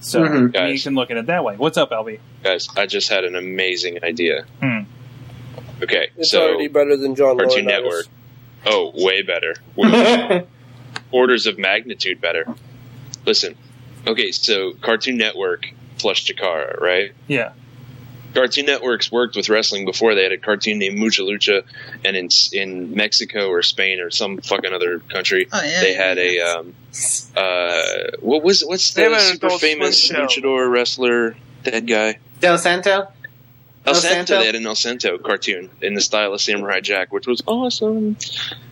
S3: So
S4: Mhm.
S3: I mean, you
S7: Guys.
S3: can look at it that way. What's up, LB?
S7: Guys, I just had an amazing idea.
S3: Hmm.
S7: Okay,
S1: It's
S7: so
S1: already better than John
S7: Cartoon
S1: Laurinaitis.
S7: Network. Oh, way better. Way- Orders of magnitude better. Listen, okay, so Cartoon Network plus Chikara, right?
S3: Yeah.
S7: Cartoon Networks worked with wrestling before. They had a cartoon named Mucha Lucha, and in in Mexico or Spain or some fucking other country,
S6: Oh, yeah.
S7: they had a um, uh, what was what's
S5: They have
S7: the
S5: an
S7: super
S5: Adult Swim
S7: famous
S5: show.
S7: luchador wrestler dead guy?
S4: Del Santo.
S7: El
S4: El
S7: Santo,
S4: Santo?
S7: they had an El Santo cartoon in the style of Samurai Jack, which was awesome.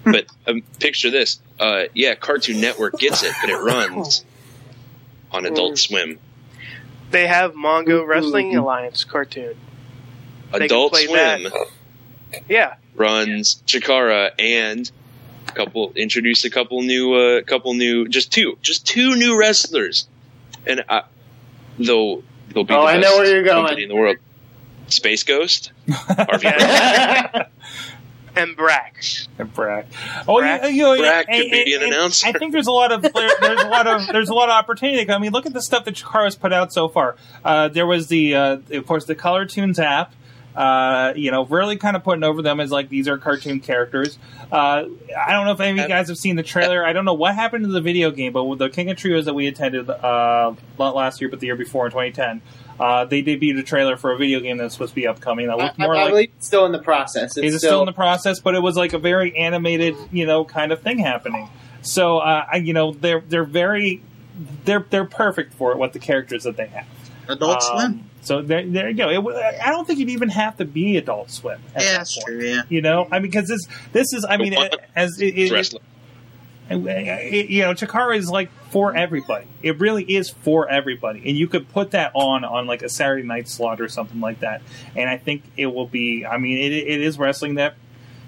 S7: but um, picture this: uh, yeah, Cartoon Network gets it, but it runs on Adult Swim.
S5: They have Mongo Wrestling Alliance cartoon. They can
S7: Adult
S5: play
S7: Swim
S5: Yeah,
S7: runs Chikara and a couple introduced a couple new, uh, couple new, just two, just two new wrestlers, and I, they'll they'll be
S4: Oh,
S7: the
S4: I know
S7: best
S4: where you're going.
S7: company in the world. Space Ghost, RV
S5: and Brack.
S3: And Brack. Oh,
S5: Brack-
S3: you, you,
S7: Brack
S3: and-
S7: could be
S3: and-
S7: an
S3: and
S7: announcer.
S3: I think there's a lot of there, there's a lot of there's a lot of opportunity. I mean, look at the stuff that Chikara's put out so far. Uh, there was the uh, of course the Color Tunes app. Uh, you know, really kind of putting over them as like these are cartoon characters. Uh, I don't know if any of you guys have seen the trailer. I don't know what happened to the video game, but with the King of Trios that we attended uh, not last year, but the year before in 2010, uh, they debuted a trailer for a video game that's supposed to be upcoming. That
S4: I,
S3: looked
S4: I,
S3: more
S4: I
S3: like
S4: believe it's still in the process. It's
S3: is it still in the process, but it was like a very animated, you know, kind of thing happening. So, uh, I, you know, they're they're very they're they're perfect for it. What the characters that they have,
S6: Adult
S3: Um,
S6: Swim.
S3: So there, there you go. It, w- I don't think you'd even have to be Adult Swim. At
S6: Yeah,
S3: that
S6: that's
S3: point.
S6: true, yeah.
S3: You know, I mean, because this this is, I mean,
S7: What?
S3: it- as it, it,
S7: wrestler.
S3: and, uh, it- you know, Chikara is like for everybody. It really is for everybody, and you could put that on on like a Saturday night slot or something like that. And I think it will be. I mean, it, it is wrestling that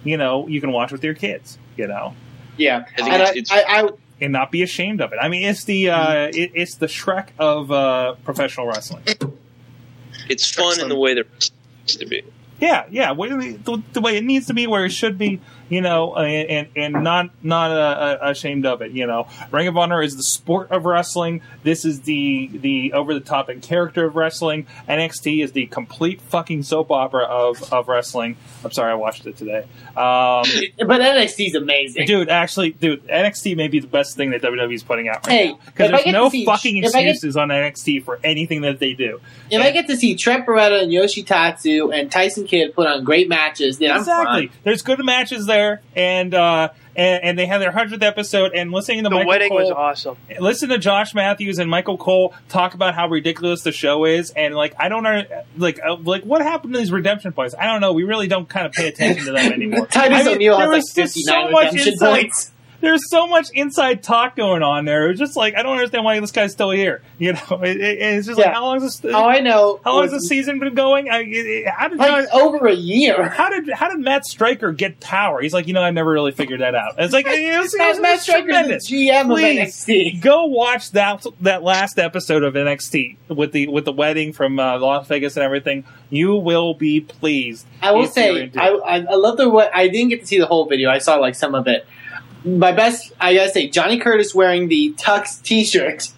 S3: you know you can watch with your kids, you know,
S4: Yeah,
S7: I think
S4: and I,
S7: it's- it's-
S4: I, Mm. I,
S3: and not be ashamed of it. I mean, it's the uh, it, it's the Shrek of uh, professional wrestling.
S7: It's fun in the way that it used to be.
S3: Yeah, yeah, way- the, the way it needs to be, where it should be, you know, and and, and not not uh, uh, ashamed of it. You know, Ring of Honor is the sport of wrestling. This is the the over the top and character of wrestling. NXT is the complete fucking soap opera of of wrestling. I'm sorry, I watched it today. Um,
S4: but NXT's amazing.
S3: dude, actually, dude, NXT may be the best thing that WWE's putting out right
S4: Hey,
S3: now because
S4: if I
S3: there's
S4: get
S3: no
S4: to see-
S3: fucking
S4: if I get-
S3: excuses on NXT for anything that they do.
S4: If I get to see Trent Beretta and Yoshitatsu and Tyson Kidd put on great matches, then
S3: exactly.
S4: I'm fine.
S3: There's good matches there, and uh, and, and they had their hundredth episode. And listening to
S5: The
S3: Michael
S5: wedding
S3: Cole,
S5: was awesome.
S3: listen to Josh Matthews and Michael Cole talk about how ridiculous the show is, and like I don't know, like uh, like what happened to these redemption points? I don't know. We really don't kind of pay attention to them anymore.
S4: Titus
S3: I mean,
S4: O'Neil
S3: there
S4: has like
S3: was just
S4: 59
S3: so much
S4: redemption
S3: inside.
S4: points.
S3: There's so much inside talk going on there. It was just like I don't understand why this guy's still here. You know, it, it, it's just like
S4: Yeah.
S3: how long is this?
S4: All I know
S3: how long has
S4: was
S3: the season been going? I, it, it, how did Josh,
S4: like over a year.
S3: how did how did Matt Stryker get power? He's like, you know, I never really figured that out. It's like it was, it was
S4: Matt, Matt Striker's
S3: tremendous.
S4: the GM
S3: Please.
S4: of NXT.
S3: Go watch that that last episode of NXT with the with the wedding from uh, Las Vegas and everything. You will be pleased.
S4: I will
S3: if you're
S4: say,
S3: into
S4: I,
S3: it.
S4: I, I love the what I didn't get to see the whole video. I saw like some of it. My best, I gotta say, Johnny Curtis wearing the Tux T-shirt.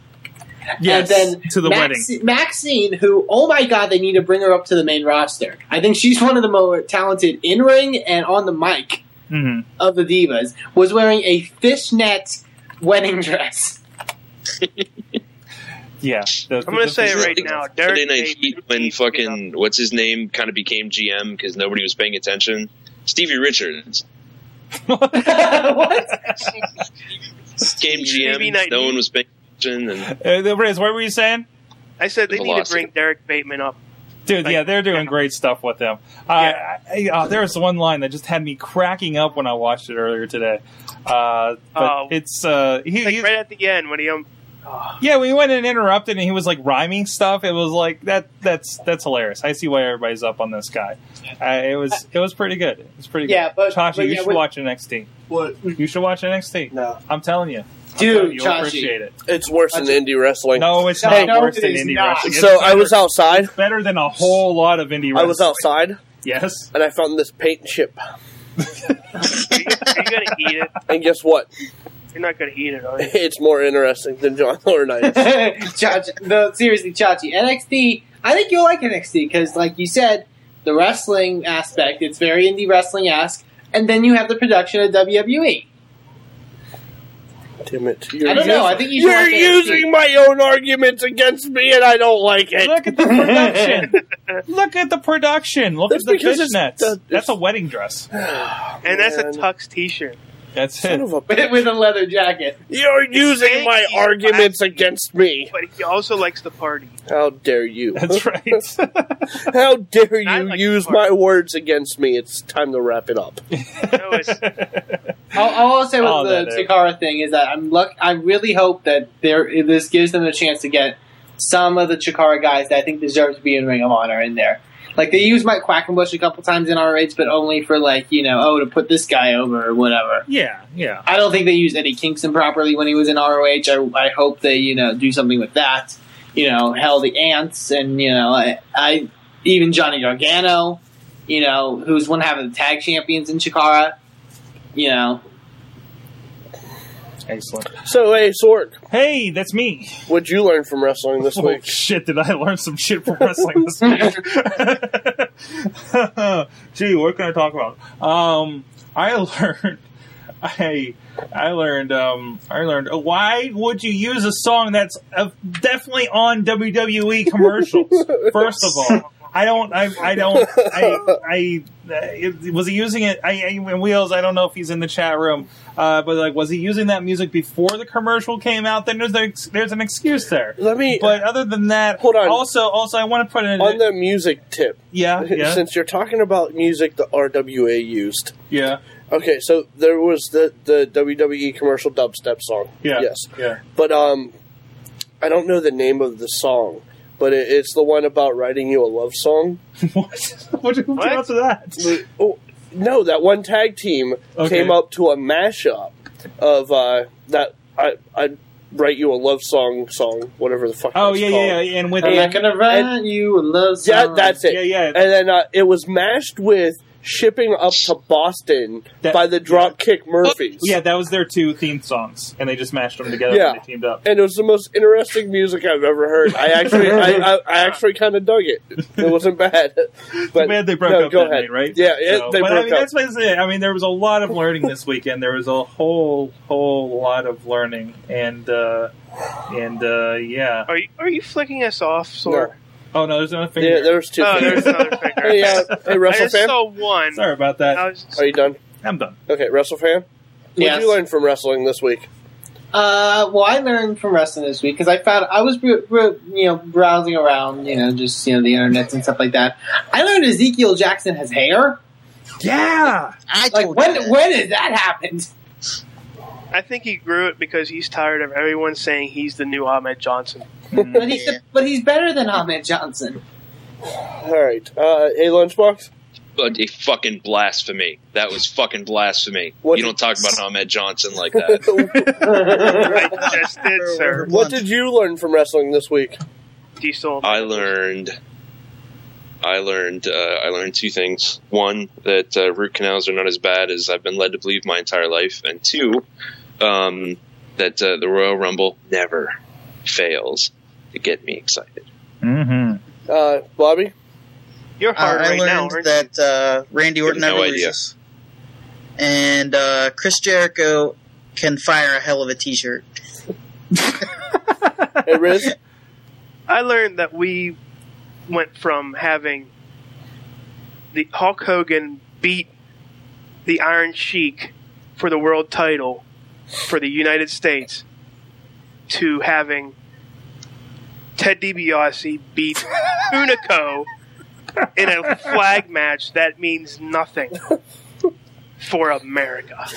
S3: yes
S4: and then
S3: to the
S4: Max- Maxine, who, oh my god, they need to bring her up to the main roster. I think she's one of the more talented in ring and on the mic
S3: wedding.
S4: of the divas. Was wearing a fishnet wedding dress.
S3: hmm Yeah, The- the-
S5: I'm gonna
S3: the-
S5: say it right
S7: Like,
S5: now. Derek
S7: Saturday Night
S5: made
S7: Heat
S5: me
S7: when
S5: beat up.
S7: fucking what's his name kind of became GM because nobody was paying attention. Stevie Richards
S4: what?
S3: Uh,
S7: became
S5: Stevie
S7: GM.
S5: Knight
S7: No
S5: Heat.
S7: one was paying attention, and
S3: Uh, Riz, what were you saying?
S5: I said they
S7: The
S5: need to
S7: velocity.
S5: bring Derek Bateman up.
S3: Dude,
S5: Like,
S3: yeah, they're doing
S5: yeah.
S3: great stuff with them. Uh,
S5: Yeah.
S3: I, I, uh, there was one line that just had me cracking up when I watched it earlier today. Uh, but
S5: Oh.
S3: it's uh, he,
S5: Like
S3: he's-
S5: right at the end when he um,
S3: Yeah, we went and interrupted, and he was like rhyming stuff. It was like that. That's that's hilarious. I see why everybody's up on this guy. Uh, it was it was pretty good. It was pretty
S4: Yeah,
S3: good.
S4: but-
S3: Chachi,
S4: but
S3: you
S4: yeah,
S3: should
S4: with-
S3: watch NXT.
S1: What?
S3: You should watch NXT.
S8: No.
S3: I'm telling you,
S4: Dude,
S3: you'll
S4: Chachi.
S3: appreciate it.
S1: It's worse than indie wrestling.
S3: No, it's
S4: No,
S3: not
S4: no,
S3: worse
S4: it
S3: than
S4: is
S3: indie
S4: not.
S3: wrestling. It's
S1: So I was
S3: better-
S1: outside.
S3: It's better than a whole lot of indie.
S1: I was
S3: wrestling.
S1: outside
S3: Yes.
S1: and I found this paint chip.
S5: are you, are you gonna eat it?
S1: And guess what?
S5: You're not gonna eat it, are you?
S1: It's more interesting than John Laurinaitis.
S4: Chachi, no, seriously, Chachi. NXT. I think you'll like NXT because, like you said, the wrestling aspect. It's very indie wrestling esque, and then you have the production of E. WWE.
S1: Damn it.
S4: I don't know. I think you should
S1: You're
S4: watch NXT.
S1: using my own arguments against me and I don't like it.
S3: Look at the production. Look at the production. Look
S1: That's
S3: at the
S1: because it's
S3: fishnets.
S1: the- it's-
S3: that's a wedding dress.
S5: And that's a
S1: man.
S5: Tux T-shirt.
S3: That's
S1: Son
S3: it.
S1: of a
S4: with, with a leather jacket.
S1: You're using
S5: saying
S1: my
S5: he's
S1: arguments
S5: black.
S1: against me.
S5: But he also likes to party.
S1: How dare you?
S3: That's right.
S1: How dare
S5: I
S1: you
S5: like
S1: use
S5: the part.
S1: my words against me? It's time to wrap it up.
S5: No, it's,
S4: All, all I'll say with
S3: Oh,
S4: the
S3: that is.
S4: Takara thing is that I'm luck. I really hope that there this gives them a chance to get some of the Chikara guys that I think deserve to be in Ring of Honor in there. Like they used Mike Quackenbush a couple times in RH, but only for like you know oh to put this guy over or whatever.
S3: yeah, yeah.
S4: I don't think they used Eddie Kingston properly when he was in ROH. I, I hope they you know do something with that. You know, hell the ants and you know I, I even Johnny Gargano, you know who's one half of the tag champions in Chikara. You know,
S3: Excellent.
S1: So, hey, Sork,
S3: Hey, that's me.
S1: what'd you learn from wrestling this
S3: Oh
S1: week?
S3: shit! Did I learn some shit from wrestling this week? Gee, what can I talk about? Um, I learned, I, I learned, um, I learned. uh, Why would you use a song that's uh, definitely on WWE commercials? First of all, I don't, I, I don't, I, I. uh, It, was he using it? I, I and Wheels. I don't know if he's in the chat room, uh, but like, was he using that music before the commercial came out? Then there's there's, there's an excuse there.
S1: Let me.
S3: But other than that,
S1: Hold on.
S3: Also, also, I want to put in
S1: on the music tip,
S3: yeah, yeah,
S1: since you're talking about music the RWA used.
S3: yeah,
S1: Okay, so there was the, the WWE commercial dubstep song.
S3: yeah,
S1: Yes.
S3: yeah.
S1: But um, I don't know the name of the song, but it, it's the one about writing you a love song.
S3: what? What did you put
S5: What?
S3: after that?
S1: Oh, no, that one tag team
S3: Okay.
S1: came up to a mashup of uh, that. I I write you a love song song, whatever the fuck.
S3: Oh
S1: that's
S3: yeah,
S1: called.
S3: yeah, yeah, and with
S4: I'm not
S3: the,
S4: gonna write you a love
S1: Yeah,
S4: song.
S1: that's it.
S3: Yeah, yeah.
S1: And then uh, it was mashed with shipping up to Boston
S3: That-
S1: by the Dropkick Murphys.
S3: Oh, yeah, that was their two theme songs, and they just mashed them together
S1: Yeah.
S3: and they teamed up.
S1: And it was the most interesting music I've ever heard. I actually, I, I, I actually kind of dug it. It wasn't bad, but
S3: Too bad they broke
S1: no,
S3: up
S1: go
S3: that
S1: ahead.
S3: night, right?
S1: Yeah, it,
S3: So-
S1: they
S3: but
S1: broke
S3: I mean,
S1: up.
S3: that's basically it. I mean, there was a lot of learning this weekend. There was a whole whole lot of learning, and uh, and uh, yeah.
S5: Are you are you flicking us off,
S1: No.
S5: Sor?
S3: Oh no, there's another
S1: Yeah,
S3: finger.
S1: there was two.
S5: Oh,
S1: fingers.
S5: there's another finger.
S1: hey, uh, hey,
S5: I
S1: Russell
S5: just
S1: fan,
S5: saw one.
S3: Sorry about that.
S5: I was
S1: are you done?
S3: I'm done.
S1: Okay, wrestle fan. What did
S4: Yes.
S1: you learn from wrestling this week?
S4: Uh, well, I learned from wrestling this week because I found I was br- br- you know browsing around, you know, just you know the internet and stuff like that. I learned Ezekiel Jackson has hair.
S3: Yeah.
S6: I
S4: Like
S6: told
S4: when
S6: you that.
S4: when has that happened?
S5: I think he grew it because he's tired of everyone saying he's the new Ahmed Johnson.
S4: But he's but he's better than Ahmed Johnson.
S1: All right. Uh, hey, lunchbox.
S7: But a fucking blasphemy. That was fucking blasphemy.
S1: What
S7: you
S1: did-
S7: don't talk about Ahmed Johnson like that.
S5: I just did, sir.
S1: what did you learn from wrestling this week?
S5: Do you still?
S7: I learned. I learned. Uh, I learned two things. One, that uh, root canals are not as bad as I've been led to believe my entire life, and two, um, that uh, the Royal Rumble never fails to get me excited.
S3: Mm-hmm.
S1: Uh, Bobby.
S5: You're
S6: Uh,
S5: hard
S6: I
S5: right
S6: learned
S5: now, aren't
S6: that uh, Randy Orton
S7: no
S6: never
S7: idea.
S6: loses, and uh, Chris Jericho can fire a hell of a T-shirt.
S1: Hey, Riz.
S5: you? I learned that we went from having the Hulk Hogan beat the Iron Sheik for the world title for the United States to having Ted DiBiase beat Unico in a flag match that means nothing for America.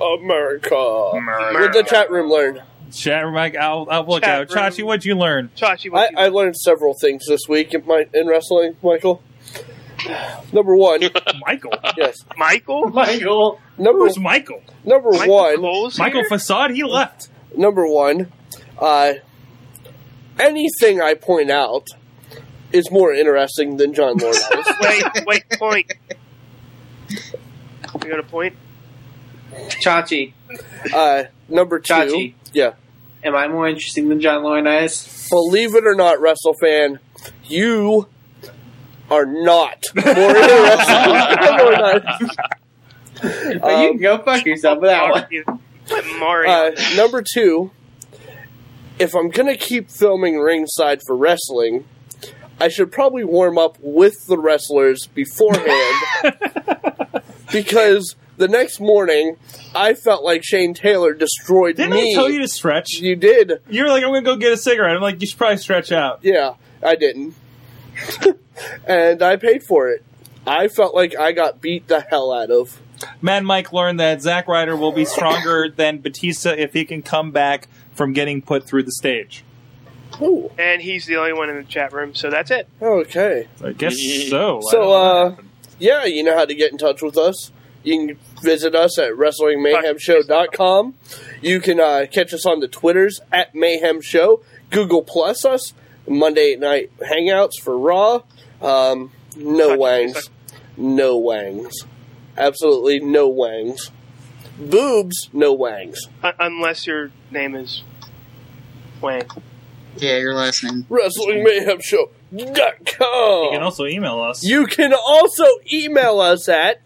S1: America. What did the chat room learn?
S3: Chat room, Mike. I'll, I'll look
S5: Chat
S3: out. Chachi,
S5: room.
S3: what'd you learn?
S5: Chachi,
S1: I,
S5: what you
S1: I learned several things this week in, my, in wrestling, Michael. Number one,
S3: Michael.
S1: yes.
S5: Michael?
S4: Michael,
S1: Number
S3: Where's Michael?
S1: number
S5: Michael
S1: one,
S5: Knowles
S3: Michael
S5: here?
S3: Facade. He left.
S1: number one. Uh, anything I point out is more interesting than John Lorne's.
S5: wait, wait, point. You got a point?
S4: Chachi,
S1: uh, number two,
S4: Chachi.
S1: yeah.
S4: am I more interesting than John Laurinaitis?
S1: Believe it or not, wrestle fan, you are not more interesting than John Laurinaitis.
S4: But you
S1: Um,
S4: can go fuck yourself with that one.
S5: Mario. Put Mario.
S1: Uh, number two, if I'm going to keep filming ringside for wrestling, I should probably warm up with the wrestlers beforehand because the next morning I felt like Shane Taylor destroyed
S3: Didn't
S1: me.
S3: I tell you to stretch?
S1: You did.
S3: You were like, I'm gonna go get a cigarette. I'm like, you should probably stretch out.
S1: Uh, Yeah, I didn't. and I paid for it. I felt like I got beat the hell out of.
S3: Mad Mike learned that Zack Ryder will be stronger than Batista if he can come back from getting put through the stage.
S1: Ooh,
S5: and he's the only one in the chat room, so that's it.
S11: Oh.
S1: okay.
S3: I guess so. I
S1: So,
S3: don't know.
S1: uh, yeah, you know how to get in touch with us. You can visit us at WrestlingMayhemShow.com. You can uh, catch us on the Twitters at Mayhem Show. Google Plus us. Monday night hangouts for Raw. Um, no wangs. No wangs. Absolutely no wangs. Boobs, no wangs.
S5: Un- unless your name is Wayne.
S6: Yeah, your last name.
S1: WrestlingMayhemShow.com.
S3: you can also email us.
S1: You can also email us at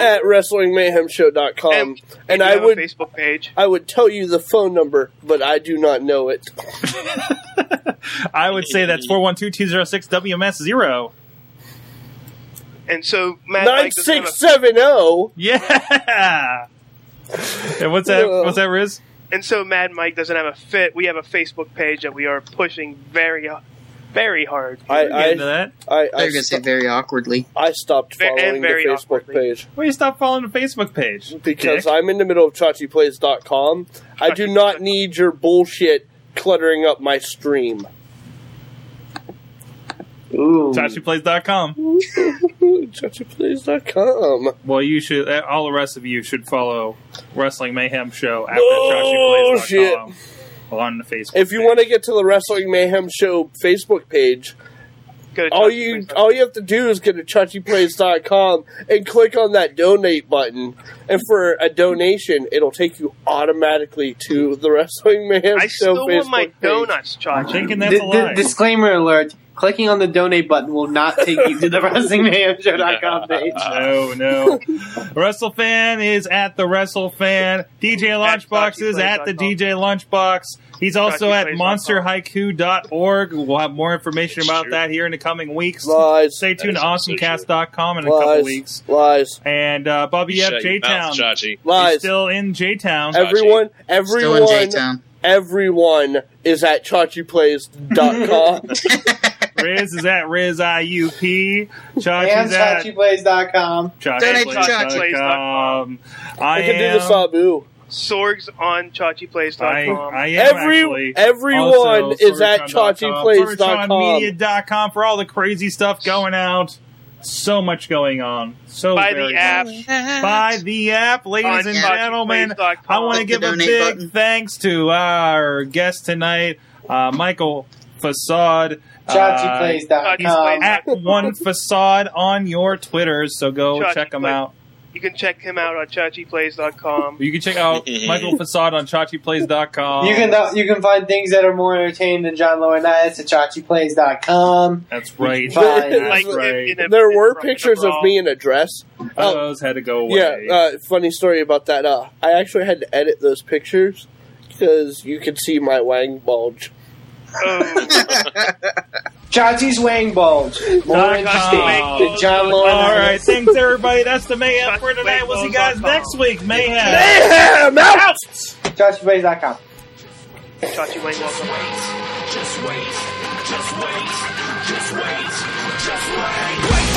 S1: at WrestlingMayhemShow.com.
S5: We
S1: And,
S5: do
S1: I
S5: have a
S1: would
S5: Facebook page.
S1: I would tell you the phone number, but I do not know it.
S3: I would say that's 412-206-WMS0.
S5: And so Matt
S1: Nine
S5: Mike doesn't have a- Ah.
S1: six seven oh. zero.
S3: Yeah. And what's that?
S1: Whoa.
S3: What's that, Riz?
S5: and so Mad Mike doesn't have a fit. We have a Facebook page that we are pushing very, very hard.
S1: I
S3: We'll get into
S1: I
S3: that.
S1: I,
S6: I
S1: I,
S6: was gonna say
S1: sto-
S6: very awkwardly.
S1: I stopped
S5: Ve- and
S1: following the
S5: very
S1: Facebook
S5: awkwardly.
S1: page
S3: Why you stop following the Facebook page?
S1: because
S3: Dick?
S1: I'm in the middle of ChachiPlays.com. I do not need your bullshit cluttering up my stream.
S10: Ooh.
S3: ChachiPlays.com.
S1: ChachiPlays.com.
S3: Well, you should. uh, All the rest of you should follow Wrestling Mayhem Show after
S1: Oh,
S3: ChachiPlays.com on the Facebook.
S1: If you
S3: page.
S1: want to get to the Wrestling Mayhem Show Facebook page,
S5: Go to
S1: all
S5: Chachi
S1: you
S5: Plays.
S1: all you have to do is go to ChachiPlays.com and click on that donate button, and for a donation, it'll take you automatically to the Wrestling Mayhem
S5: I
S1: Show
S5: still
S1: Facebook
S5: want my
S1: page.
S5: donuts,
S3: I'm
S5: Chachi.
S3: thinking that's a
S4: Di-
S3: lie.
S4: di- disclaimer alert. Clicking on the donate button will not take you to the WrestlingMayhemShow.com page.
S3: no, no. WrestleFan is at the WrestleFan. DJ Lunchbox is at the DJ Lunchbox. He's also at monsterhaiku.org. We'll have more information
S7: It's
S3: about
S7: true.
S3: that here in the coming weeks.
S1: Lies,
S3: Stay tuned to
S7: That is so
S3: awesomecast.com in a couple
S1: lies,
S3: weeks.
S1: lies,
S3: And uh, Bobby F.
S7: Shut your
S3: J Town.
S7: mouth, Chachi.
S1: lies.
S3: Still in J Town.
S7: Every-
S1: Everyone,
S6: Still in J
S1: everyone,
S6: Town.
S1: everyone is at ChachiPlays.com.
S3: Riz is at Riz IUP.
S4: And
S3: Chachi's at
S4: ChachiPlays.com.
S3: ChachiPlays.com. um, I
S1: I can do the
S3: am.
S1: Sabu.
S5: Sorgs on
S3: I,
S5: ChachiPlays.com.
S3: I am
S1: Every,
S3: actually.
S1: everyone is at ChachiPlays.com.
S3: ChachiPlays.com for all the crazy stuff going out. So much going on. So
S5: By
S3: very
S5: the app.
S3: much. By the app, ladies
S5: On
S3: and gentlemen.
S5: ChachiPlays.com.
S3: I want to give
S6: Click the
S3: a
S6: donate
S3: big
S6: button.
S3: thanks to our guest tonight, uh, Michael Facade. Uh,
S4: ChachiPlays.com.
S3: at one facade on your Twitters, so go
S5: Chachi
S3: check them
S5: Plays.
S3: out.
S5: You can check him out on ChachiPlays.com.
S3: You can check out Michael Facade on ChachiPlays.com.
S4: You can uh, you can find things that are more entertaining than John Laurinaitis at ChachiPlays.com.
S3: That's right.
S4: Fine.
S3: That's
S5: Like,
S3: right.
S5: in- in a-
S1: There were
S5: from-
S1: pictures
S5: from
S1: of me in a dress.
S3: Oh, those had to go away.
S1: Yeah, uh, funny story about that. Uh, I actually had to edit those pictures because you could see my wang bulge.
S5: Oh,
S4: Chachi's Wang Bulge. More
S3: Dot
S4: interesting
S3: com.
S4: than John
S5: All
S4: Laurinaitis.
S3: All right, thanks everybody. That's the mayhem for tonight. We'll see you guys next week. Mayhem.
S1: Damn, out!
S4: ChachiPlays.com.
S5: Chachi Wang, welcome.
S2: Just wait, just wait, just wait, just wait. Wait